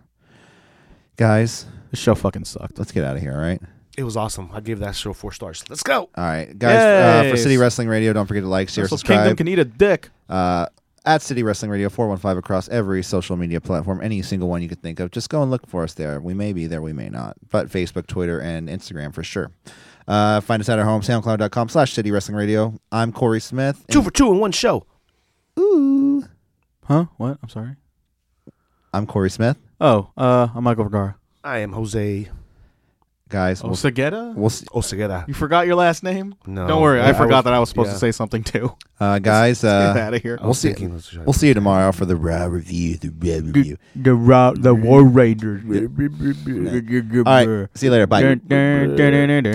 Speaker 2: Guys,
Speaker 3: The show fucking sucked.
Speaker 2: let's get out of here. All right.
Speaker 4: It was awesome. I gave that show four stars. Let's go.
Speaker 2: All right, guys. Uh, for
Speaker 3: Yes.
Speaker 2: City Wrestling Radio, don't forget to like, share,
Speaker 3: Wrestle Kingdom
Speaker 2: subscribe.
Speaker 3: can eat a dick.
Speaker 2: Uh, at City Wrestling Radio 415 across every social media platform, any single one you could think of. Just go and look for us there. We may be there, we may not. But Facebook, Twitter, and Instagram for sure. Uh, find us at our home, soundcloud.com slash City Wrestling Radio. I'm Corey Smith.
Speaker 4: Two for two in one show.
Speaker 3: Huh? What? I'm sorry.
Speaker 2: I'm Corey Smith.
Speaker 3: Oh, uh, I'm Michael Vergara.
Speaker 4: I am Jose
Speaker 2: Guys,
Speaker 3: Oh.
Speaker 2: we'll,
Speaker 3: Osageta?
Speaker 2: we'll see.
Speaker 4: Oseguera.
Speaker 3: You forgot your last name?
Speaker 4: No.
Speaker 3: Don't worry. I,
Speaker 4: I
Speaker 3: forgot
Speaker 4: was-
Speaker 3: that I was supposed
Speaker 4: yeah.
Speaker 3: to say something too.
Speaker 2: Uh, guys,
Speaker 3: Get
Speaker 2: uh,
Speaker 3: out of here.
Speaker 2: we'll see.
Speaker 4: thinking those-
Speaker 2: We'll see you tomorrow for the raw review. The raw review.
Speaker 3: The Ra- the War Raiders.
Speaker 2: All right. See you later. Bye.
Speaker 3: Dun, dun, dun, dun, dun.